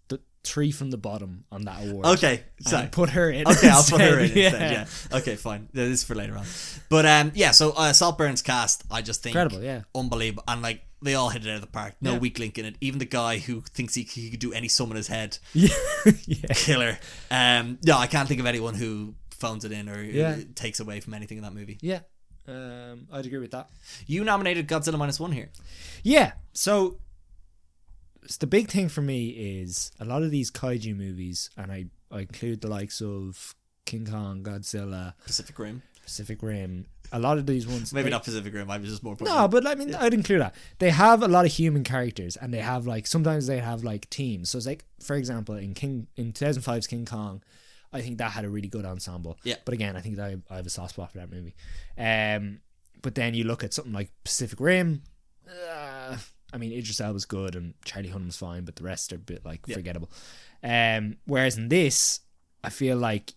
[SPEAKER 2] the three from the bottom on that award.
[SPEAKER 1] Okay, so
[SPEAKER 2] And put her in.
[SPEAKER 1] Okay, I'll put her in
[SPEAKER 2] instead.
[SPEAKER 1] instead. Yeah. Okay, fine. That is for later on. But um, yeah. So uh, Saltburn's cast, I just think
[SPEAKER 2] Incredible, yeah.
[SPEAKER 1] unbelievable, and like they all hit it out of the park. No
[SPEAKER 2] Yeah.
[SPEAKER 1] weak link in it. Even the guy who thinks he, he could do any sum in his head,
[SPEAKER 2] Yeah. yeah.
[SPEAKER 1] killer. Um, no, I can't think of anyone who phones it in or
[SPEAKER 2] Yeah.
[SPEAKER 1] uh, takes away from anything in that movie.
[SPEAKER 2] Yeah. Um, I'd agree with that.
[SPEAKER 1] You nominated Godzilla minus one here.
[SPEAKER 2] Yeah. So s- the big thing for me is a lot of these kaiju movies, and I, I include the likes of King Kong, Godzilla,
[SPEAKER 1] Pacific Rim.
[SPEAKER 2] Pacific Rim. A lot of these ones,
[SPEAKER 1] Maybe
[SPEAKER 2] they-
[SPEAKER 1] not Pacific Rim. I was just more.
[SPEAKER 2] No, but I mean, I'd include that. They have a lot of human characters, and they have like sometimes they have like teams. So it's like, for example, in King in 2005's King Kong, I think that had a really good ensemble.
[SPEAKER 1] Yeah.
[SPEAKER 2] But again, I think that I, I have a soft spot for that movie. Um, but then you look at something like Pacific Rim. Uh, I mean, Idris Elba's good and Charlie Hunnam's fine, but the rest are a bit like forgettable. Um, whereas in this, I feel like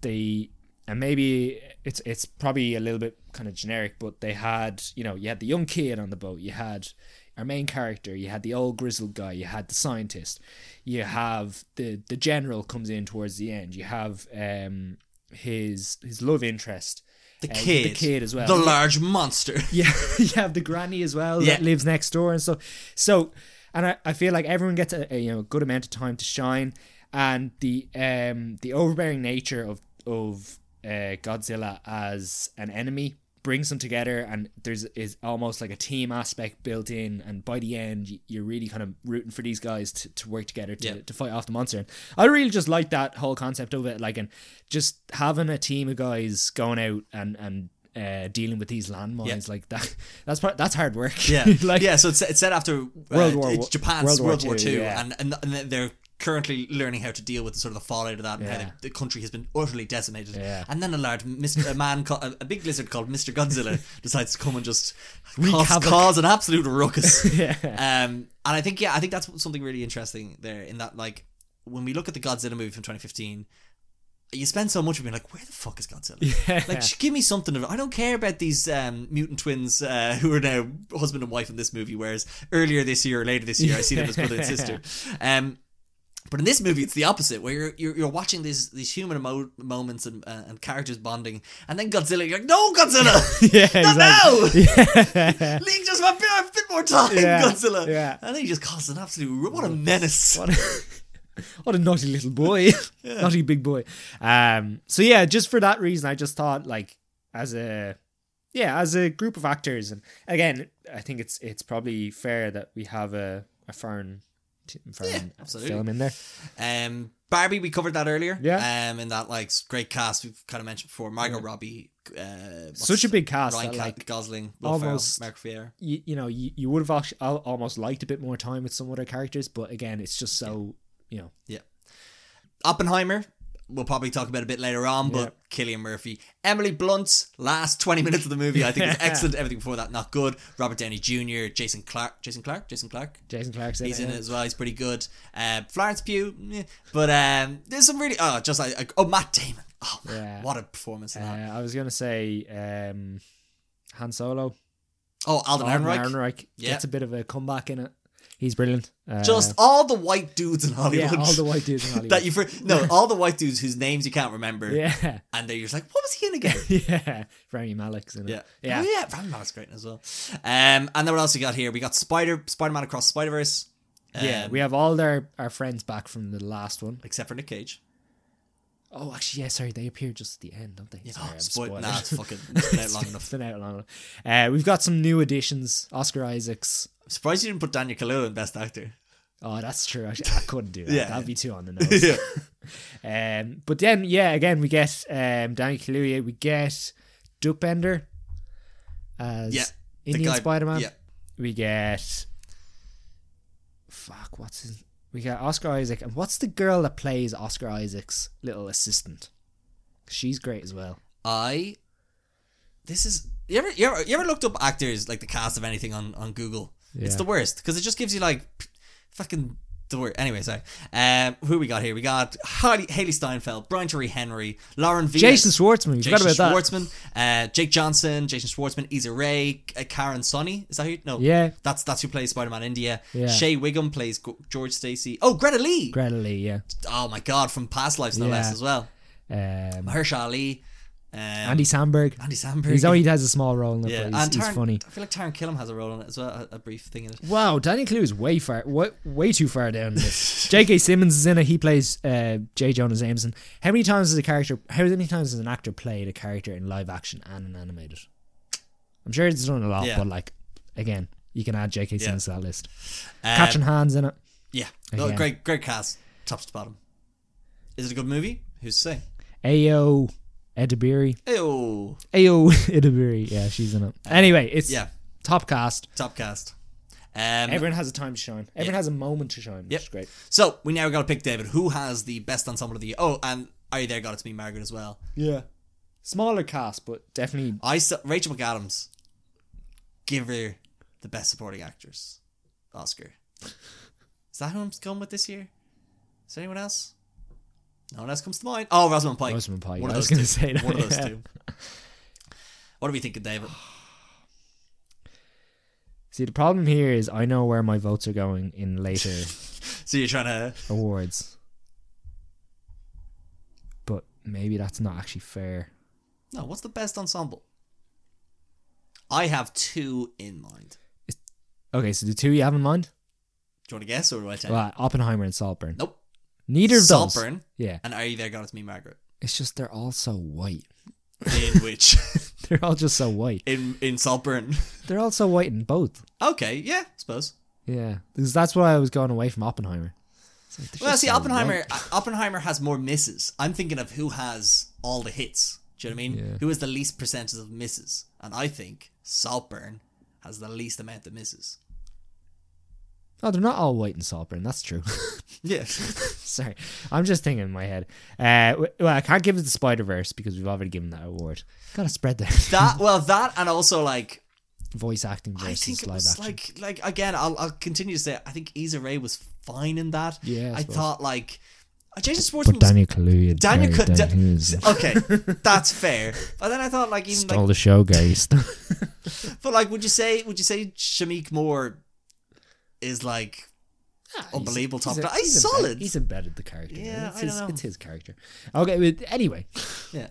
[SPEAKER 2] they and maybe it's it's probably a little bit kind of generic, but they had you know you had the young kid on the boat, you had our main character, you had the old grizzled guy, you had the scientist, you have the the general comes in towards the end, you have um his his love interest,
[SPEAKER 1] the
[SPEAKER 2] uh, the
[SPEAKER 1] kid,
[SPEAKER 2] kid as well.
[SPEAKER 1] the
[SPEAKER 2] Yeah.
[SPEAKER 1] large monster.
[SPEAKER 2] yeah, you have the granny as well that
[SPEAKER 1] Yeah.
[SPEAKER 2] lives next door and stuff. So, and I, I feel like everyone gets a, a you know good amount of time to shine, and the um the overbearing nature of of uh, Godzilla as an enemy brings them together, and there's is almost like a team aspect built in, and by the end y- you're really kind of rooting for these guys to, to work together to,
[SPEAKER 1] Yeah.
[SPEAKER 2] to fight off the monster. And I really just like that whole concept of it, like and just having a team of guys going out and and. Uh, dealing with these landmines
[SPEAKER 1] Yeah.
[SPEAKER 2] like that that's part, that's hard work
[SPEAKER 1] Yeah,
[SPEAKER 2] like
[SPEAKER 1] yeah. So it's, it's set after uh,
[SPEAKER 2] World War-
[SPEAKER 1] it's Japan's
[SPEAKER 2] World War
[SPEAKER 1] World War,
[SPEAKER 2] Two,
[SPEAKER 1] Two,
[SPEAKER 2] yeah.
[SPEAKER 1] and, and and they're currently learning how to deal with the sort of the fallout of that, and how
[SPEAKER 2] Yeah.
[SPEAKER 1] the, the country has been utterly decimated.
[SPEAKER 2] Yeah.
[SPEAKER 1] And then a large Mr. a man, ca- a a big lizard called Mr. Godzilla decides to come and just
[SPEAKER 2] Wreak
[SPEAKER 1] cause,
[SPEAKER 2] havoc.
[SPEAKER 1] cause an absolute ruckus.
[SPEAKER 2] yeah
[SPEAKER 1] Um, and I think yeah, I think that's something really interesting there in that like when we look at the Godzilla movie from 2015, you spend so much of being like, where the fuck is Godzilla?
[SPEAKER 2] Yeah.
[SPEAKER 1] Like, just give me something. Of, I don't care about these um, mutant twins uh, who are now husband and wife in this movie. Whereas earlier this year or later this year, I see them as brother and sister. Um, but in this movie, it's the opposite, where you're you're, you're watching these these human emo- moments and uh, and characters bonding, and then Godzilla, you're like, no, Godzilla,
[SPEAKER 2] yeah,
[SPEAKER 1] not
[SPEAKER 2] exactly. Yeah.
[SPEAKER 1] now, leave just a bit, a bit more time,
[SPEAKER 2] Yeah,
[SPEAKER 1] Godzilla.
[SPEAKER 2] yeah.
[SPEAKER 1] And then he just caused an absolute ru- what a menace.
[SPEAKER 2] what, a, what a naughty little boy, naughty big boy. Um, so yeah, just for that reason, I just thought like as a yeah as a group of actors, and again, I think it's it's probably fair that we have a a foreign. t- foreign
[SPEAKER 1] absolutely.
[SPEAKER 2] film in there.
[SPEAKER 1] Um, Barbie, we covered that earlier.
[SPEAKER 2] Yeah.
[SPEAKER 1] Um, in that like great cast we've kind of mentioned before, Margot Robbie. Uh, what's-
[SPEAKER 2] Such a big cast
[SPEAKER 1] Ryan
[SPEAKER 2] that,
[SPEAKER 1] Ca-
[SPEAKER 2] like
[SPEAKER 1] Gosling, Will Ferrell,
[SPEAKER 2] almost-
[SPEAKER 1] Mark Ferrer.
[SPEAKER 2] you, you know you, you would have actually, almost liked a bit more time with some other characters, but again, it's just so you know
[SPEAKER 1] Oppenheimer. We'll probably talk about a bit later on, but Killian Murphy, Emily Blunt's last twenty minutes of the movie, I think is excellent. Everything before that, not good. Robert Downey Jr., Jason Clark, Jason Clark, Jason Clark.
[SPEAKER 2] Jason Clark's in
[SPEAKER 1] He's
[SPEAKER 2] it.
[SPEAKER 1] in it
[SPEAKER 2] yeah.
[SPEAKER 1] as well. He's pretty good. Uh, Florence Pugh, meh. but um, there's some really oh, just like like- oh Matt Damon. Oh, man,
[SPEAKER 2] Yeah.
[SPEAKER 1] what a performance! in that.
[SPEAKER 2] Uh, I was gonna say um, Han Solo.
[SPEAKER 1] Oh, Alden
[SPEAKER 2] Arnold
[SPEAKER 1] Ehrenreich.
[SPEAKER 2] Ehrenreich
[SPEAKER 1] Yeah.
[SPEAKER 2] gets a bit of a comeback in it. He's brilliant. Uh,
[SPEAKER 1] Just all the white dudes in Hollywood.
[SPEAKER 2] yeah, all the white dudes in Hollywood.
[SPEAKER 1] that you for no, all the white dudes whose names you can't remember,
[SPEAKER 2] yeah,
[SPEAKER 1] and they're just like, what was he in again?
[SPEAKER 2] yeah. Rami Malek's in it.
[SPEAKER 1] Yeah,
[SPEAKER 2] yeah.
[SPEAKER 1] oh, yeah. Rami Malek's great as well. Um, and then what else we got here? We got Spider Spider Man across Spider Verse.
[SPEAKER 2] Yeah,
[SPEAKER 1] Um,
[SPEAKER 2] we have all their our friends back from the last one.
[SPEAKER 1] except for Nick Cage.
[SPEAKER 2] Oh, actually, yeah. Sorry, they appear just at the end, don't they? Yeah,
[SPEAKER 1] Oh, spoil- nah, it's fucking it's been out long enough.
[SPEAKER 2] It's been out long enough. Uh, we've got some new additions. Oscar Isaacs.
[SPEAKER 1] I'm surprised you didn't put Daniel Kaluuya in Best Actor.
[SPEAKER 2] Oh, that's true. Actually, I couldn't do that.
[SPEAKER 1] Yeah.
[SPEAKER 2] That'd be too on the nose. Um, but then, yeah, again, we get um, Danny Kaluuya, we get Duckbender as
[SPEAKER 1] Yeah, The
[SPEAKER 2] Indian
[SPEAKER 1] guy-
[SPEAKER 2] Spider Man.
[SPEAKER 1] Yeah,
[SPEAKER 2] We get. Fuck, what's his. We got Oscar Isaac. And what's the girl that plays Oscar Isaac's little assistant? She's great as well.
[SPEAKER 1] I. This is you ever you ever, you ever looked up actors like the cast of anything on on Google? It's
[SPEAKER 2] Yeah.
[SPEAKER 1] the worst because it just gives you like p- fucking the worst. Anyway, sorry. Um, who we got here? We got Haley, Haley Steinfeld, Brian Terry Henry, Lauren Venus,
[SPEAKER 2] Jason Schwartzman. We
[SPEAKER 1] Jason
[SPEAKER 2] forgot about that.
[SPEAKER 1] Schwartzman, uh, Jake Johnson, Jason Schwartzman, Issa Rae, uh, Karen Sonny. Is that who? No.
[SPEAKER 2] Yeah.
[SPEAKER 1] That's that's who plays Spider Man India.
[SPEAKER 2] Yeah.
[SPEAKER 1] Shay Wiggum plays G- George Stacy. Oh, Greta Lee.
[SPEAKER 2] Greta Lee, yeah.
[SPEAKER 1] oh my God, from Past Lives no
[SPEAKER 2] Yeah.
[SPEAKER 1] less as well.
[SPEAKER 2] Um,
[SPEAKER 1] Mahershala Ali, um,
[SPEAKER 2] Andy Samberg.
[SPEAKER 1] Andy Samberg.
[SPEAKER 2] He's only has a small role in it,
[SPEAKER 1] yeah,
[SPEAKER 2] but he's,
[SPEAKER 1] and
[SPEAKER 2] he's
[SPEAKER 1] Taron-
[SPEAKER 2] funny.
[SPEAKER 1] I feel like Taron Killam has a role in it as well, a, a brief thing in it.
[SPEAKER 2] Wow, Danny Clue is way far, way, way too far down. in this. J.K. Simmons is in it. He plays uh, J. Jonah Jameson. How many times has a character? How many times has an actor played a character in live action and an animated? I'm sure it's done a lot,
[SPEAKER 1] Yeah.
[SPEAKER 2] but like again, you can add J.K. Simmons to that list.
[SPEAKER 1] Um,
[SPEAKER 2] Catching hands in it.
[SPEAKER 1] Yeah. No,
[SPEAKER 2] Again.
[SPEAKER 1] great, great cast, top to bottom. Is it a good movie? Who's to say?
[SPEAKER 2] Ao. Edabiri.
[SPEAKER 1] Ew.
[SPEAKER 2] Ayo Edabiri. Yeah, she's in it. Anyway, it's
[SPEAKER 1] Um, Yeah.
[SPEAKER 2] top cast.
[SPEAKER 1] Top cast. Um,
[SPEAKER 2] Everyone has a time to shine. Everyone has a moment to shine. Which
[SPEAKER 1] Yep.
[SPEAKER 2] is great.
[SPEAKER 1] so we now got to pick David. Who has the best ensemble of the year? Oh, and are you there? Got it to be Margaret as well.
[SPEAKER 2] Yeah. Smaller cast, but definitely.
[SPEAKER 1] I still Rachel McAdams. Give her the best supporting actress Oscar. Is that who I'm going with this year? Is there anyone else? No one else comes to mind. Oh, Rosamund Pike.
[SPEAKER 2] Rosamund Pike,
[SPEAKER 1] One of
[SPEAKER 2] I was
[SPEAKER 1] those
[SPEAKER 2] gonna
[SPEAKER 1] two.
[SPEAKER 2] say that,
[SPEAKER 1] One of those
[SPEAKER 2] yeah.
[SPEAKER 1] two. What are we thinking, David?
[SPEAKER 2] See, the problem here is I know where my votes are going in later
[SPEAKER 1] So you're trying to
[SPEAKER 2] awards. But maybe that's not actually fair.
[SPEAKER 1] no? What's the best ensemble? I have two in mind.
[SPEAKER 2] Okay, so the two you have in mind?
[SPEAKER 1] Do you want to guess, or do I tell you?
[SPEAKER 2] Well, Oppenheimer and Saltburn.
[SPEAKER 1] nope.
[SPEAKER 2] Neither of those.
[SPEAKER 1] Saltburn
[SPEAKER 2] Yeah.
[SPEAKER 1] and Are You There, God? It's Me, Margaret.
[SPEAKER 2] It's just they're all so white.
[SPEAKER 1] In which
[SPEAKER 2] They're all just so white.
[SPEAKER 1] in in Saltburn.
[SPEAKER 2] They're all so white in both.
[SPEAKER 1] Okay, yeah, I suppose.
[SPEAKER 2] Yeah. Because that's why I was going away from Oppenheimer. It's like, they're
[SPEAKER 1] Well,
[SPEAKER 2] just
[SPEAKER 1] see,
[SPEAKER 2] so
[SPEAKER 1] Oppenheimer. uh,
[SPEAKER 2] white.
[SPEAKER 1] Oppenheimer has more misses. I'm thinking of who has all the hits. Do you know what I mean?
[SPEAKER 2] Yeah.
[SPEAKER 1] Who has the least percentage of misses? And I think Saltburn has the least amount of misses.
[SPEAKER 2] Oh, they're not all white in Saltburn. That's true.
[SPEAKER 1] Yeah.
[SPEAKER 2] Sorry, I'm just thinking in my head. Uh, w- well, I can't give it the Spider Verse because we've already given that award. Gotta spread the
[SPEAKER 1] that well, that and also like
[SPEAKER 2] voice acting
[SPEAKER 1] I
[SPEAKER 2] versus
[SPEAKER 1] think it
[SPEAKER 2] live
[SPEAKER 1] was
[SPEAKER 2] action.
[SPEAKER 1] like like again. I'll I'll continue to say it, I think Issa Rae was fine in that.
[SPEAKER 2] Yeah, I
[SPEAKER 1] I,
[SPEAKER 2] suppose.
[SPEAKER 1] thought like uh, Jason
[SPEAKER 2] but
[SPEAKER 1] Schwartzman. was,
[SPEAKER 2] Daniel Kaluuya,
[SPEAKER 1] Daniel
[SPEAKER 2] Gary,
[SPEAKER 1] Ka-
[SPEAKER 2] Daniel
[SPEAKER 1] Da-
[SPEAKER 2] Kaluuya's
[SPEAKER 1] okay, that's fair. But then I thought like even
[SPEAKER 2] stole
[SPEAKER 1] like
[SPEAKER 2] the show, Gary.
[SPEAKER 1] but like would you say would you say Shamik Moore is like Unbelievable top guy. He's solid.
[SPEAKER 2] He's embedded the character.
[SPEAKER 1] Yeah,
[SPEAKER 2] it's
[SPEAKER 1] I
[SPEAKER 2] his,
[SPEAKER 1] don't know.
[SPEAKER 2] It's his character. Okay, but anyway,
[SPEAKER 1] yeah.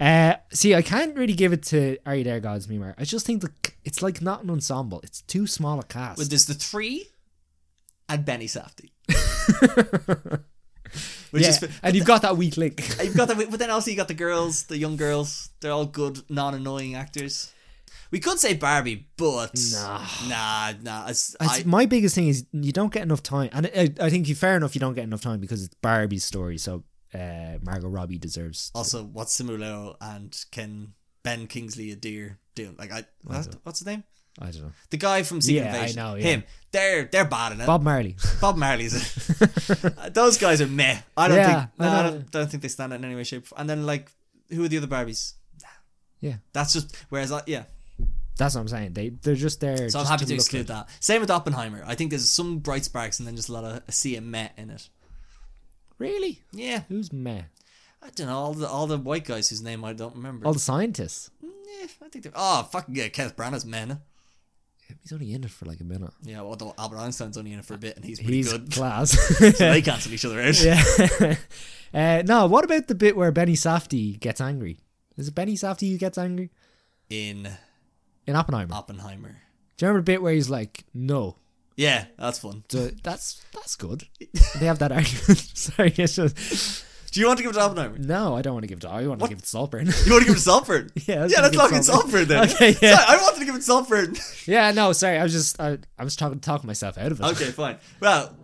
[SPEAKER 2] uh, see, I can't really give it to Are You There, Gods? Me, Mark. I just think the c- it's like not an ensemble. It's too small a cast.
[SPEAKER 1] Well, there's the three and Benny Safdie. Which
[SPEAKER 2] yeah,
[SPEAKER 1] is,
[SPEAKER 2] and you've got that weak link.
[SPEAKER 1] you've got the, but then also you got the girls, the young girls. They're all good, non-annoying actors. We could say Barbie, but
[SPEAKER 2] Nah.
[SPEAKER 1] nah, nah. It's,
[SPEAKER 2] I,
[SPEAKER 1] I,
[SPEAKER 2] my biggest thing is you don't get enough time, and I, I think you fair enough. You don't get enough time because it's Barbie's story, so uh, Margot Robbie deserves.
[SPEAKER 1] also, what's Simulero and can Ben Kingsley a deer doing? Like, I what, what's his name?
[SPEAKER 2] I don't know.
[SPEAKER 1] The guy from Secret
[SPEAKER 2] Yeah, I
[SPEAKER 1] Invasion.
[SPEAKER 2] know, yeah.
[SPEAKER 1] Him. They're they're bad in it. Bob,
[SPEAKER 2] Bob Marley.
[SPEAKER 1] Marley's. in it. Those guys are meh. I don't
[SPEAKER 2] Yeah,
[SPEAKER 1] think.
[SPEAKER 2] I
[SPEAKER 1] No, I,
[SPEAKER 2] know.
[SPEAKER 1] don't, don't think they stand out in any way, shape. And then like, who are the other Barbies?
[SPEAKER 2] yeah,
[SPEAKER 1] That's just whereas I yeah.
[SPEAKER 2] that's what I'm saying. They they're just there.
[SPEAKER 1] So I'm
[SPEAKER 2] just
[SPEAKER 1] happy to,
[SPEAKER 2] look
[SPEAKER 1] exclude that. Same with Oppenheimer. I think there's some bright sparks and then just a lot of I see a met in it.
[SPEAKER 2] good. Really?
[SPEAKER 1] Yeah,
[SPEAKER 2] Who's meh?
[SPEAKER 1] I don't know all the all the white guys whose name I don't remember.
[SPEAKER 2] All the scientists.
[SPEAKER 1] yeah, I think they're oh fucking yeah, Kenneth Branagh's men.
[SPEAKER 2] He's only in it for like a minute.
[SPEAKER 1] Yeah, well, although Albert Einstein's only in it for a bit and he's pretty
[SPEAKER 2] He's
[SPEAKER 1] good.
[SPEAKER 2] class.
[SPEAKER 1] so they cancel each other out.
[SPEAKER 2] yeah. uh, no, what about the bit where Benny Safdie gets angry? Is it Benny Safdie who gets angry
[SPEAKER 1] In
[SPEAKER 2] in Oppenheimer?
[SPEAKER 1] Oppenheimer.
[SPEAKER 2] Do you remember the bit where he's like, "No,
[SPEAKER 1] Yeah, that's fun.
[SPEAKER 2] So that's that's good. they have that argument. Sorry, it's just
[SPEAKER 1] Do you want to give it to Oppenheimer?
[SPEAKER 2] no. I don't want to give it to. I want
[SPEAKER 1] What?
[SPEAKER 2] to give it to Saltburn.
[SPEAKER 1] You want to give it to Salford?
[SPEAKER 2] Yeah, let's
[SPEAKER 1] yeah,
[SPEAKER 2] give
[SPEAKER 1] let's
[SPEAKER 2] it
[SPEAKER 1] lock in
[SPEAKER 2] to Salford.
[SPEAKER 1] Salford then.
[SPEAKER 2] Okay, yeah.
[SPEAKER 1] Sorry, I wanted to give it to Salford.
[SPEAKER 2] yeah, no, sorry. I was just I, I was talking talking myself out of it.
[SPEAKER 1] Okay, fine. Well,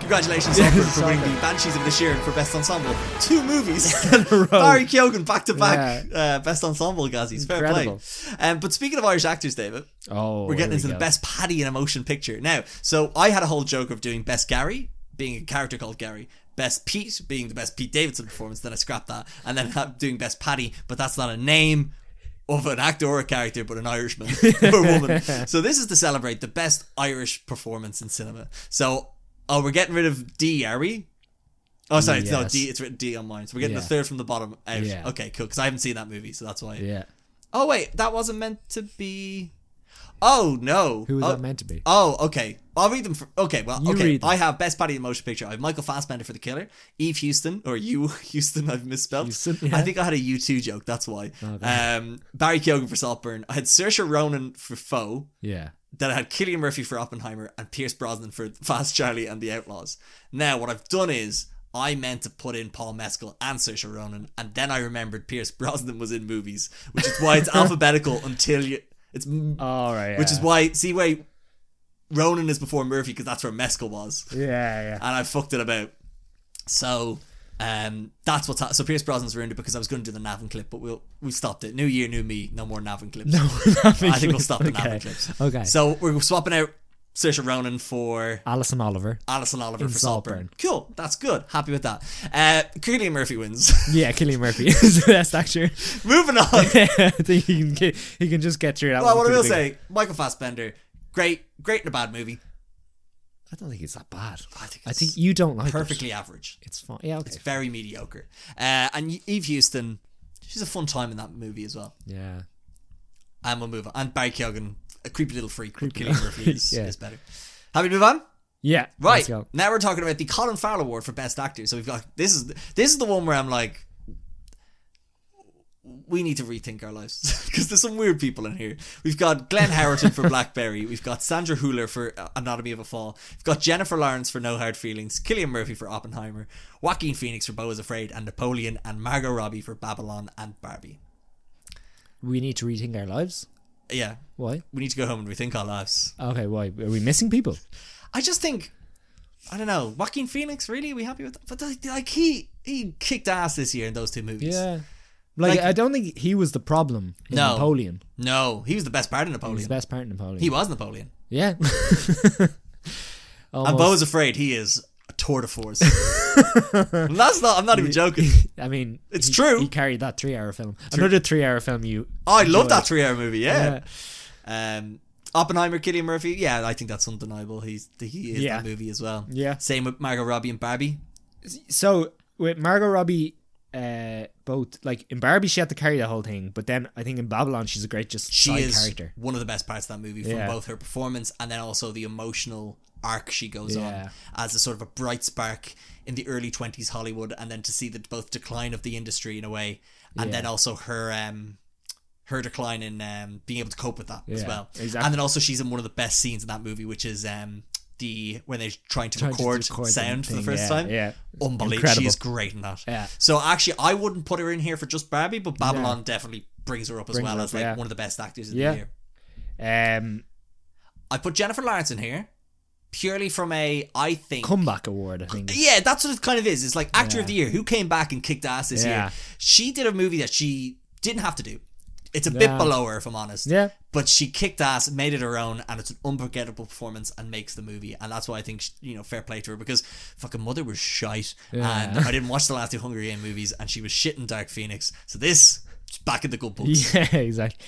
[SPEAKER 1] congratulations Salford for
[SPEAKER 2] sorry.
[SPEAKER 1] winning the Banshees of Inisherin for Best Ensemble. Two movies.
[SPEAKER 2] row.
[SPEAKER 1] Barry Keoghan back to back uh, Best Ensemble Gazies. Fair
[SPEAKER 2] Incredible.
[SPEAKER 1] play. Um, but speaking of Irish actors, David,
[SPEAKER 2] Oh,
[SPEAKER 1] we're getting
[SPEAKER 2] here we
[SPEAKER 1] into the
[SPEAKER 2] go.
[SPEAKER 1] best Paddy in a motion picture now. So I had a whole joke of doing Best Gary, being a character called Gary. Best Pete being the best Pete Davidson performance, then I scrapped that, and then ha- doing Best Paddy, but that's not a name of an actor or a character, but an Irishman or woman. So this is to celebrate the best Irish performance in cinema. So oh, we're getting rid of D. Are we? Oh, sorry, it's no
[SPEAKER 2] Yes.
[SPEAKER 1] D. It's written D on mine. So we're getting the
[SPEAKER 2] Yeah.
[SPEAKER 1] third from the bottom out.
[SPEAKER 2] Yeah.
[SPEAKER 1] Okay, cool. Because I haven't seen that movie, so that's why.
[SPEAKER 2] Yeah,
[SPEAKER 1] Oh wait, that wasn't meant to be. Oh no!
[SPEAKER 2] who was
[SPEAKER 1] oh,
[SPEAKER 2] that meant to be?
[SPEAKER 1] Oh, okay. I'll read them. For, okay, well,
[SPEAKER 2] You
[SPEAKER 1] okay.
[SPEAKER 2] read them.
[SPEAKER 1] I have Best Patty in Motion Picture. I have Michael Fassbender for The Killer, Eve Houston, or you Houston. I've misspelled.
[SPEAKER 2] Houston, yeah.
[SPEAKER 1] I think I had a U two joke. That's why. Um, Barry Keoghan for Saltburn. I had Saoirse Ronan for Foe.
[SPEAKER 2] Yeah,
[SPEAKER 1] Then I had Killian Murphy for Oppenheimer and Pierce Brosnan for Fast Charlie and The Outlaws. Now, what I've done is I meant to put in Paul Mescal and Saoirse Ronan, and then I remembered Pierce Brosnan was in movies, which is why it's alphabetical until you. It's m
[SPEAKER 2] all right.
[SPEAKER 1] which is why see wait, Ronan is before Murphy because that's where Mescal was,
[SPEAKER 2] yeah, yeah.
[SPEAKER 1] and I fucked it about. So Um, that's what's ha- so Pierce Brosnan's ruined it because I was going to do the Navin clip, but we'll we stopped it. New year, new me. No more Navin clips.
[SPEAKER 2] No, I
[SPEAKER 1] I think we'll stop the Navin clips.
[SPEAKER 2] Okay. So,
[SPEAKER 1] So we're swapping out Saoirse Ronan for
[SPEAKER 2] Alison Oliver.
[SPEAKER 1] Alison Oliver
[SPEAKER 2] In
[SPEAKER 1] for
[SPEAKER 2] Saltburn.
[SPEAKER 1] Saltburn. Cool, that's good. Happy with that. Uh, Cillian Murphy wins.
[SPEAKER 2] Yeah, Killian Murphy is the best actor.
[SPEAKER 1] Moving on.
[SPEAKER 2] I think he can get, he can just get through that.
[SPEAKER 1] Well,
[SPEAKER 2] one
[SPEAKER 1] what I will
[SPEAKER 2] pretty big.
[SPEAKER 1] say, Michael Fassbender, great, great in a bad movie.
[SPEAKER 2] I don't think it's that bad.
[SPEAKER 1] I think
[SPEAKER 2] I
[SPEAKER 1] it's
[SPEAKER 2] think you don't like It.
[SPEAKER 1] perfectly average.
[SPEAKER 2] It's fine. Yeah, okay.
[SPEAKER 1] It's very mediocre. Uh, and Eve Houston, she's a fun time in that movie as well.
[SPEAKER 2] Yeah.
[SPEAKER 1] And we'll move on. And Barry Keoghan, a creepy little freak. Creepy Killian Murphy is,
[SPEAKER 2] Yeah.
[SPEAKER 1] is better. Happy to move on?
[SPEAKER 2] Yeah.
[SPEAKER 1] Right.
[SPEAKER 2] Let's go.
[SPEAKER 1] Now we're talking about the Colin Farrell Award for Best Actor. So we've got this is this is the one where I'm like we need to rethink our lives because there's some weird people in here. We've got Glenn Howerton for Blackberry. We've got Sandra Hüller for uh, Anatomy of a Fall. We've got Jennifer Lawrence for No Hard Feelings. Killian Murphy for Oppenheimer. Joaquin Phoenix for Bo is Afraid and Napoleon. And Margot Robbie for Babylon and Barbie.
[SPEAKER 2] We need to rethink our lives.
[SPEAKER 1] Yeah,
[SPEAKER 2] Why?
[SPEAKER 1] we need to go home and rethink our lives.
[SPEAKER 2] Okay. Why are we missing people?
[SPEAKER 1] I just think I don't know. Joaquin Phoenix, really? Are we happy with that? But like, like he he kicked ass this year in those two movies.
[SPEAKER 2] Yeah. Like,
[SPEAKER 1] Like-
[SPEAKER 2] I don't think he was the problem. In
[SPEAKER 1] No.
[SPEAKER 2] Napoleon.
[SPEAKER 1] No, he was the best part of
[SPEAKER 2] He was
[SPEAKER 1] Napoleon.
[SPEAKER 2] the best part in Napoleon.
[SPEAKER 1] He was Napoleon.
[SPEAKER 2] yeah.
[SPEAKER 1] And
[SPEAKER 2] Almost.
[SPEAKER 1] Bo's afraid he is a tour de force. And That's not. I'm not even joking.
[SPEAKER 2] I mean,
[SPEAKER 1] It's
[SPEAKER 2] he-
[SPEAKER 1] true.
[SPEAKER 2] He carried that three-hour film. Another three-hour film. You.
[SPEAKER 1] Oh, I love
[SPEAKER 2] enjoyed.
[SPEAKER 1] that three hour movie. Yeah. Um, Oppenheimer, Killian Murphy. Yeah, I think that's undeniable. He's he is
[SPEAKER 2] Yeah.
[SPEAKER 1] that movie as well.
[SPEAKER 2] Yeah.
[SPEAKER 1] Same with Margot Robbie and Barbie.
[SPEAKER 2] So with Margot Robbie, uh, both like in Barbie, she had to carry the whole thing, but then I think in Babylon, she's a great just
[SPEAKER 1] She
[SPEAKER 2] side
[SPEAKER 1] is
[SPEAKER 2] character.
[SPEAKER 1] one of the best parts of that movie from
[SPEAKER 2] Yeah.
[SPEAKER 1] both her performance and then also the emotional arc she goes
[SPEAKER 2] Yeah.
[SPEAKER 1] on as a sort of a bright spark in the early 20s Hollywood and then to see the both decline of the industry in a way and then
[SPEAKER 2] Yeah.
[SPEAKER 1] also her um her decline in um being able to cope with that as
[SPEAKER 2] Yeah,
[SPEAKER 1] well.
[SPEAKER 2] exactly.
[SPEAKER 1] And then also she's in one of the best scenes in that movie which is um the when they're trying to,
[SPEAKER 2] Trying to
[SPEAKER 1] record,
[SPEAKER 2] record the
[SPEAKER 1] sound for the
[SPEAKER 2] thing,
[SPEAKER 1] first
[SPEAKER 2] yeah,
[SPEAKER 1] time.
[SPEAKER 2] yeah.
[SPEAKER 1] Unbelievable. She
[SPEAKER 2] Incredible.
[SPEAKER 1] is great in that.
[SPEAKER 2] Yeah.
[SPEAKER 1] So actually I wouldn't put her in here for just Barbie, but Babylon definitely brings her up as
[SPEAKER 2] Brings
[SPEAKER 1] well
[SPEAKER 2] her
[SPEAKER 1] as
[SPEAKER 2] up,
[SPEAKER 1] like
[SPEAKER 2] yeah.
[SPEAKER 1] one of the best actors in
[SPEAKER 2] Yeah.
[SPEAKER 1] the year.
[SPEAKER 2] Um,
[SPEAKER 1] I put Jennifer Lawrence in here purely from a I think
[SPEAKER 2] comeback award, I think.
[SPEAKER 1] yeah, that's what it kind of is. It's like actor
[SPEAKER 2] Yeah.
[SPEAKER 1] of the year who came back and kicked ass this
[SPEAKER 2] Yeah.
[SPEAKER 1] year. She did a movie that she didn't have to do. It's a bit
[SPEAKER 2] Yeah.
[SPEAKER 1] below her, if I'm honest.
[SPEAKER 2] Yeah.
[SPEAKER 1] But she kicked ass, made it her own, and it's an unforgettable performance and makes the movie. And that's why I think, sh- you know, fair play to her because fucking Mother was shite. And
[SPEAKER 2] Yeah.
[SPEAKER 1] I didn't watch the last two Hunger Game movies, and she was shit in Dark Phoenix. So this, is back in the good books.
[SPEAKER 2] Yeah, exactly.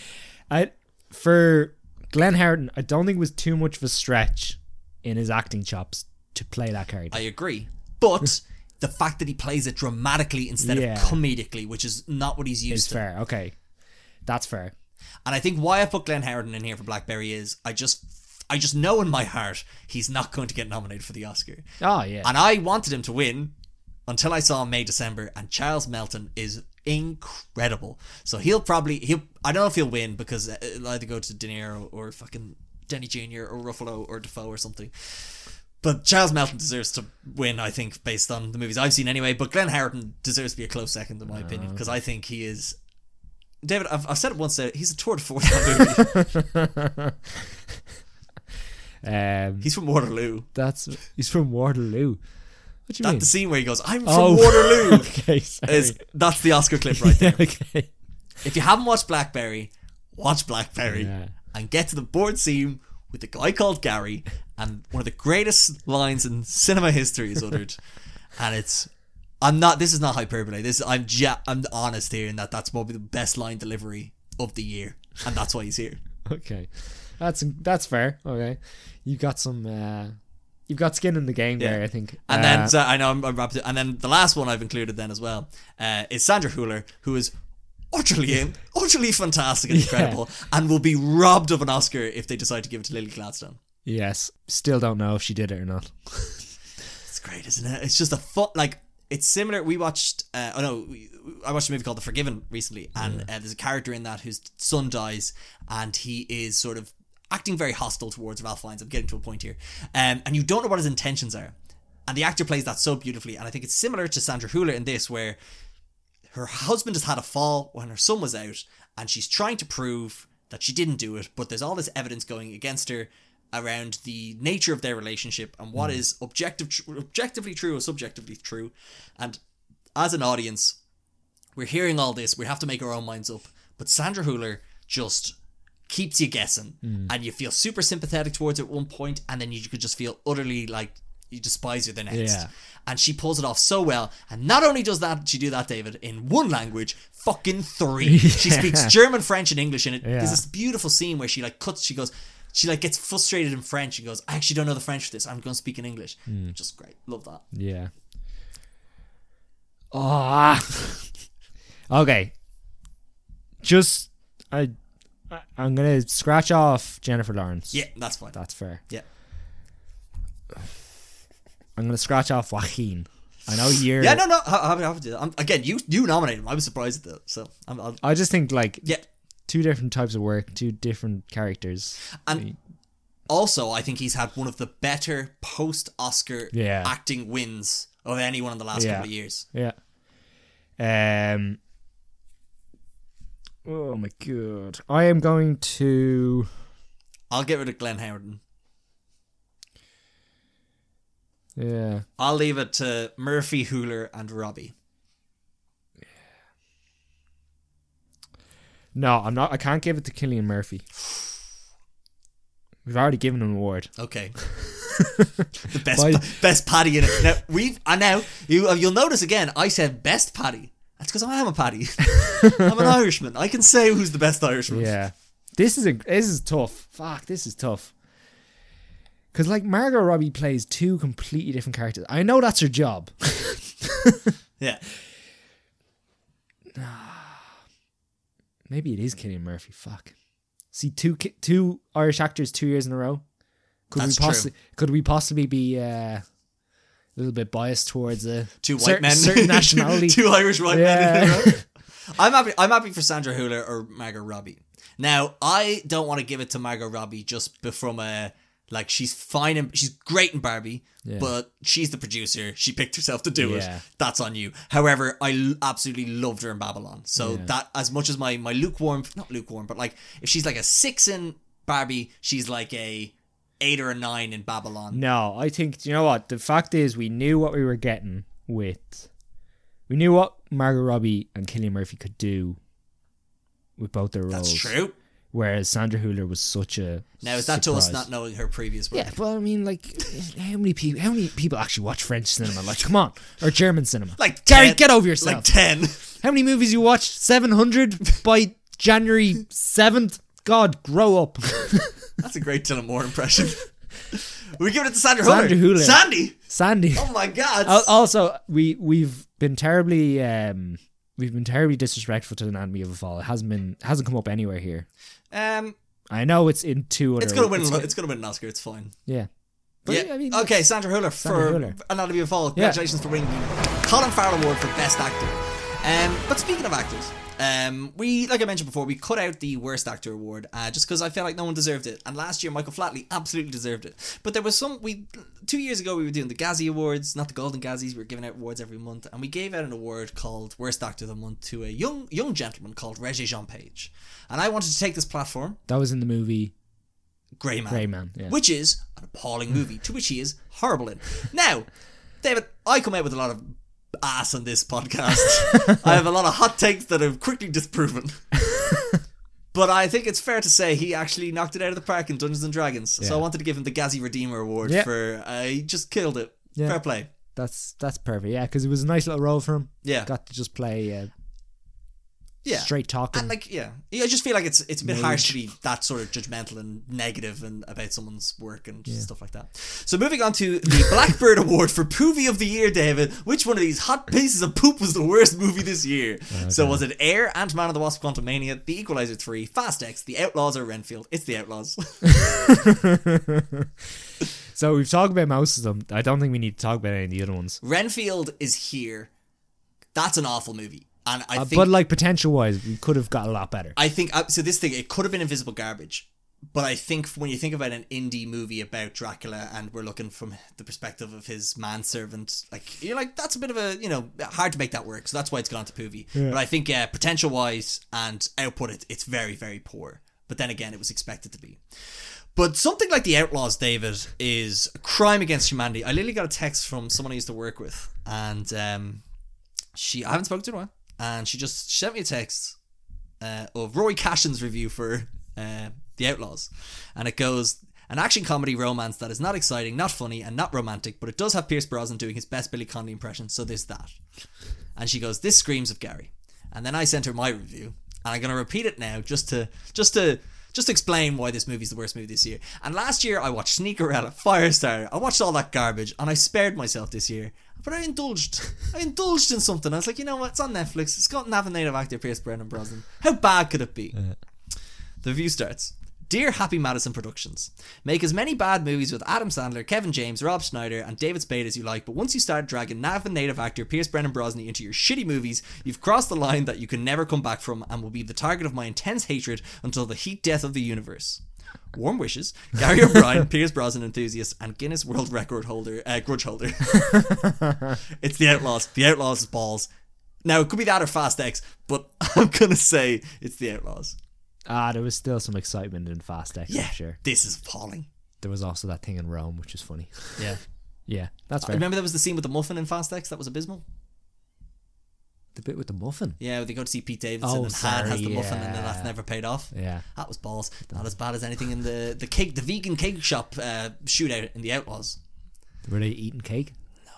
[SPEAKER 2] I for Glenn Harrington, I don't think it was too much of a stretch in his acting chops to play that character.
[SPEAKER 1] I agree. But the fact that he plays it dramatically instead
[SPEAKER 2] Yeah.
[SPEAKER 1] of comedically, which is not what he's
[SPEAKER 2] It's
[SPEAKER 1] used to.
[SPEAKER 2] fair. Okay, that's fair.
[SPEAKER 1] And I think why I put Glenn Howden in here for Blackberry is I just I just know in my heart he's not going to get nominated for the Oscar.
[SPEAKER 2] Oh yeah,
[SPEAKER 1] And I wanted him to win until I saw May December and Charles Melton is incredible. So he'll probably he'll I don't know if he'll win because uh, it'll either go to De Niro or fucking Denny Jr. or Ruffalo or Defoe or something. But Charles Melton deserves to win, I think, based on the movies I've seen anyway. But Glenn Howerton deserves to be a close second, in my opinion, because I think he is. David, I've, I've said it once. uh, He's a tour de force. in that movie.
[SPEAKER 2] um,
[SPEAKER 1] he's from Waterloo.
[SPEAKER 2] that's he's from Waterloo. What do you
[SPEAKER 1] That
[SPEAKER 2] mean?
[SPEAKER 1] the scene where he goes, "I'm from
[SPEAKER 2] Hmm. Oh,
[SPEAKER 1] Waterloo."
[SPEAKER 2] okay, sorry.
[SPEAKER 1] Is that's the Oscar clip right there?
[SPEAKER 2] okay.
[SPEAKER 1] If you haven't watched Blackberry, watch Blackberry
[SPEAKER 2] Yeah.
[SPEAKER 1] and get to the board scene with a guy called Gary and one of the greatest lines in cinema history is uttered. and it's I'm not this is not hyperbole. This I'm ja- I'm honest here in that that's probably the best line delivery of the year and that's why he's here.
[SPEAKER 2] Okay, that's that's fair. Okay, you got some. Uh, you've got skin in the game there, I think.
[SPEAKER 1] And
[SPEAKER 2] Uh,
[SPEAKER 1] then so I know I'm, I'm wrapped it. And then the last one I've included then as well uh, is Sandra Hüller, who is utterly in, utterly fantastic and incredible, and will be robbed of an Oscar if they decide to give it to Lily Gladstone.
[SPEAKER 2] yes, still don't know if she did it or not.
[SPEAKER 1] It's great, isn't it? It's just a fun like. It's similar. We watched. Uh, oh no, we, I watched a movie called The Forgiven recently, and uh, there's a character in that whose son dies, and he is sort of acting very hostile towards Ralph Fiennes. I'm getting to a point here, um, and you don't know what his intentions are, and the actor plays that so beautifully. And I think it's similar to Sandra Hüller in this, where her husband has had a fall when her son was out, and she's trying to prove that she didn't do it, but there's all this evidence going against her around the nature of their relationship and what is objective, objectively true or subjectively true. And as an audience, we're hearing all this. We have to make our own minds up. But Sandra Hüller just keeps you guessing,
[SPEAKER 2] Hmm.
[SPEAKER 1] and you feel super sympathetic towards her at one point, and then you could just feel utterly like you despise her the next.
[SPEAKER 2] Yeah.
[SPEAKER 1] And she pulls it off so well. And not only does that she do that, David, in one language, fucking three. She speaks German, French, and English in it.
[SPEAKER 2] Yeah.
[SPEAKER 1] There's this beautiful scene where she like cuts. She goes. She like gets frustrated in French and goes, "I actually don't know the French for this. I'm going to speak in English."
[SPEAKER 2] Hmm.
[SPEAKER 1] Just great, love that.
[SPEAKER 2] Yeah. Ah. okay. Just I, I I'm gonna scratch off Jennifer Lawrence.
[SPEAKER 1] Yeah, that's fine.
[SPEAKER 2] That's fair.
[SPEAKER 1] Yeah.
[SPEAKER 2] I'm gonna scratch off Joaquin. I know you're
[SPEAKER 1] Yeah, no, no, I, I, I would do that. I'm, again, you you nominated him. I was surprised at that. So, I'm, I'll,
[SPEAKER 2] I just think like
[SPEAKER 1] yeah.
[SPEAKER 2] two different types of work, two different characters.
[SPEAKER 1] And also, I think he's had one of the better post Oscar
[SPEAKER 2] Yeah.
[SPEAKER 1] acting wins of anyone in the last
[SPEAKER 2] Yeah.
[SPEAKER 1] couple of years.
[SPEAKER 2] Yeah. Um. Oh my god! I am going to.
[SPEAKER 1] I'll get rid of Glenn Howerton.
[SPEAKER 2] Yeah.
[SPEAKER 1] I'll leave it to Murphy, Hooler, and Robbie.
[SPEAKER 2] No, I'm not. I can't give it to Killian Murphy. We've already given him an award.
[SPEAKER 1] Okay. the best
[SPEAKER 2] Bye.
[SPEAKER 1] pa- best patty in it. Now we've and now you uh, you'll notice again. I said best patty. That's because I am a patty. I'm an Irishman. I can say who's the best Irishman.
[SPEAKER 2] Yeah. This is a this is tough. Fuck, this is tough. Cause like Margot Robbie plays two completely different characters. I know that's her job.
[SPEAKER 1] yeah.
[SPEAKER 2] Maybe it is Killian Murphy. Fuck. See two ki- two Irish actors two years in a row. Could
[SPEAKER 1] That's
[SPEAKER 2] we
[SPEAKER 1] true.
[SPEAKER 2] possibly could we possibly be uh, a little bit biased towards a
[SPEAKER 1] two white
[SPEAKER 2] certain,
[SPEAKER 1] men,
[SPEAKER 2] certain nationality?
[SPEAKER 1] two Irish white men. in a
[SPEAKER 2] Yeah.
[SPEAKER 1] row. I'm happy. I'm happy for Sandra Hüller or Margot Robbie. Now, I don't want to give it to Margot Robbie just be- from a like she's fine and she's great in Barbie,
[SPEAKER 2] Yeah.
[SPEAKER 1] but she's the producer. She picked herself to do
[SPEAKER 2] Yeah.
[SPEAKER 1] it. That's on you. However, I l- absolutely loved her in Babylon. So
[SPEAKER 2] Yeah.
[SPEAKER 1] that as much as my my lukewarm, not lukewarm, but like if she's like a six in Barbie, she's like a eight or a nine in Babylon.
[SPEAKER 2] No, I think do you know what the fact is. We knew what we were getting with. We knew what Margot Robbie and Killian Murphy could do with both their roles.
[SPEAKER 1] That's true.
[SPEAKER 2] Whereas Sandra Hüller was such a.
[SPEAKER 1] Now is that to us
[SPEAKER 2] surprise.
[SPEAKER 1] not knowing her previous work?
[SPEAKER 2] Yeah, but I mean, like, how many people? How many people actually watch French cinema? Like, come on, or German cinema?
[SPEAKER 1] Like
[SPEAKER 2] Gary,
[SPEAKER 1] 10
[SPEAKER 2] get over
[SPEAKER 1] like
[SPEAKER 2] yourself.
[SPEAKER 1] 10
[SPEAKER 2] how many movies you watched? Seven hundred by January seventh. God, grow up.
[SPEAKER 1] that's a great Dylan Moore impression we give it to Sandra Hüller
[SPEAKER 2] Sandra Hüller.
[SPEAKER 1] Sandy
[SPEAKER 2] Sandy.
[SPEAKER 1] oh my god
[SPEAKER 2] Al- also we we've been terribly um we've been terribly disrespectful to the anatomy of a fall it hasn't been hasn't come up anywhere here
[SPEAKER 1] um
[SPEAKER 2] i know it's in two other
[SPEAKER 1] it's gonna win it's, gonna win an Oscar it's fine
[SPEAKER 2] yeah
[SPEAKER 1] yeah.
[SPEAKER 2] but I mean
[SPEAKER 1] okay Sandra Hüller for
[SPEAKER 2] Hüller.
[SPEAKER 1] Anatomy of a Fall congratulations for winning the Colin Farrell Award for Best Actor um, but speaking of actors um, we like I mentioned before we cut out the Worst Actor Award uh, just because I felt like no one deserved it and last year Michael Flatley absolutely deserved it but there was some we two years ago we were doing the Gazzy Awards not the Golden Gazzys we were giving out awards every month and we gave out an award called Worst Actor of the Month to a young young gentleman called Regé Jean Page and I wanted to take this platform
[SPEAKER 2] that was in the movie
[SPEAKER 1] Grey Man
[SPEAKER 2] Grey Man yeah
[SPEAKER 1] which is an appalling movie to which he is horrible in. Now, David, I come out with a lot of ass on this podcast. I have a lot of hot takes that are quickly disproven. But I think it's fair to say he actually knocked it out of the park in Dungeons and Dragons. So I
[SPEAKER 2] Yeah.
[SPEAKER 1] wanted to give him the Gazzy Redeemer Award
[SPEAKER 2] Yeah.
[SPEAKER 1] for uh, he just killed it.
[SPEAKER 2] Yeah.
[SPEAKER 1] Fair play.
[SPEAKER 2] that's that's perfect yeah because it was a nice little role for him
[SPEAKER 1] Yeah,
[SPEAKER 2] got to just play uh,
[SPEAKER 1] yeah.
[SPEAKER 2] straight talking
[SPEAKER 1] And like, yeah, Yeah, I just feel like it's it's a bit harsh to be that sort of judgmental and negative and about someone's work and stuff like that. So moving on to the Blackbird Award for Poovie of the Year, David. Which one of these hot pieces of poop was the worst movie this year? So was it Air, Ant Man and the Wasp, Quantumania, The Equalizer Three, Fast X, The Outlaws, or Renfield? It's The Outlaws.
[SPEAKER 2] so we've talked about most of them i don't think we need to talk about any of the other ones
[SPEAKER 1] Renfield is here. That's an awful movie, and I
[SPEAKER 2] Uh,
[SPEAKER 1] think
[SPEAKER 2] but like potential wise we could have got a lot better
[SPEAKER 1] I think uh, so. This thing it could have been invisible garbage, but I think when you think about an indie movie about Dracula and we're looking from the perspective of his manservant, like you're like that's a bit of a you know hard to make that work. So that's why it's gone to Poovy. But I think uh, potential wise and output, it, it's very very poor. But then again, it was expected to be. But something like the Outlaws, David, is a crime against humanity. I literally got a text from someone I used to work with, and um, she I haven't spoken to her in a while, and she just she sent me a text uh, of Rory Cashin's review for uh, The Outlaws, and it goes an action comedy romance that is not exciting, not funny, and not romantic, but it does have Pierce Brosnan doing his best Billy Connolly impression, so there's that. And she goes, "This screams of Gary," and then I sent her my review, and I'm gonna repeat it now just to just to. Just to explain why this movie's the worst movie this year. And last year I watched Sneakerella, Firestarter, I watched all that garbage, and I spared myself this year but I indulged. I indulged in something. I was like, you know what? It's on Netflix. It's got Navin native actor Pierce Brennan Brosnan. How bad could it be? The review starts. Dear Happy Madison Productions, make as many bad movies with Adam Sandler, Kevin James, Rob Schneider, and David Spade as you like, but once you start dragging Navin native actor Pierce Brennan Brosnan into your shitty movies, you've crossed the line that you can never come back from and will be the target of my intense hatred until the heat death of the universe. Warm wishes, Gary O'Brien, Pierce Brosnan enthusiast, and Guinness World Record holder, uh, grudge holder. it's the Outlaws. The Outlaws is balls. Now it could be that or Fast X, but I'm gonna say it's the Outlaws.
[SPEAKER 2] Ah, there was still some excitement in Fast X.
[SPEAKER 1] Yeah,
[SPEAKER 2] I'm sure.
[SPEAKER 1] This is appalling.
[SPEAKER 2] There was also that thing in Rome, which is funny.
[SPEAKER 1] Yeah.
[SPEAKER 2] Yeah, that's fair.
[SPEAKER 1] Remember there was the scene with the muffin in Fast X that was abysmal.
[SPEAKER 2] the bit with the muffin.
[SPEAKER 1] Yeah, they go to see Pete Davidson
[SPEAKER 2] Oh,
[SPEAKER 1] and Han has
[SPEAKER 2] sorry,
[SPEAKER 1] the muffin, and then that's
[SPEAKER 2] yeah.
[SPEAKER 1] never paid off.
[SPEAKER 2] Yeah.
[SPEAKER 1] That was balls. Not as bad as anything in the the cake, the vegan cake shop uh, shootout in the Outlaws.
[SPEAKER 2] Were they eating cake?
[SPEAKER 1] No.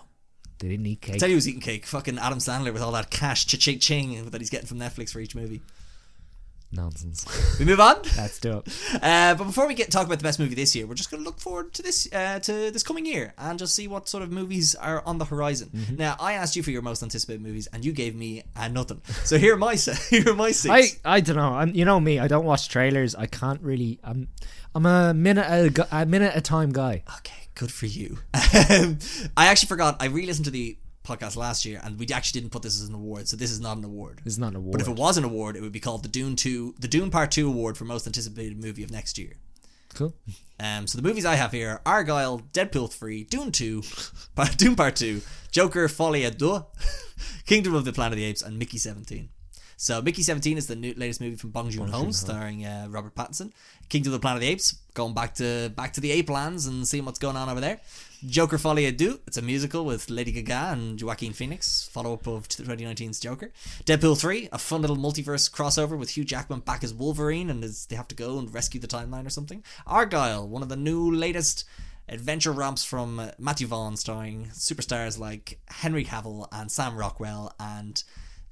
[SPEAKER 2] They didn't eat cake.
[SPEAKER 1] Tell you who's eating cake. Fucking Adam Sandler with all that cash, cha-ching, ching, that he's getting from Netflix for each movie.
[SPEAKER 2] Nonsense.
[SPEAKER 1] We move on.
[SPEAKER 2] Let's do it.
[SPEAKER 1] Uh, but before we get talk about the best movie this year, we're just going to look forward to this uh, to this coming year and just see what sort of movies are on the horizon. Now, I asked you for your most anticipated movies, and you gave me uh, nothing. So here are my se- here are my six.
[SPEAKER 2] I, I don't know. I'm, you know me. I don't watch trailers. I can't really. I'm I'm a minute at a, gu- a minute at a time guy.
[SPEAKER 1] Okay, good for you. Um, I actually forgot. I re-listened to the podcast last year, and we actually didn't put this as an award. So this is not an award.
[SPEAKER 2] It's not an award.
[SPEAKER 1] But if it was an award, it would be called the Dune Two, the Dune Part Two Award for most anticipated movie of next year.
[SPEAKER 2] cool.
[SPEAKER 1] Um, so the movies I have here are Argyle, Deadpool 3, Dune 2, Part- Dune Part 2, Joker, Folie à Deux, Kingdom of the Planet of the Apes, and Mickey 17. So Mickey 17 is the new, latest movie from Bong Joon-ho, starring uh, Robert Pattinson. Kingdom of the Planet of the Apes, going back to back to the ape lands and seeing what's going on over there. Joker Folie à Deux, it's a musical with Lady Gaga and Joaquin Phoenix, follow-up of 2019's Joker. Deadpool 3, a fun little multiverse crossover with Hugh Jackman back as Wolverine and as they have to go and rescue the timeline or something. Argyle, one of the new latest adventure romps from uh, Matthew Vaughn starring superstars like Henry Cavill and Sam Rockwell and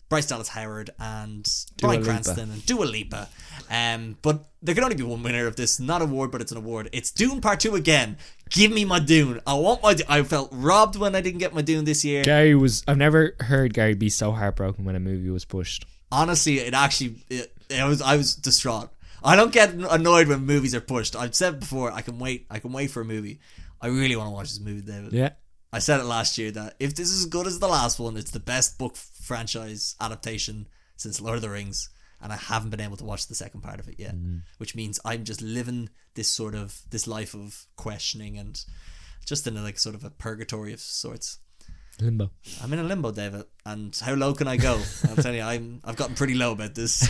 [SPEAKER 1] Bryce Dallas Howard and Bryan
[SPEAKER 2] Lipa.
[SPEAKER 1] Cranston and Dua Lipa. Um, but there can only be one winner of this. Not award, but it's an award. It's Dune Part 2 again. Give me my Dune. I want my Dune. I felt robbed when I didn't get my Dune this year.
[SPEAKER 2] Gary was. I've never heard Gary be so heartbroken when a movie was pushed.
[SPEAKER 1] honestly, it actually, it, it was, I was distraught. I don't get annoyed when movies are pushed. I've said before, I can wait. I can wait for a movie. I really want to watch this movie, David.
[SPEAKER 2] Yeah.
[SPEAKER 1] I said it last year that if this is as good as the last one, it's the best book franchise adaptation since Lord of the Rings, and I haven't been able to watch the second part of it yet, which means I'm just living this sort of this life of questioning and just in a, like sort of a purgatory of sorts.
[SPEAKER 2] Limbo.
[SPEAKER 1] I'm in a limbo, David, and how low can I go? I'll tell you, I'm I've gotten pretty low about this.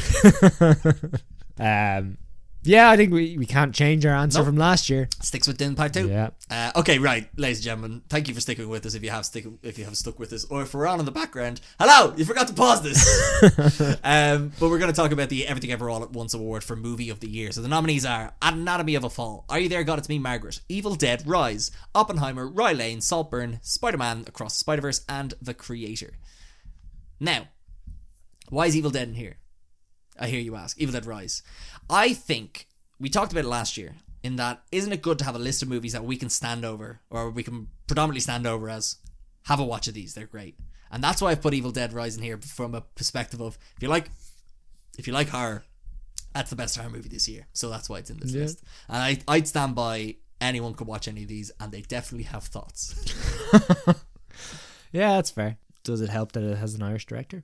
[SPEAKER 2] Um. Yeah, I think we, we can't change our answer
[SPEAKER 1] Nope.
[SPEAKER 2] from last year.
[SPEAKER 1] Sticks with Din Part Two.
[SPEAKER 2] Yeah.
[SPEAKER 1] Uh, okay, right, ladies and gentlemen, thank you for sticking with us. If you have stick, if you have stuck with us, or if we're on in the background, hello, you forgot to pause this. um, but we're going to talk about the Everything Ever All at Once award for Movie of the Year. So the nominees are Anatomy of a Fall, Are You There, God? It's Me, Margaret, Evil Dead, Rise, Oppenheimer, Rye Lane, Saltburn, Spider Man Across Spider Verse, and The Creator. Now, why is Evil Dead in here? I hear you ask. Evil Dead Rise. I think we talked about it last year. In that, isn't it good to have a list of movies that we can stand over, or we can predominantly stand over as, have a watch of these. They're great, and that's why I've put Evil Dead Rise in here from a perspective of if you like, if you like horror, that's the best horror movie this year. So that's why it's in this
[SPEAKER 2] Yeah.
[SPEAKER 1] list. And I, I'd stand by anyone could watch any of these, and they definitely have thoughts.
[SPEAKER 2] Yeah, that's fair. Does it help that it has an Irish director?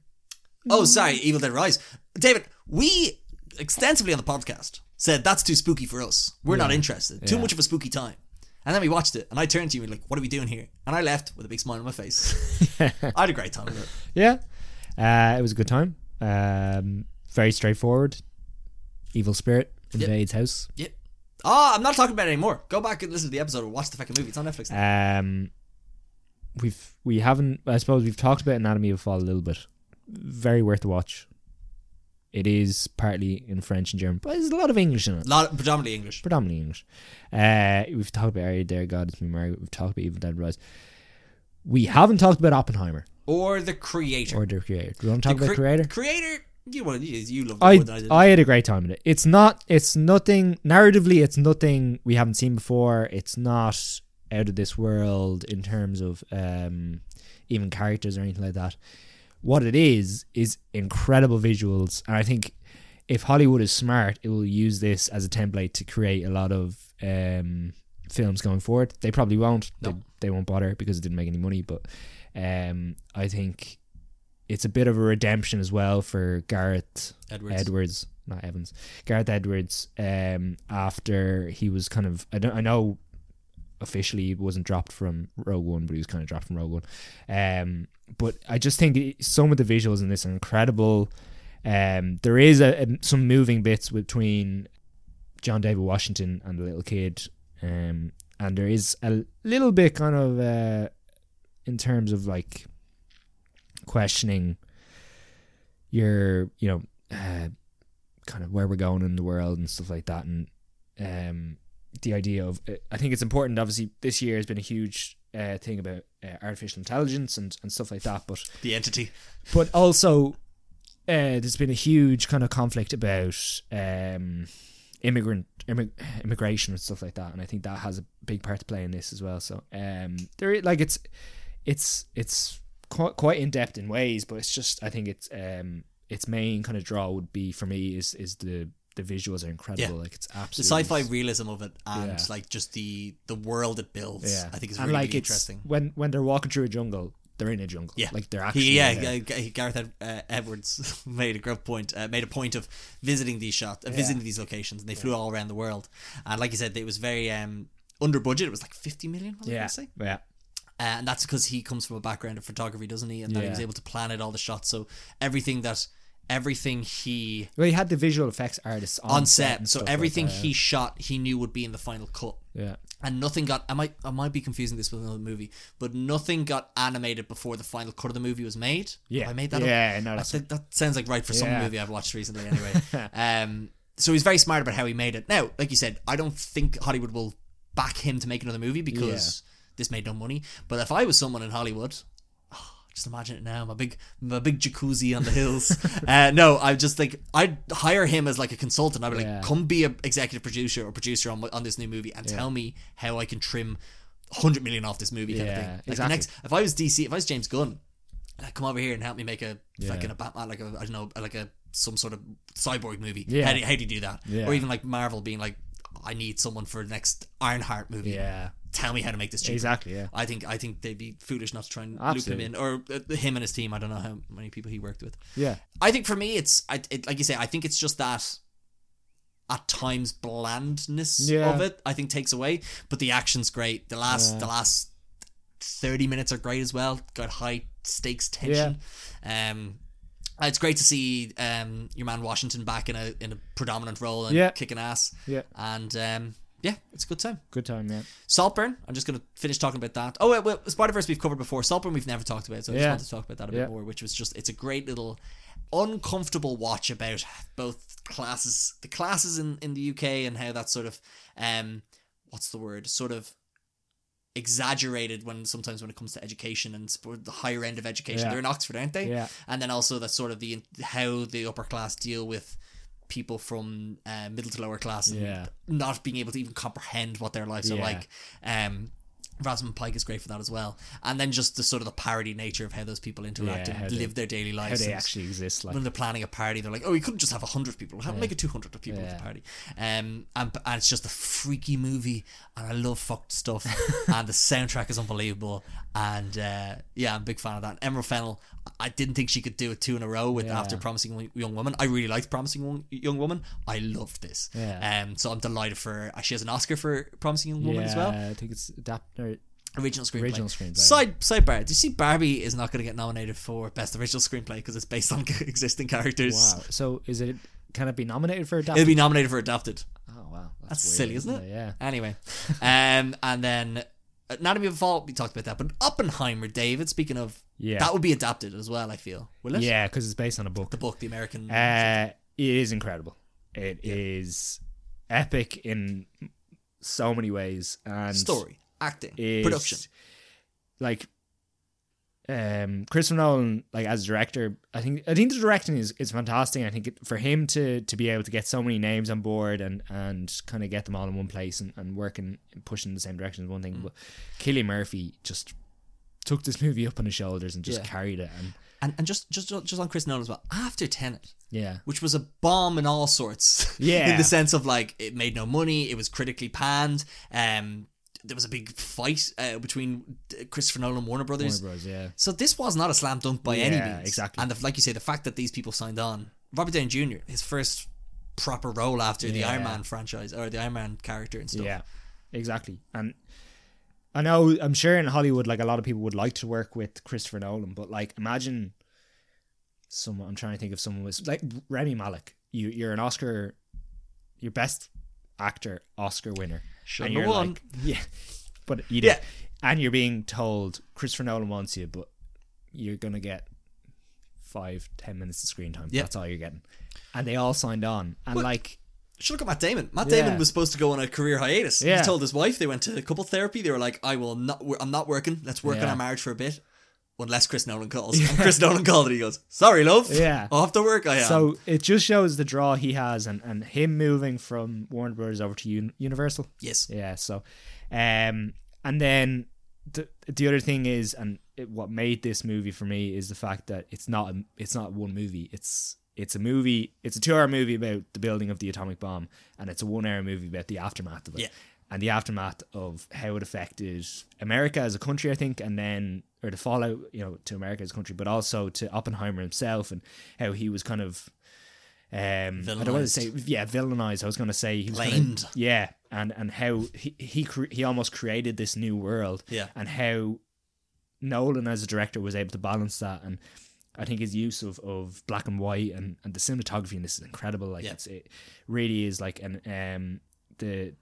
[SPEAKER 1] Oh, sorry, Evil Dead Rise. David, we extensively on the podcast said that's too spooky for us. We're not interested. Too
[SPEAKER 2] Yeah.
[SPEAKER 1] much of a spooky time. And then we watched it, and I turned to you and like, "What are we doing here?" And I left with a big smile on my face. I had a great time with it.
[SPEAKER 2] Yeah. Uh, it was a good time. Um, very straightforward. Evil spirit invades house.
[SPEAKER 1] Yep. Ah, Oh, I'm not talking about it anymore. Go back and listen to the episode or watch the fucking movie. It's on Netflix. Now.
[SPEAKER 2] Um, we've we haven't I suppose we've talked about Anatomy of a Fall a little bit. Very worth a watch. It is partly in French and German, but there's a lot of English in it.
[SPEAKER 1] lot predominantly English.
[SPEAKER 2] Predominantly English. Uh, we've talked about Area There, God is Me Margaret. We've talked about Evil Dead Rise. We haven't talked about Oppenheimer
[SPEAKER 1] Or the creator.
[SPEAKER 2] or the creator. Do you want to talk
[SPEAKER 1] The
[SPEAKER 2] about
[SPEAKER 1] cre-
[SPEAKER 2] creator?
[SPEAKER 1] Creator. You want you, you love it more than I
[SPEAKER 2] I
[SPEAKER 1] did.
[SPEAKER 2] I had a great time with it. It's not. It's nothing. Narratively, it's nothing we haven't seen before. It's not out of this world in terms of um, even characters or anything like that. What it is is incredible visuals, and I think if Hollywood is smart, it will use this as a template to create a lot of um, films going forward. They probably won't.
[SPEAKER 1] No.
[SPEAKER 2] They, they won't bother because it didn't make any money. But um, I think it's a bit of a redemption as well for Garrett
[SPEAKER 1] Edwards.
[SPEAKER 2] Edwards, not Evans, Gareth Edwards. Um, after he was kind of, I don't, I know, officially he wasn't dropped from Rogue One, but he was kind of dropped from Rogue One. Um, but I just think it- some of the visuals in this are incredible. Um, there is a, a- some moving bits between John David Washington and the little kid. Um, and there is a little bit kind of uh, in terms of like questioning your, you know, uh, kind of where we're going in the world and stuff like that. And um, the idea of, uh, I think it's important, obviously, this year has been a huge uh, thing about uh, artificial intelligence and, and stuff like that. But
[SPEAKER 1] the entity.
[SPEAKER 2] but also uh, there's been a huge kind of conflict about um, immigrant immig- immigration and stuff like that, and I think that has a big part to play in this as well. So um, there, i- like it's it's it's quite quite in depth in ways, but it's just I think it's um, its main kind of draw would be for me is is the the visuals are incredible, like it's
[SPEAKER 1] The
[SPEAKER 2] absolutely
[SPEAKER 1] sci-fi realism of it and
[SPEAKER 2] Yeah.
[SPEAKER 1] like just the the world it builds.
[SPEAKER 2] Yeah,
[SPEAKER 1] I think is
[SPEAKER 2] And,
[SPEAKER 1] really,
[SPEAKER 2] like,
[SPEAKER 1] really
[SPEAKER 2] it's-
[SPEAKER 1] interesting.
[SPEAKER 2] when when they're walking through a jungle. They're in a jungle.
[SPEAKER 1] Yeah.
[SPEAKER 2] like they're actually.
[SPEAKER 1] He, yeah,
[SPEAKER 2] there.
[SPEAKER 1] yeah, G- Gareth Ed, uh, Edwards made a great point. Uh, made a point of visiting these shots, uh, visiting these locations, and they flew all around the world. And like you said, it was very um, under budget. It was like fifty million. Was yeah.
[SPEAKER 2] yeah,
[SPEAKER 1] I say? Uh,
[SPEAKER 2] yeah.
[SPEAKER 1] and that's because he comes from a background of photography, doesn't he? And that he
[SPEAKER 2] Yeah.
[SPEAKER 1] was able to plan it all the shots. So everything that everything he
[SPEAKER 2] Well, he had the visual effects artists on,
[SPEAKER 1] on
[SPEAKER 2] set.
[SPEAKER 1] set,
[SPEAKER 2] and
[SPEAKER 1] so
[SPEAKER 2] stuff like
[SPEAKER 1] everything
[SPEAKER 2] that.
[SPEAKER 1] he shot, he knew would be in the final cut.
[SPEAKER 2] Yeah.
[SPEAKER 1] and nothing got I might I might be confusing this with another movie, but nothing got animated before the final cut of the movie was made.
[SPEAKER 2] Yeah.
[SPEAKER 1] Have I made that. up?
[SPEAKER 2] Yeah, no,
[SPEAKER 1] I
[SPEAKER 2] that's-
[SPEAKER 1] think that sounds like right for some
[SPEAKER 2] Yeah.
[SPEAKER 1] movie I've watched recently. Anyway, um, so he's very smart about how he made it. Now, like you said, I don't think Hollywood will back him to make another movie because this made no money. But if I was someone in Hollywood. oh, Just imagine it now, my big, my big jacuzzi on the hills. uh, no, I just think I'd hire him as like a consultant. I'd be like,
[SPEAKER 2] Yeah.
[SPEAKER 1] come be an executive producer or producer on my- on this new movie and tell me how I can trim 100 million off this movie kind of
[SPEAKER 2] Yeah,
[SPEAKER 1] thing. Like the
[SPEAKER 2] exactly.
[SPEAKER 1] next, if I was DC, if I was James Gunn, like, come over here and help me make a
[SPEAKER 2] Yeah.
[SPEAKER 1] fucking a Batman, like a, I don't know, like a some sort of cyborg movie.
[SPEAKER 2] Yeah.
[SPEAKER 1] How do, how do you do that?
[SPEAKER 2] Yeah.
[SPEAKER 1] Or even like Marvel being like, I need someone for the next Ironheart movie.
[SPEAKER 2] Yeah.
[SPEAKER 1] Tell me how to make this cheaper.
[SPEAKER 2] Exactly. Yeah.
[SPEAKER 1] I think I think they'd be foolish not to try and
[SPEAKER 2] Absolutely.
[SPEAKER 1] loop him in, or uh, him and his team. I don't know how many people he worked with.
[SPEAKER 2] Yeah.
[SPEAKER 1] I think for me, it's I, it, like you say. I think it's just that at times blandness
[SPEAKER 2] Yeah.
[SPEAKER 1] of it. I think takes away, but the action's great. The last
[SPEAKER 2] Yeah.
[SPEAKER 1] the last thirty minutes are great as well. Got high stakes tension. Um, it's great to see um your man Washington back in a in a predominant role and
[SPEAKER 2] Yeah.
[SPEAKER 1] kicking ass.
[SPEAKER 2] Yeah.
[SPEAKER 1] And um, yeah, it's a good time.
[SPEAKER 2] Good time. Yeah.
[SPEAKER 1] Saltburn. I'm just going to finish talking about that. Oh, uh, well, Spider Verse we've covered before. Saltburn we've never talked about, so I just
[SPEAKER 2] Yeah.
[SPEAKER 1] wanted to talk about that a bit
[SPEAKER 2] Yeah.
[SPEAKER 1] more. Which was just it's a great little uncomfortable watch about both classes, the classes in in the UK, and how that sort of um, what's the word, sort of exaggerated when sometimes when it comes to education and sp- the higher end of education.
[SPEAKER 2] Yeah.
[SPEAKER 1] They're in Oxford, aren't they?
[SPEAKER 2] Yeah.
[SPEAKER 1] and then also that sort of the how the upper class deal with people from uh, middle to lower class and
[SPEAKER 2] Yeah.
[SPEAKER 1] not being able to even comprehend what their lives are
[SPEAKER 2] Yeah.
[SPEAKER 1] like. Um, Rosamund Pike is great for that as well, and then just the sort of the parody nature of how those people interact
[SPEAKER 2] Yeah, how
[SPEAKER 1] and
[SPEAKER 2] they-
[SPEAKER 1] live their daily
[SPEAKER 2] How
[SPEAKER 1] lives.
[SPEAKER 2] they
[SPEAKER 1] and
[SPEAKER 2] actually exist. Like.
[SPEAKER 1] when they're planning a party, they're like, "Oh, we couldn't just have hundred people. How make it two hundred people at
[SPEAKER 2] Yeah.
[SPEAKER 1] the party?" Um, and, and it's just a freaky movie, and I love fucked stuff, and the soundtrack is unbelievable, and uh, yeah, I'm a big fan of that. And Emerald Fennel, I didn't think she could do it two in a row with
[SPEAKER 2] Yeah.
[SPEAKER 1] after Promising Wo- Young Woman. I really liked Promising Wo- Young Woman. I loved this,
[SPEAKER 2] Yeah.
[SPEAKER 1] um, so I'm delighted for her. She has an Oscar for Promising Young Woman as well.
[SPEAKER 2] I think it's adapt or
[SPEAKER 1] Original screenplay.
[SPEAKER 2] original screenplay.
[SPEAKER 1] Side sidebar: Did you see Barbie is not going to get nominated for best original screenplay because it's based on existing characters?
[SPEAKER 2] Wow. So is it? Can it be nominated for adapt?
[SPEAKER 1] It'll be nominated for adopted.
[SPEAKER 2] oh wow.
[SPEAKER 1] That's silly, isn't it?
[SPEAKER 2] Yeah.
[SPEAKER 1] Anyway, um, and then Anatomy of a Fall, we talked about that. But Oppenheimer, David, speaking of,
[SPEAKER 2] Yeah.
[SPEAKER 1] that would be adapted as well, I feel. Will it?
[SPEAKER 2] yeah, because it's based on a book.
[SPEAKER 1] The book, the American.
[SPEAKER 2] Uh, it is incredible. It is epic in so many ways and
[SPEAKER 1] story, acting,
[SPEAKER 2] is-
[SPEAKER 1] production.
[SPEAKER 2] Like, um, Christopher Nolan, like as a director, I think I think the directing is is fantastic. I think it, for him to to be able to get so many names on board and and kind of get them all in one place and and working and pushing in the same direction is one
[SPEAKER 1] Mm.
[SPEAKER 2] thing. But Killian Murphy just took this movie up on his shoulders and just
[SPEAKER 1] Yeah.
[SPEAKER 2] carried it. And
[SPEAKER 1] And, and just, just just on Chris Nolan as well. After Tenet,
[SPEAKER 2] yeah,
[SPEAKER 1] which was a bomb in all sorts.
[SPEAKER 2] Yeah.
[SPEAKER 1] in the sense of like it made no money, it was critically panned. Um, there was a big fight uh, between uh, Christopher Nolan and Warner Brothers.
[SPEAKER 2] Warner Bros. Yeah,
[SPEAKER 1] So this was not a slam dunk by any
[SPEAKER 2] Yeah,
[SPEAKER 1] means.
[SPEAKER 2] exactly.
[SPEAKER 1] And the, like you say, the fact that these people signed on, Robert Downey Jr. his first proper role after the
[SPEAKER 2] Yeah.
[SPEAKER 1] Iron Man franchise or the Iron Man character and stuff.
[SPEAKER 2] Yeah, exactly. And I know, I'm sure in Hollywood, like a lot of people would like to work with Christopher Nolan, but like imagine someone. I'm trying to think of someone with like Remy Malik. You you're an Oscar, your best actor Oscar winner,
[SPEAKER 1] Shouldn't
[SPEAKER 2] you're
[SPEAKER 1] have won.
[SPEAKER 2] like, yeah, but you did,
[SPEAKER 1] Yeah.
[SPEAKER 2] and you're being told Christopher Nolan wants you, but you're gonna get five ten minutes of screen time.
[SPEAKER 1] Yeah.
[SPEAKER 2] That's all you're getting, and they all signed on, and
[SPEAKER 1] But-
[SPEAKER 2] like
[SPEAKER 1] Should look at Matt Damon. Matt
[SPEAKER 2] Yeah.
[SPEAKER 1] Damon was supposed to go on a career hiatus.
[SPEAKER 2] Yeah.
[SPEAKER 1] He told his wife they went to couple therapy. They were like, "I will not. I'm not working. Let's work on
[SPEAKER 2] Yeah.
[SPEAKER 1] our marriage for a bit, unless Chris Nolan calls." And Chris Nolan called, and he goes, "Sorry, love.
[SPEAKER 2] Yeah.
[SPEAKER 1] off to work I am."
[SPEAKER 2] So it just shows the draw he has and, and him moving from Warner Brothers over to Un- Universal.
[SPEAKER 1] yes,
[SPEAKER 2] Yeah, so um and then the the other thing is and it, what made this movie for me is the fact that it's not a, it's not one movie. It's it's a movie, it's a 2-hour movie about the building of the atomic bomb and it's a 1-hour movie about the aftermath of it.
[SPEAKER 1] Yeah.
[SPEAKER 2] And the aftermath of how it affected America as a country, I think, and then or the fallout, you know, to America as a country, but also to Oppenheimer himself and how he was kind of um, I don't want to
[SPEAKER 1] Villainized.
[SPEAKER 2] say yeah, villainized. I was going to say he was gonna-
[SPEAKER 1] Blamed.
[SPEAKER 2] yeah, and and how he he cre- he almost created this new world.
[SPEAKER 1] Yeah.
[SPEAKER 2] and how Nolan as a director was able to balance that, and I think his use of, of black and white and, and the cinematography in this is incredible. Like
[SPEAKER 1] Yeah.
[SPEAKER 2] it's, it really is like an um the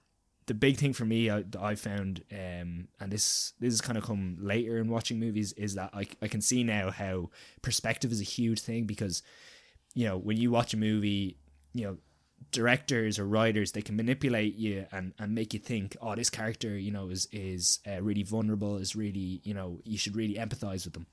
[SPEAKER 2] the big thing for me I, that I found um and this this has kind of come later in watching movies is that I I can see now how perspective is a huge thing because you know when you watch a movie you know directors or writers they can manipulate you and, and make you think oh this character you know is is uh, really vulnerable is really you know you should really empathize with them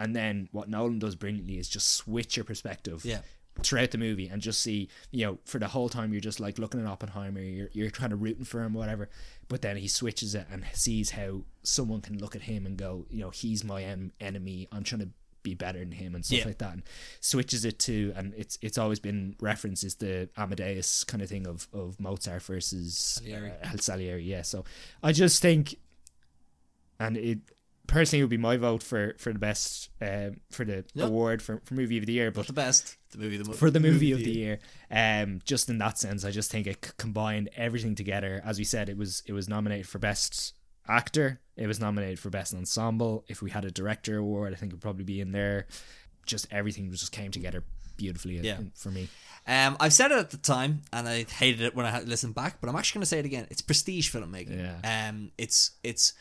[SPEAKER 2] and then what nolan does brilliantly is just switch your perspective
[SPEAKER 1] Yeah.
[SPEAKER 2] throughout the movie and just see you know for the whole time you're just like looking at oppenheimer you're, you're kind of rooting for him whatever but then he switches it and sees how someone can look at him and go you know he's my en- enemy i'm trying to be better than him and stuff
[SPEAKER 1] Yeah.
[SPEAKER 2] like that and switches it to and it's it's always been referenced as the amadeus kind of thing of of mozart versus
[SPEAKER 1] Salieri.
[SPEAKER 2] uh, Salieri yeah so i just think and it personally would be my vote for for the best um for the
[SPEAKER 1] Yeah.
[SPEAKER 2] award for, for movie of the year but
[SPEAKER 1] the best the movie the mo-
[SPEAKER 2] for the movie of the year. Um, just in that sense, I just think it c- combined everything together. As we said, it was it was nominated for best actor. It was nominated for best ensemble. If we had a director award, I think it'd probably be in there. Just everything was- just came together beautifully uh,
[SPEAKER 1] Yeah.
[SPEAKER 2] for me.
[SPEAKER 1] Um, I've said it at the time, and I hated it when I had listened back. But I'm actually going to say it again. It's prestige filmmaking.
[SPEAKER 2] Yeah.
[SPEAKER 1] Um, it's it's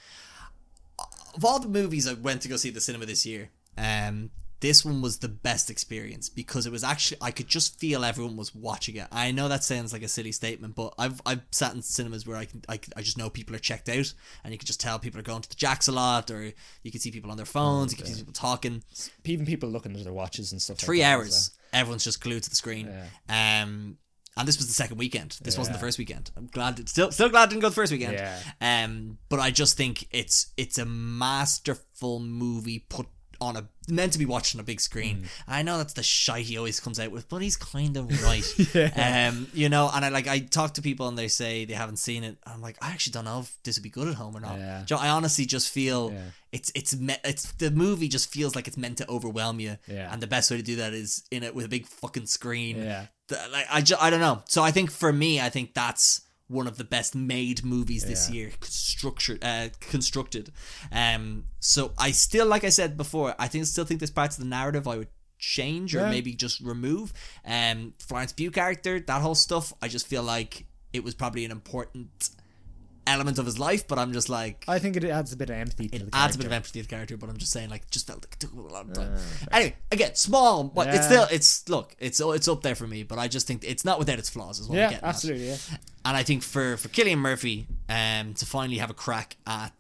[SPEAKER 1] of all the movies I went to go see at the cinema this year. Um, this one was the best experience because it was actually I could just feel everyone was watching it. I know that sounds like a silly statement, but I've I've sat in cinemas where I can I, can- I just know people are checked out, and you can just tell people are going to the jacks a lot, or you can see people on their phones, you can see people talking
[SPEAKER 2] Even people looking at their watches and stuff. like
[SPEAKER 1] three
[SPEAKER 2] that,
[SPEAKER 1] hours.
[SPEAKER 2] so-
[SPEAKER 1] Everyone's just glued to the screen. Um, and this was the second weekend. This wasn't the
[SPEAKER 2] Yeah.
[SPEAKER 1] first weekend. I'm glad. It, still, still glad it didn't go the first weekend.
[SPEAKER 2] Yeah.
[SPEAKER 1] Um, but I just think it's it's a masterful movie put on a meant to be watched on a big screen.
[SPEAKER 2] Mm.
[SPEAKER 1] I know that's the shite he always comes out with, but he's kind of right. Um, you know, and I like I talk to people and they say they haven't seen it. I'm like, I actually don't know if this would be good at home or not.
[SPEAKER 2] Yeah.
[SPEAKER 1] Do you know, I honestly just feel
[SPEAKER 2] Yeah.
[SPEAKER 1] it's it's me- it's the movie just feels like it's meant to overwhelm you.
[SPEAKER 2] Yeah.
[SPEAKER 1] And the best way to do that is in it with a big fucking screen.
[SPEAKER 2] Yeah.
[SPEAKER 1] Th- Like I ju- I don't know. So I think for me, I think that's one of the best made movies this
[SPEAKER 2] Yeah.
[SPEAKER 1] year structured uh, constructed um so i still like i said before i think still think there's parts of the narrative i would change or
[SPEAKER 2] Yeah.
[SPEAKER 1] maybe just remove um florence pugh character that whole stuff i just feel like it was probably an important element of his life, but I'm just like
[SPEAKER 2] I think it adds a bit of empathy to
[SPEAKER 1] it
[SPEAKER 2] the
[SPEAKER 1] adds a bit of
[SPEAKER 2] character.
[SPEAKER 1] empathy to the character, but I'm just saying like it just felt like it took a long time. anyway, again, small, but it's
[SPEAKER 2] Yeah.
[SPEAKER 1] still it's look, it's it's up there for me, but I just think it's not without its flaws is what I'm
[SPEAKER 2] Yeah,
[SPEAKER 1] getting at.
[SPEAKER 2] absolutely. Yeah.
[SPEAKER 1] And I think for for Killian Murphy um, to finally have a crack at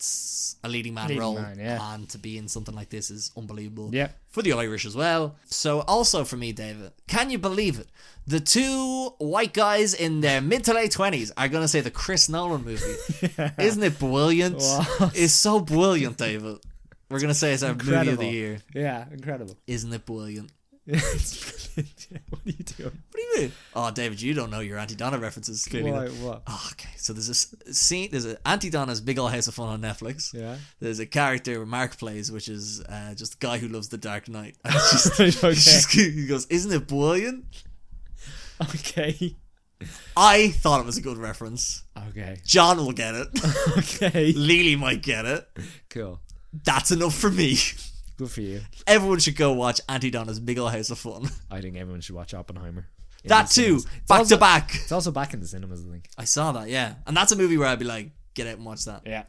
[SPEAKER 1] a leading man
[SPEAKER 2] Leading
[SPEAKER 1] role
[SPEAKER 2] man, yeah.
[SPEAKER 1] and to be in something like this is unbelievable.
[SPEAKER 2] Yeah.
[SPEAKER 1] For the Irish as well. So also for me, David, can you believe it? The two white guys in their mid to late twenties are gonna say the Chris Nolan movie. Isn't it brilliant?
[SPEAKER 2] Wow.
[SPEAKER 1] It's so brilliant, David. We're gonna say it's our movie of
[SPEAKER 2] Incredible.
[SPEAKER 1] the year.
[SPEAKER 2] Yeah, incredible.
[SPEAKER 1] Isn't it brilliant?
[SPEAKER 2] It's brilliant. Yeah, What are you doing?
[SPEAKER 1] What do you mean? Oh, David, you don't know your Auntie Donna references. Clearly,
[SPEAKER 2] Why, what?
[SPEAKER 1] Oh, okay. So there's this scene. There's a Auntie Donna's Big Ol' House of Fun on Netflix.
[SPEAKER 2] Yeah.
[SPEAKER 1] There's a character Mark plays, which is uh, just the guy who loves the Dark Knight. And it's just,
[SPEAKER 2] Right,
[SPEAKER 1] it's just- he goes, "Isn't it brilliant?"
[SPEAKER 2] okay.
[SPEAKER 1] I thought it was a good reference.
[SPEAKER 2] Okay.
[SPEAKER 1] John will get it.
[SPEAKER 2] Okay.
[SPEAKER 1] Lily might get it.
[SPEAKER 2] Cool.
[SPEAKER 1] That's enough for me.
[SPEAKER 2] Good for you.
[SPEAKER 1] Everyone should go watch Auntie Donna's Big Ol' House of Fun.
[SPEAKER 2] I think everyone should watch Oppenheimer. In
[SPEAKER 1] That
[SPEAKER 2] the
[SPEAKER 1] too,
[SPEAKER 2] cinemas. It's
[SPEAKER 1] back
[SPEAKER 2] also-
[SPEAKER 1] to back.
[SPEAKER 2] It's also back in the cinemas, I think.
[SPEAKER 1] I saw that, yeah, and that's a movie where I'd be like, "Get out and watch that."
[SPEAKER 2] Yeah.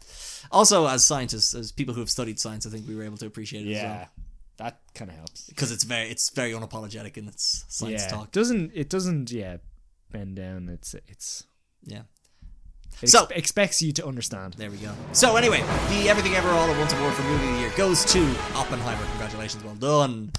[SPEAKER 1] Also, as scientists, as people who have studied science, I think we were able to appreciate it. as well.
[SPEAKER 2] Yeah. That kind of helps.
[SPEAKER 1] because it's very it's very unapologetic in its science
[SPEAKER 2] yeah.
[SPEAKER 1] talk.
[SPEAKER 2] Doesn't it doesn't yeah bend down. It's it's
[SPEAKER 1] Yeah.
[SPEAKER 2] it
[SPEAKER 1] So-
[SPEAKER 2] ex- expects you to understand.
[SPEAKER 1] There we go. So anyway, the Everything Ever All at Once award for movie of the year goes to Oppenheimer. Congratulations, well done.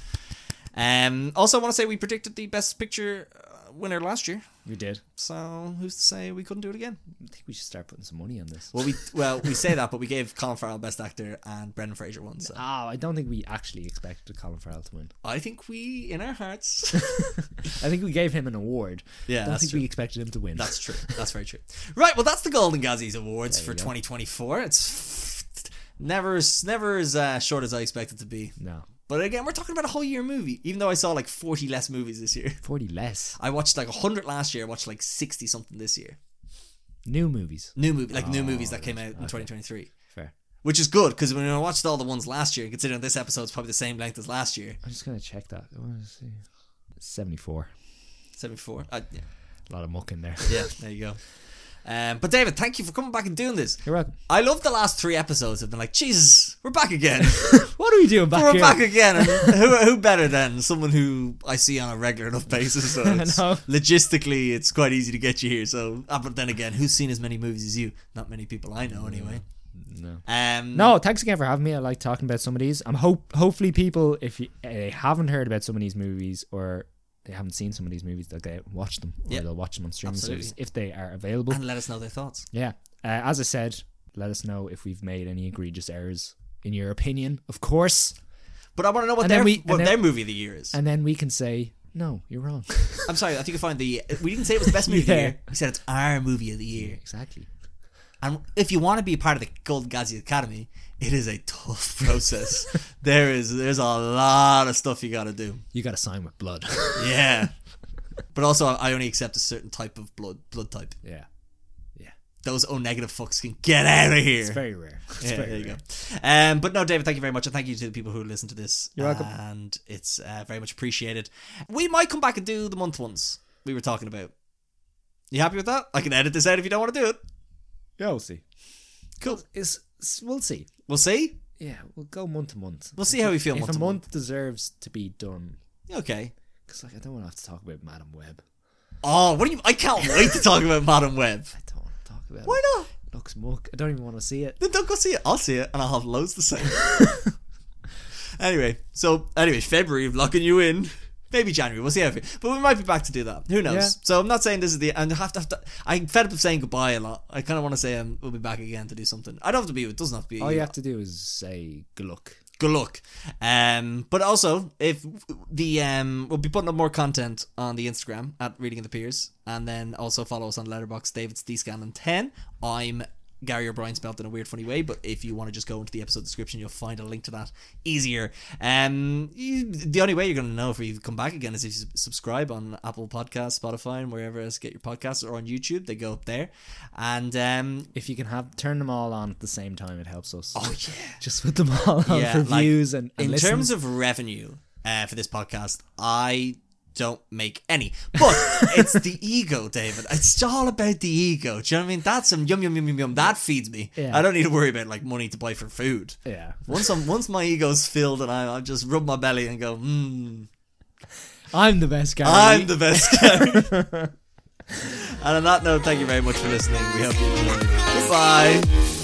[SPEAKER 1] Um, also, want to say we predicted the best picture uh, winner last year,
[SPEAKER 2] We did.
[SPEAKER 1] so who's to say we couldn't do it again?
[SPEAKER 2] I think we should start putting some money on this.
[SPEAKER 1] Well, we well we say that, but we gave Colin Farrell best actor and Brendan Fraser one. So
[SPEAKER 2] Oh, I don't think we actually expected Colin Farrell to win.
[SPEAKER 1] I think we in our hearts.
[SPEAKER 2] I think we gave him an
[SPEAKER 1] Yeah,
[SPEAKER 2] award. I don't
[SPEAKER 1] that's
[SPEAKER 2] think
[SPEAKER 1] true.
[SPEAKER 2] we expected him to win.
[SPEAKER 1] That's true. That's very true. Right. Well, that's the Golden Gazzies Awards for
[SPEAKER 2] go.
[SPEAKER 1] 2024. It's f- never as never as uh, short as I expected to be.
[SPEAKER 2] no
[SPEAKER 1] But again, we're talking about a whole year movie. Even though I saw like 40 less movies this year,
[SPEAKER 2] forty less
[SPEAKER 1] I watched like 100 last year. I watched like 60 something this year.
[SPEAKER 2] new movies.
[SPEAKER 1] New movie, like new
[SPEAKER 2] Oh,
[SPEAKER 1] movies that came out in 2023.
[SPEAKER 2] Fair.
[SPEAKER 1] Which is good because when I watched all the ones last year, considering this episode's probably the same length as last year,
[SPEAKER 2] I'm just gonna check that. I want to see. Seventy-four.
[SPEAKER 1] 74. Uh, yeah,
[SPEAKER 2] A lot of muck in there.
[SPEAKER 1] yeah, there you go. Um, but David, thank you for coming back and doing this.
[SPEAKER 2] You're welcome.
[SPEAKER 1] I love the last three episodes. I've been like, Jesus, we're back again.
[SPEAKER 2] What are we doing back
[SPEAKER 1] We're
[SPEAKER 2] here?
[SPEAKER 1] back again. And who, who better than someone who I see on a regular enough basis? So it's-
[SPEAKER 2] know.
[SPEAKER 1] logistically, it's quite easy to get you here. So, ah, but then again, who's seen as many movies as you? Not many people I know, anyway.
[SPEAKER 2] No.
[SPEAKER 1] Um,
[SPEAKER 2] No, thanks again for having me. I like talking about some of these. I'm hope hopefully people, if you, eh, they haven't heard about some of these movies or they haven't seen some of these movies, they'll get out and watch them. Or
[SPEAKER 1] Yeah.
[SPEAKER 2] they'll watch them on streaming
[SPEAKER 1] Absolutely.
[SPEAKER 2] services if they are available.
[SPEAKER 1] and let us know their thoughts.
[SPEAKER 2] yeah. Uh, as I said, let us know if we've made any egregious errors in your opinion, of course,
[SPEAKER 1] But I want to know what
[SPEAKER 2] And
[SPEAKER 1] their
[SPEAKER 2] then we-
[SPEAKER 1] what
[SPEAKER 2] and then-
[SPEAKER 1] their movie of the year is.
[SPEAKER 2] and then we can say no, you're wrong.
[SPEAKER 1] I'm sorry, I think you find the we didn't say it was the best movie of
[SPEAKER 2] Yeah.
[SPEAKER 1] the year. We said it's our movie of the year.
[SPEAKER 2] exactly.
[SPEAKER 1] And if you want to be a part of the Golden Gazi Academy, it is a tough process. there is there's a lot of stuff you got to do.
[SPEAKER 2] You got to sign with blood.
[SPEAKER 1] Yeah. But also, I only accept a certain type of blood blood type.
[SPEAKER 2] yeah,
[SPEAKER 1] Those O negative fucks can get out of here.
[SPEAKER 2] it's very rare. It's
[SPEAKER 1] yeah,
[SPEAKER 2] very
[SPEAKER 1] there you
[SPEAKER 2] rare.
[SPEAKER 1] go. Um, but no, David, thank you very much, and thank you to the people who listen to this.
[SPEAKER 2] You're welcome.
[SPEAKER 1] And it's uh, very much appreciated. We might come back and do the month ones we were talking about. You happy with that? I can edit this out if you don't want to do it.
[SPEAKER 2] Yeah, we'll see.
[SPEAKER 1] Cool.
[SPEAKER 2] It's, it's- we'll see.
[SPEAKER 1] We'll see.
[SPEAKER 2] Yeah, we'll go month to month.
[SPEAKER 1] We'll see how we feel
[SPEAKER 2] if
[SPEAKER 1] month
[SPEAKER 2] a
[SPEAKER 1] to
[SPEAKER 2] month deserves to be done,
[SPEAKER 1] Okay.
[SPEAKER 2] because like I don't want to have to talk about Madam Web.
[SPEAKER 1] Oh, what do you? I can't wait to talk about Madam Web.
[SPEAKER 2] I don't want to talk about
[SPEAKER 1] Why
[SPEAKER 2] it.
[SPEAKER 1] not?
[SPEAKER 2] it. Looks muck. I don't even want to see it.
[SPEAKER 1] Then don't go see it. I'll see it, and I'll have loads to say. anyway, so anyway, February I'm locking you in. Maybe January. We'll see how. It, but we might be back to do that. Who knows?
[SPEAKER 2] Yeah.
[SPEAKER 1] So I'm not saying this is the. And I have to. Have to I'm fed up of saying goodbye a lot. I kind of want to say um, we'll be back again to do something. I don't have to be. It doesn't have to be.
[SPEAKER 2] All you have to do is say good luck.
[SPEAKER 1] Good luck. Um, but also if the um, we'll be putting up more content on the Instagram at Reading of the Peers, and then also follow us on Letterbox. David's Scanlon ten. I'm Gary O'Brien spelled in a weird, funny way, but if you want to just go into the episode description, you'll find a link to that easier. Um, you, the only way you're going to know if you come back again is if you subscribe on Apple Podcasts, Spotify, and wherever else you get your podcasts, or on YouTube. They go up there, and um,
[SPEAKER 2] If you can have turn them all on at the same time, it helps us.
[SPEAKER 1] oh yeah.
[SPEAKER 2] Just put them all on
[SPEAKER 1] Yeah,
[SPEAKER 2] for
[SPEAKER 1] like,
[SPEAKER 2] views and, and
[SPEAKER 1] in
[SPEAKER 2] listens.
[SPEAKER 1] terms of revenue uh, for this podcast, I don't make any. But it's the ego, David. It's all about the ego. Do you know what I mean? That's some yum yum yum yum yum. That feeds me.
[SPEAKER 2] Yeah.
[SPEAKER 1] I don't need to worry about like money to buy for food.
[SPEAKER 2] Yeah.
[SPEAKER 1] Once I'm once my ego's filled and I I just rub my belly and go, hmm,
[SPEAKER 2] I'm the best guy.
[SPEAKER 1] I'm the best guy. and on that note, thank you very much for listening. We hope you enjoyed. Goodbye.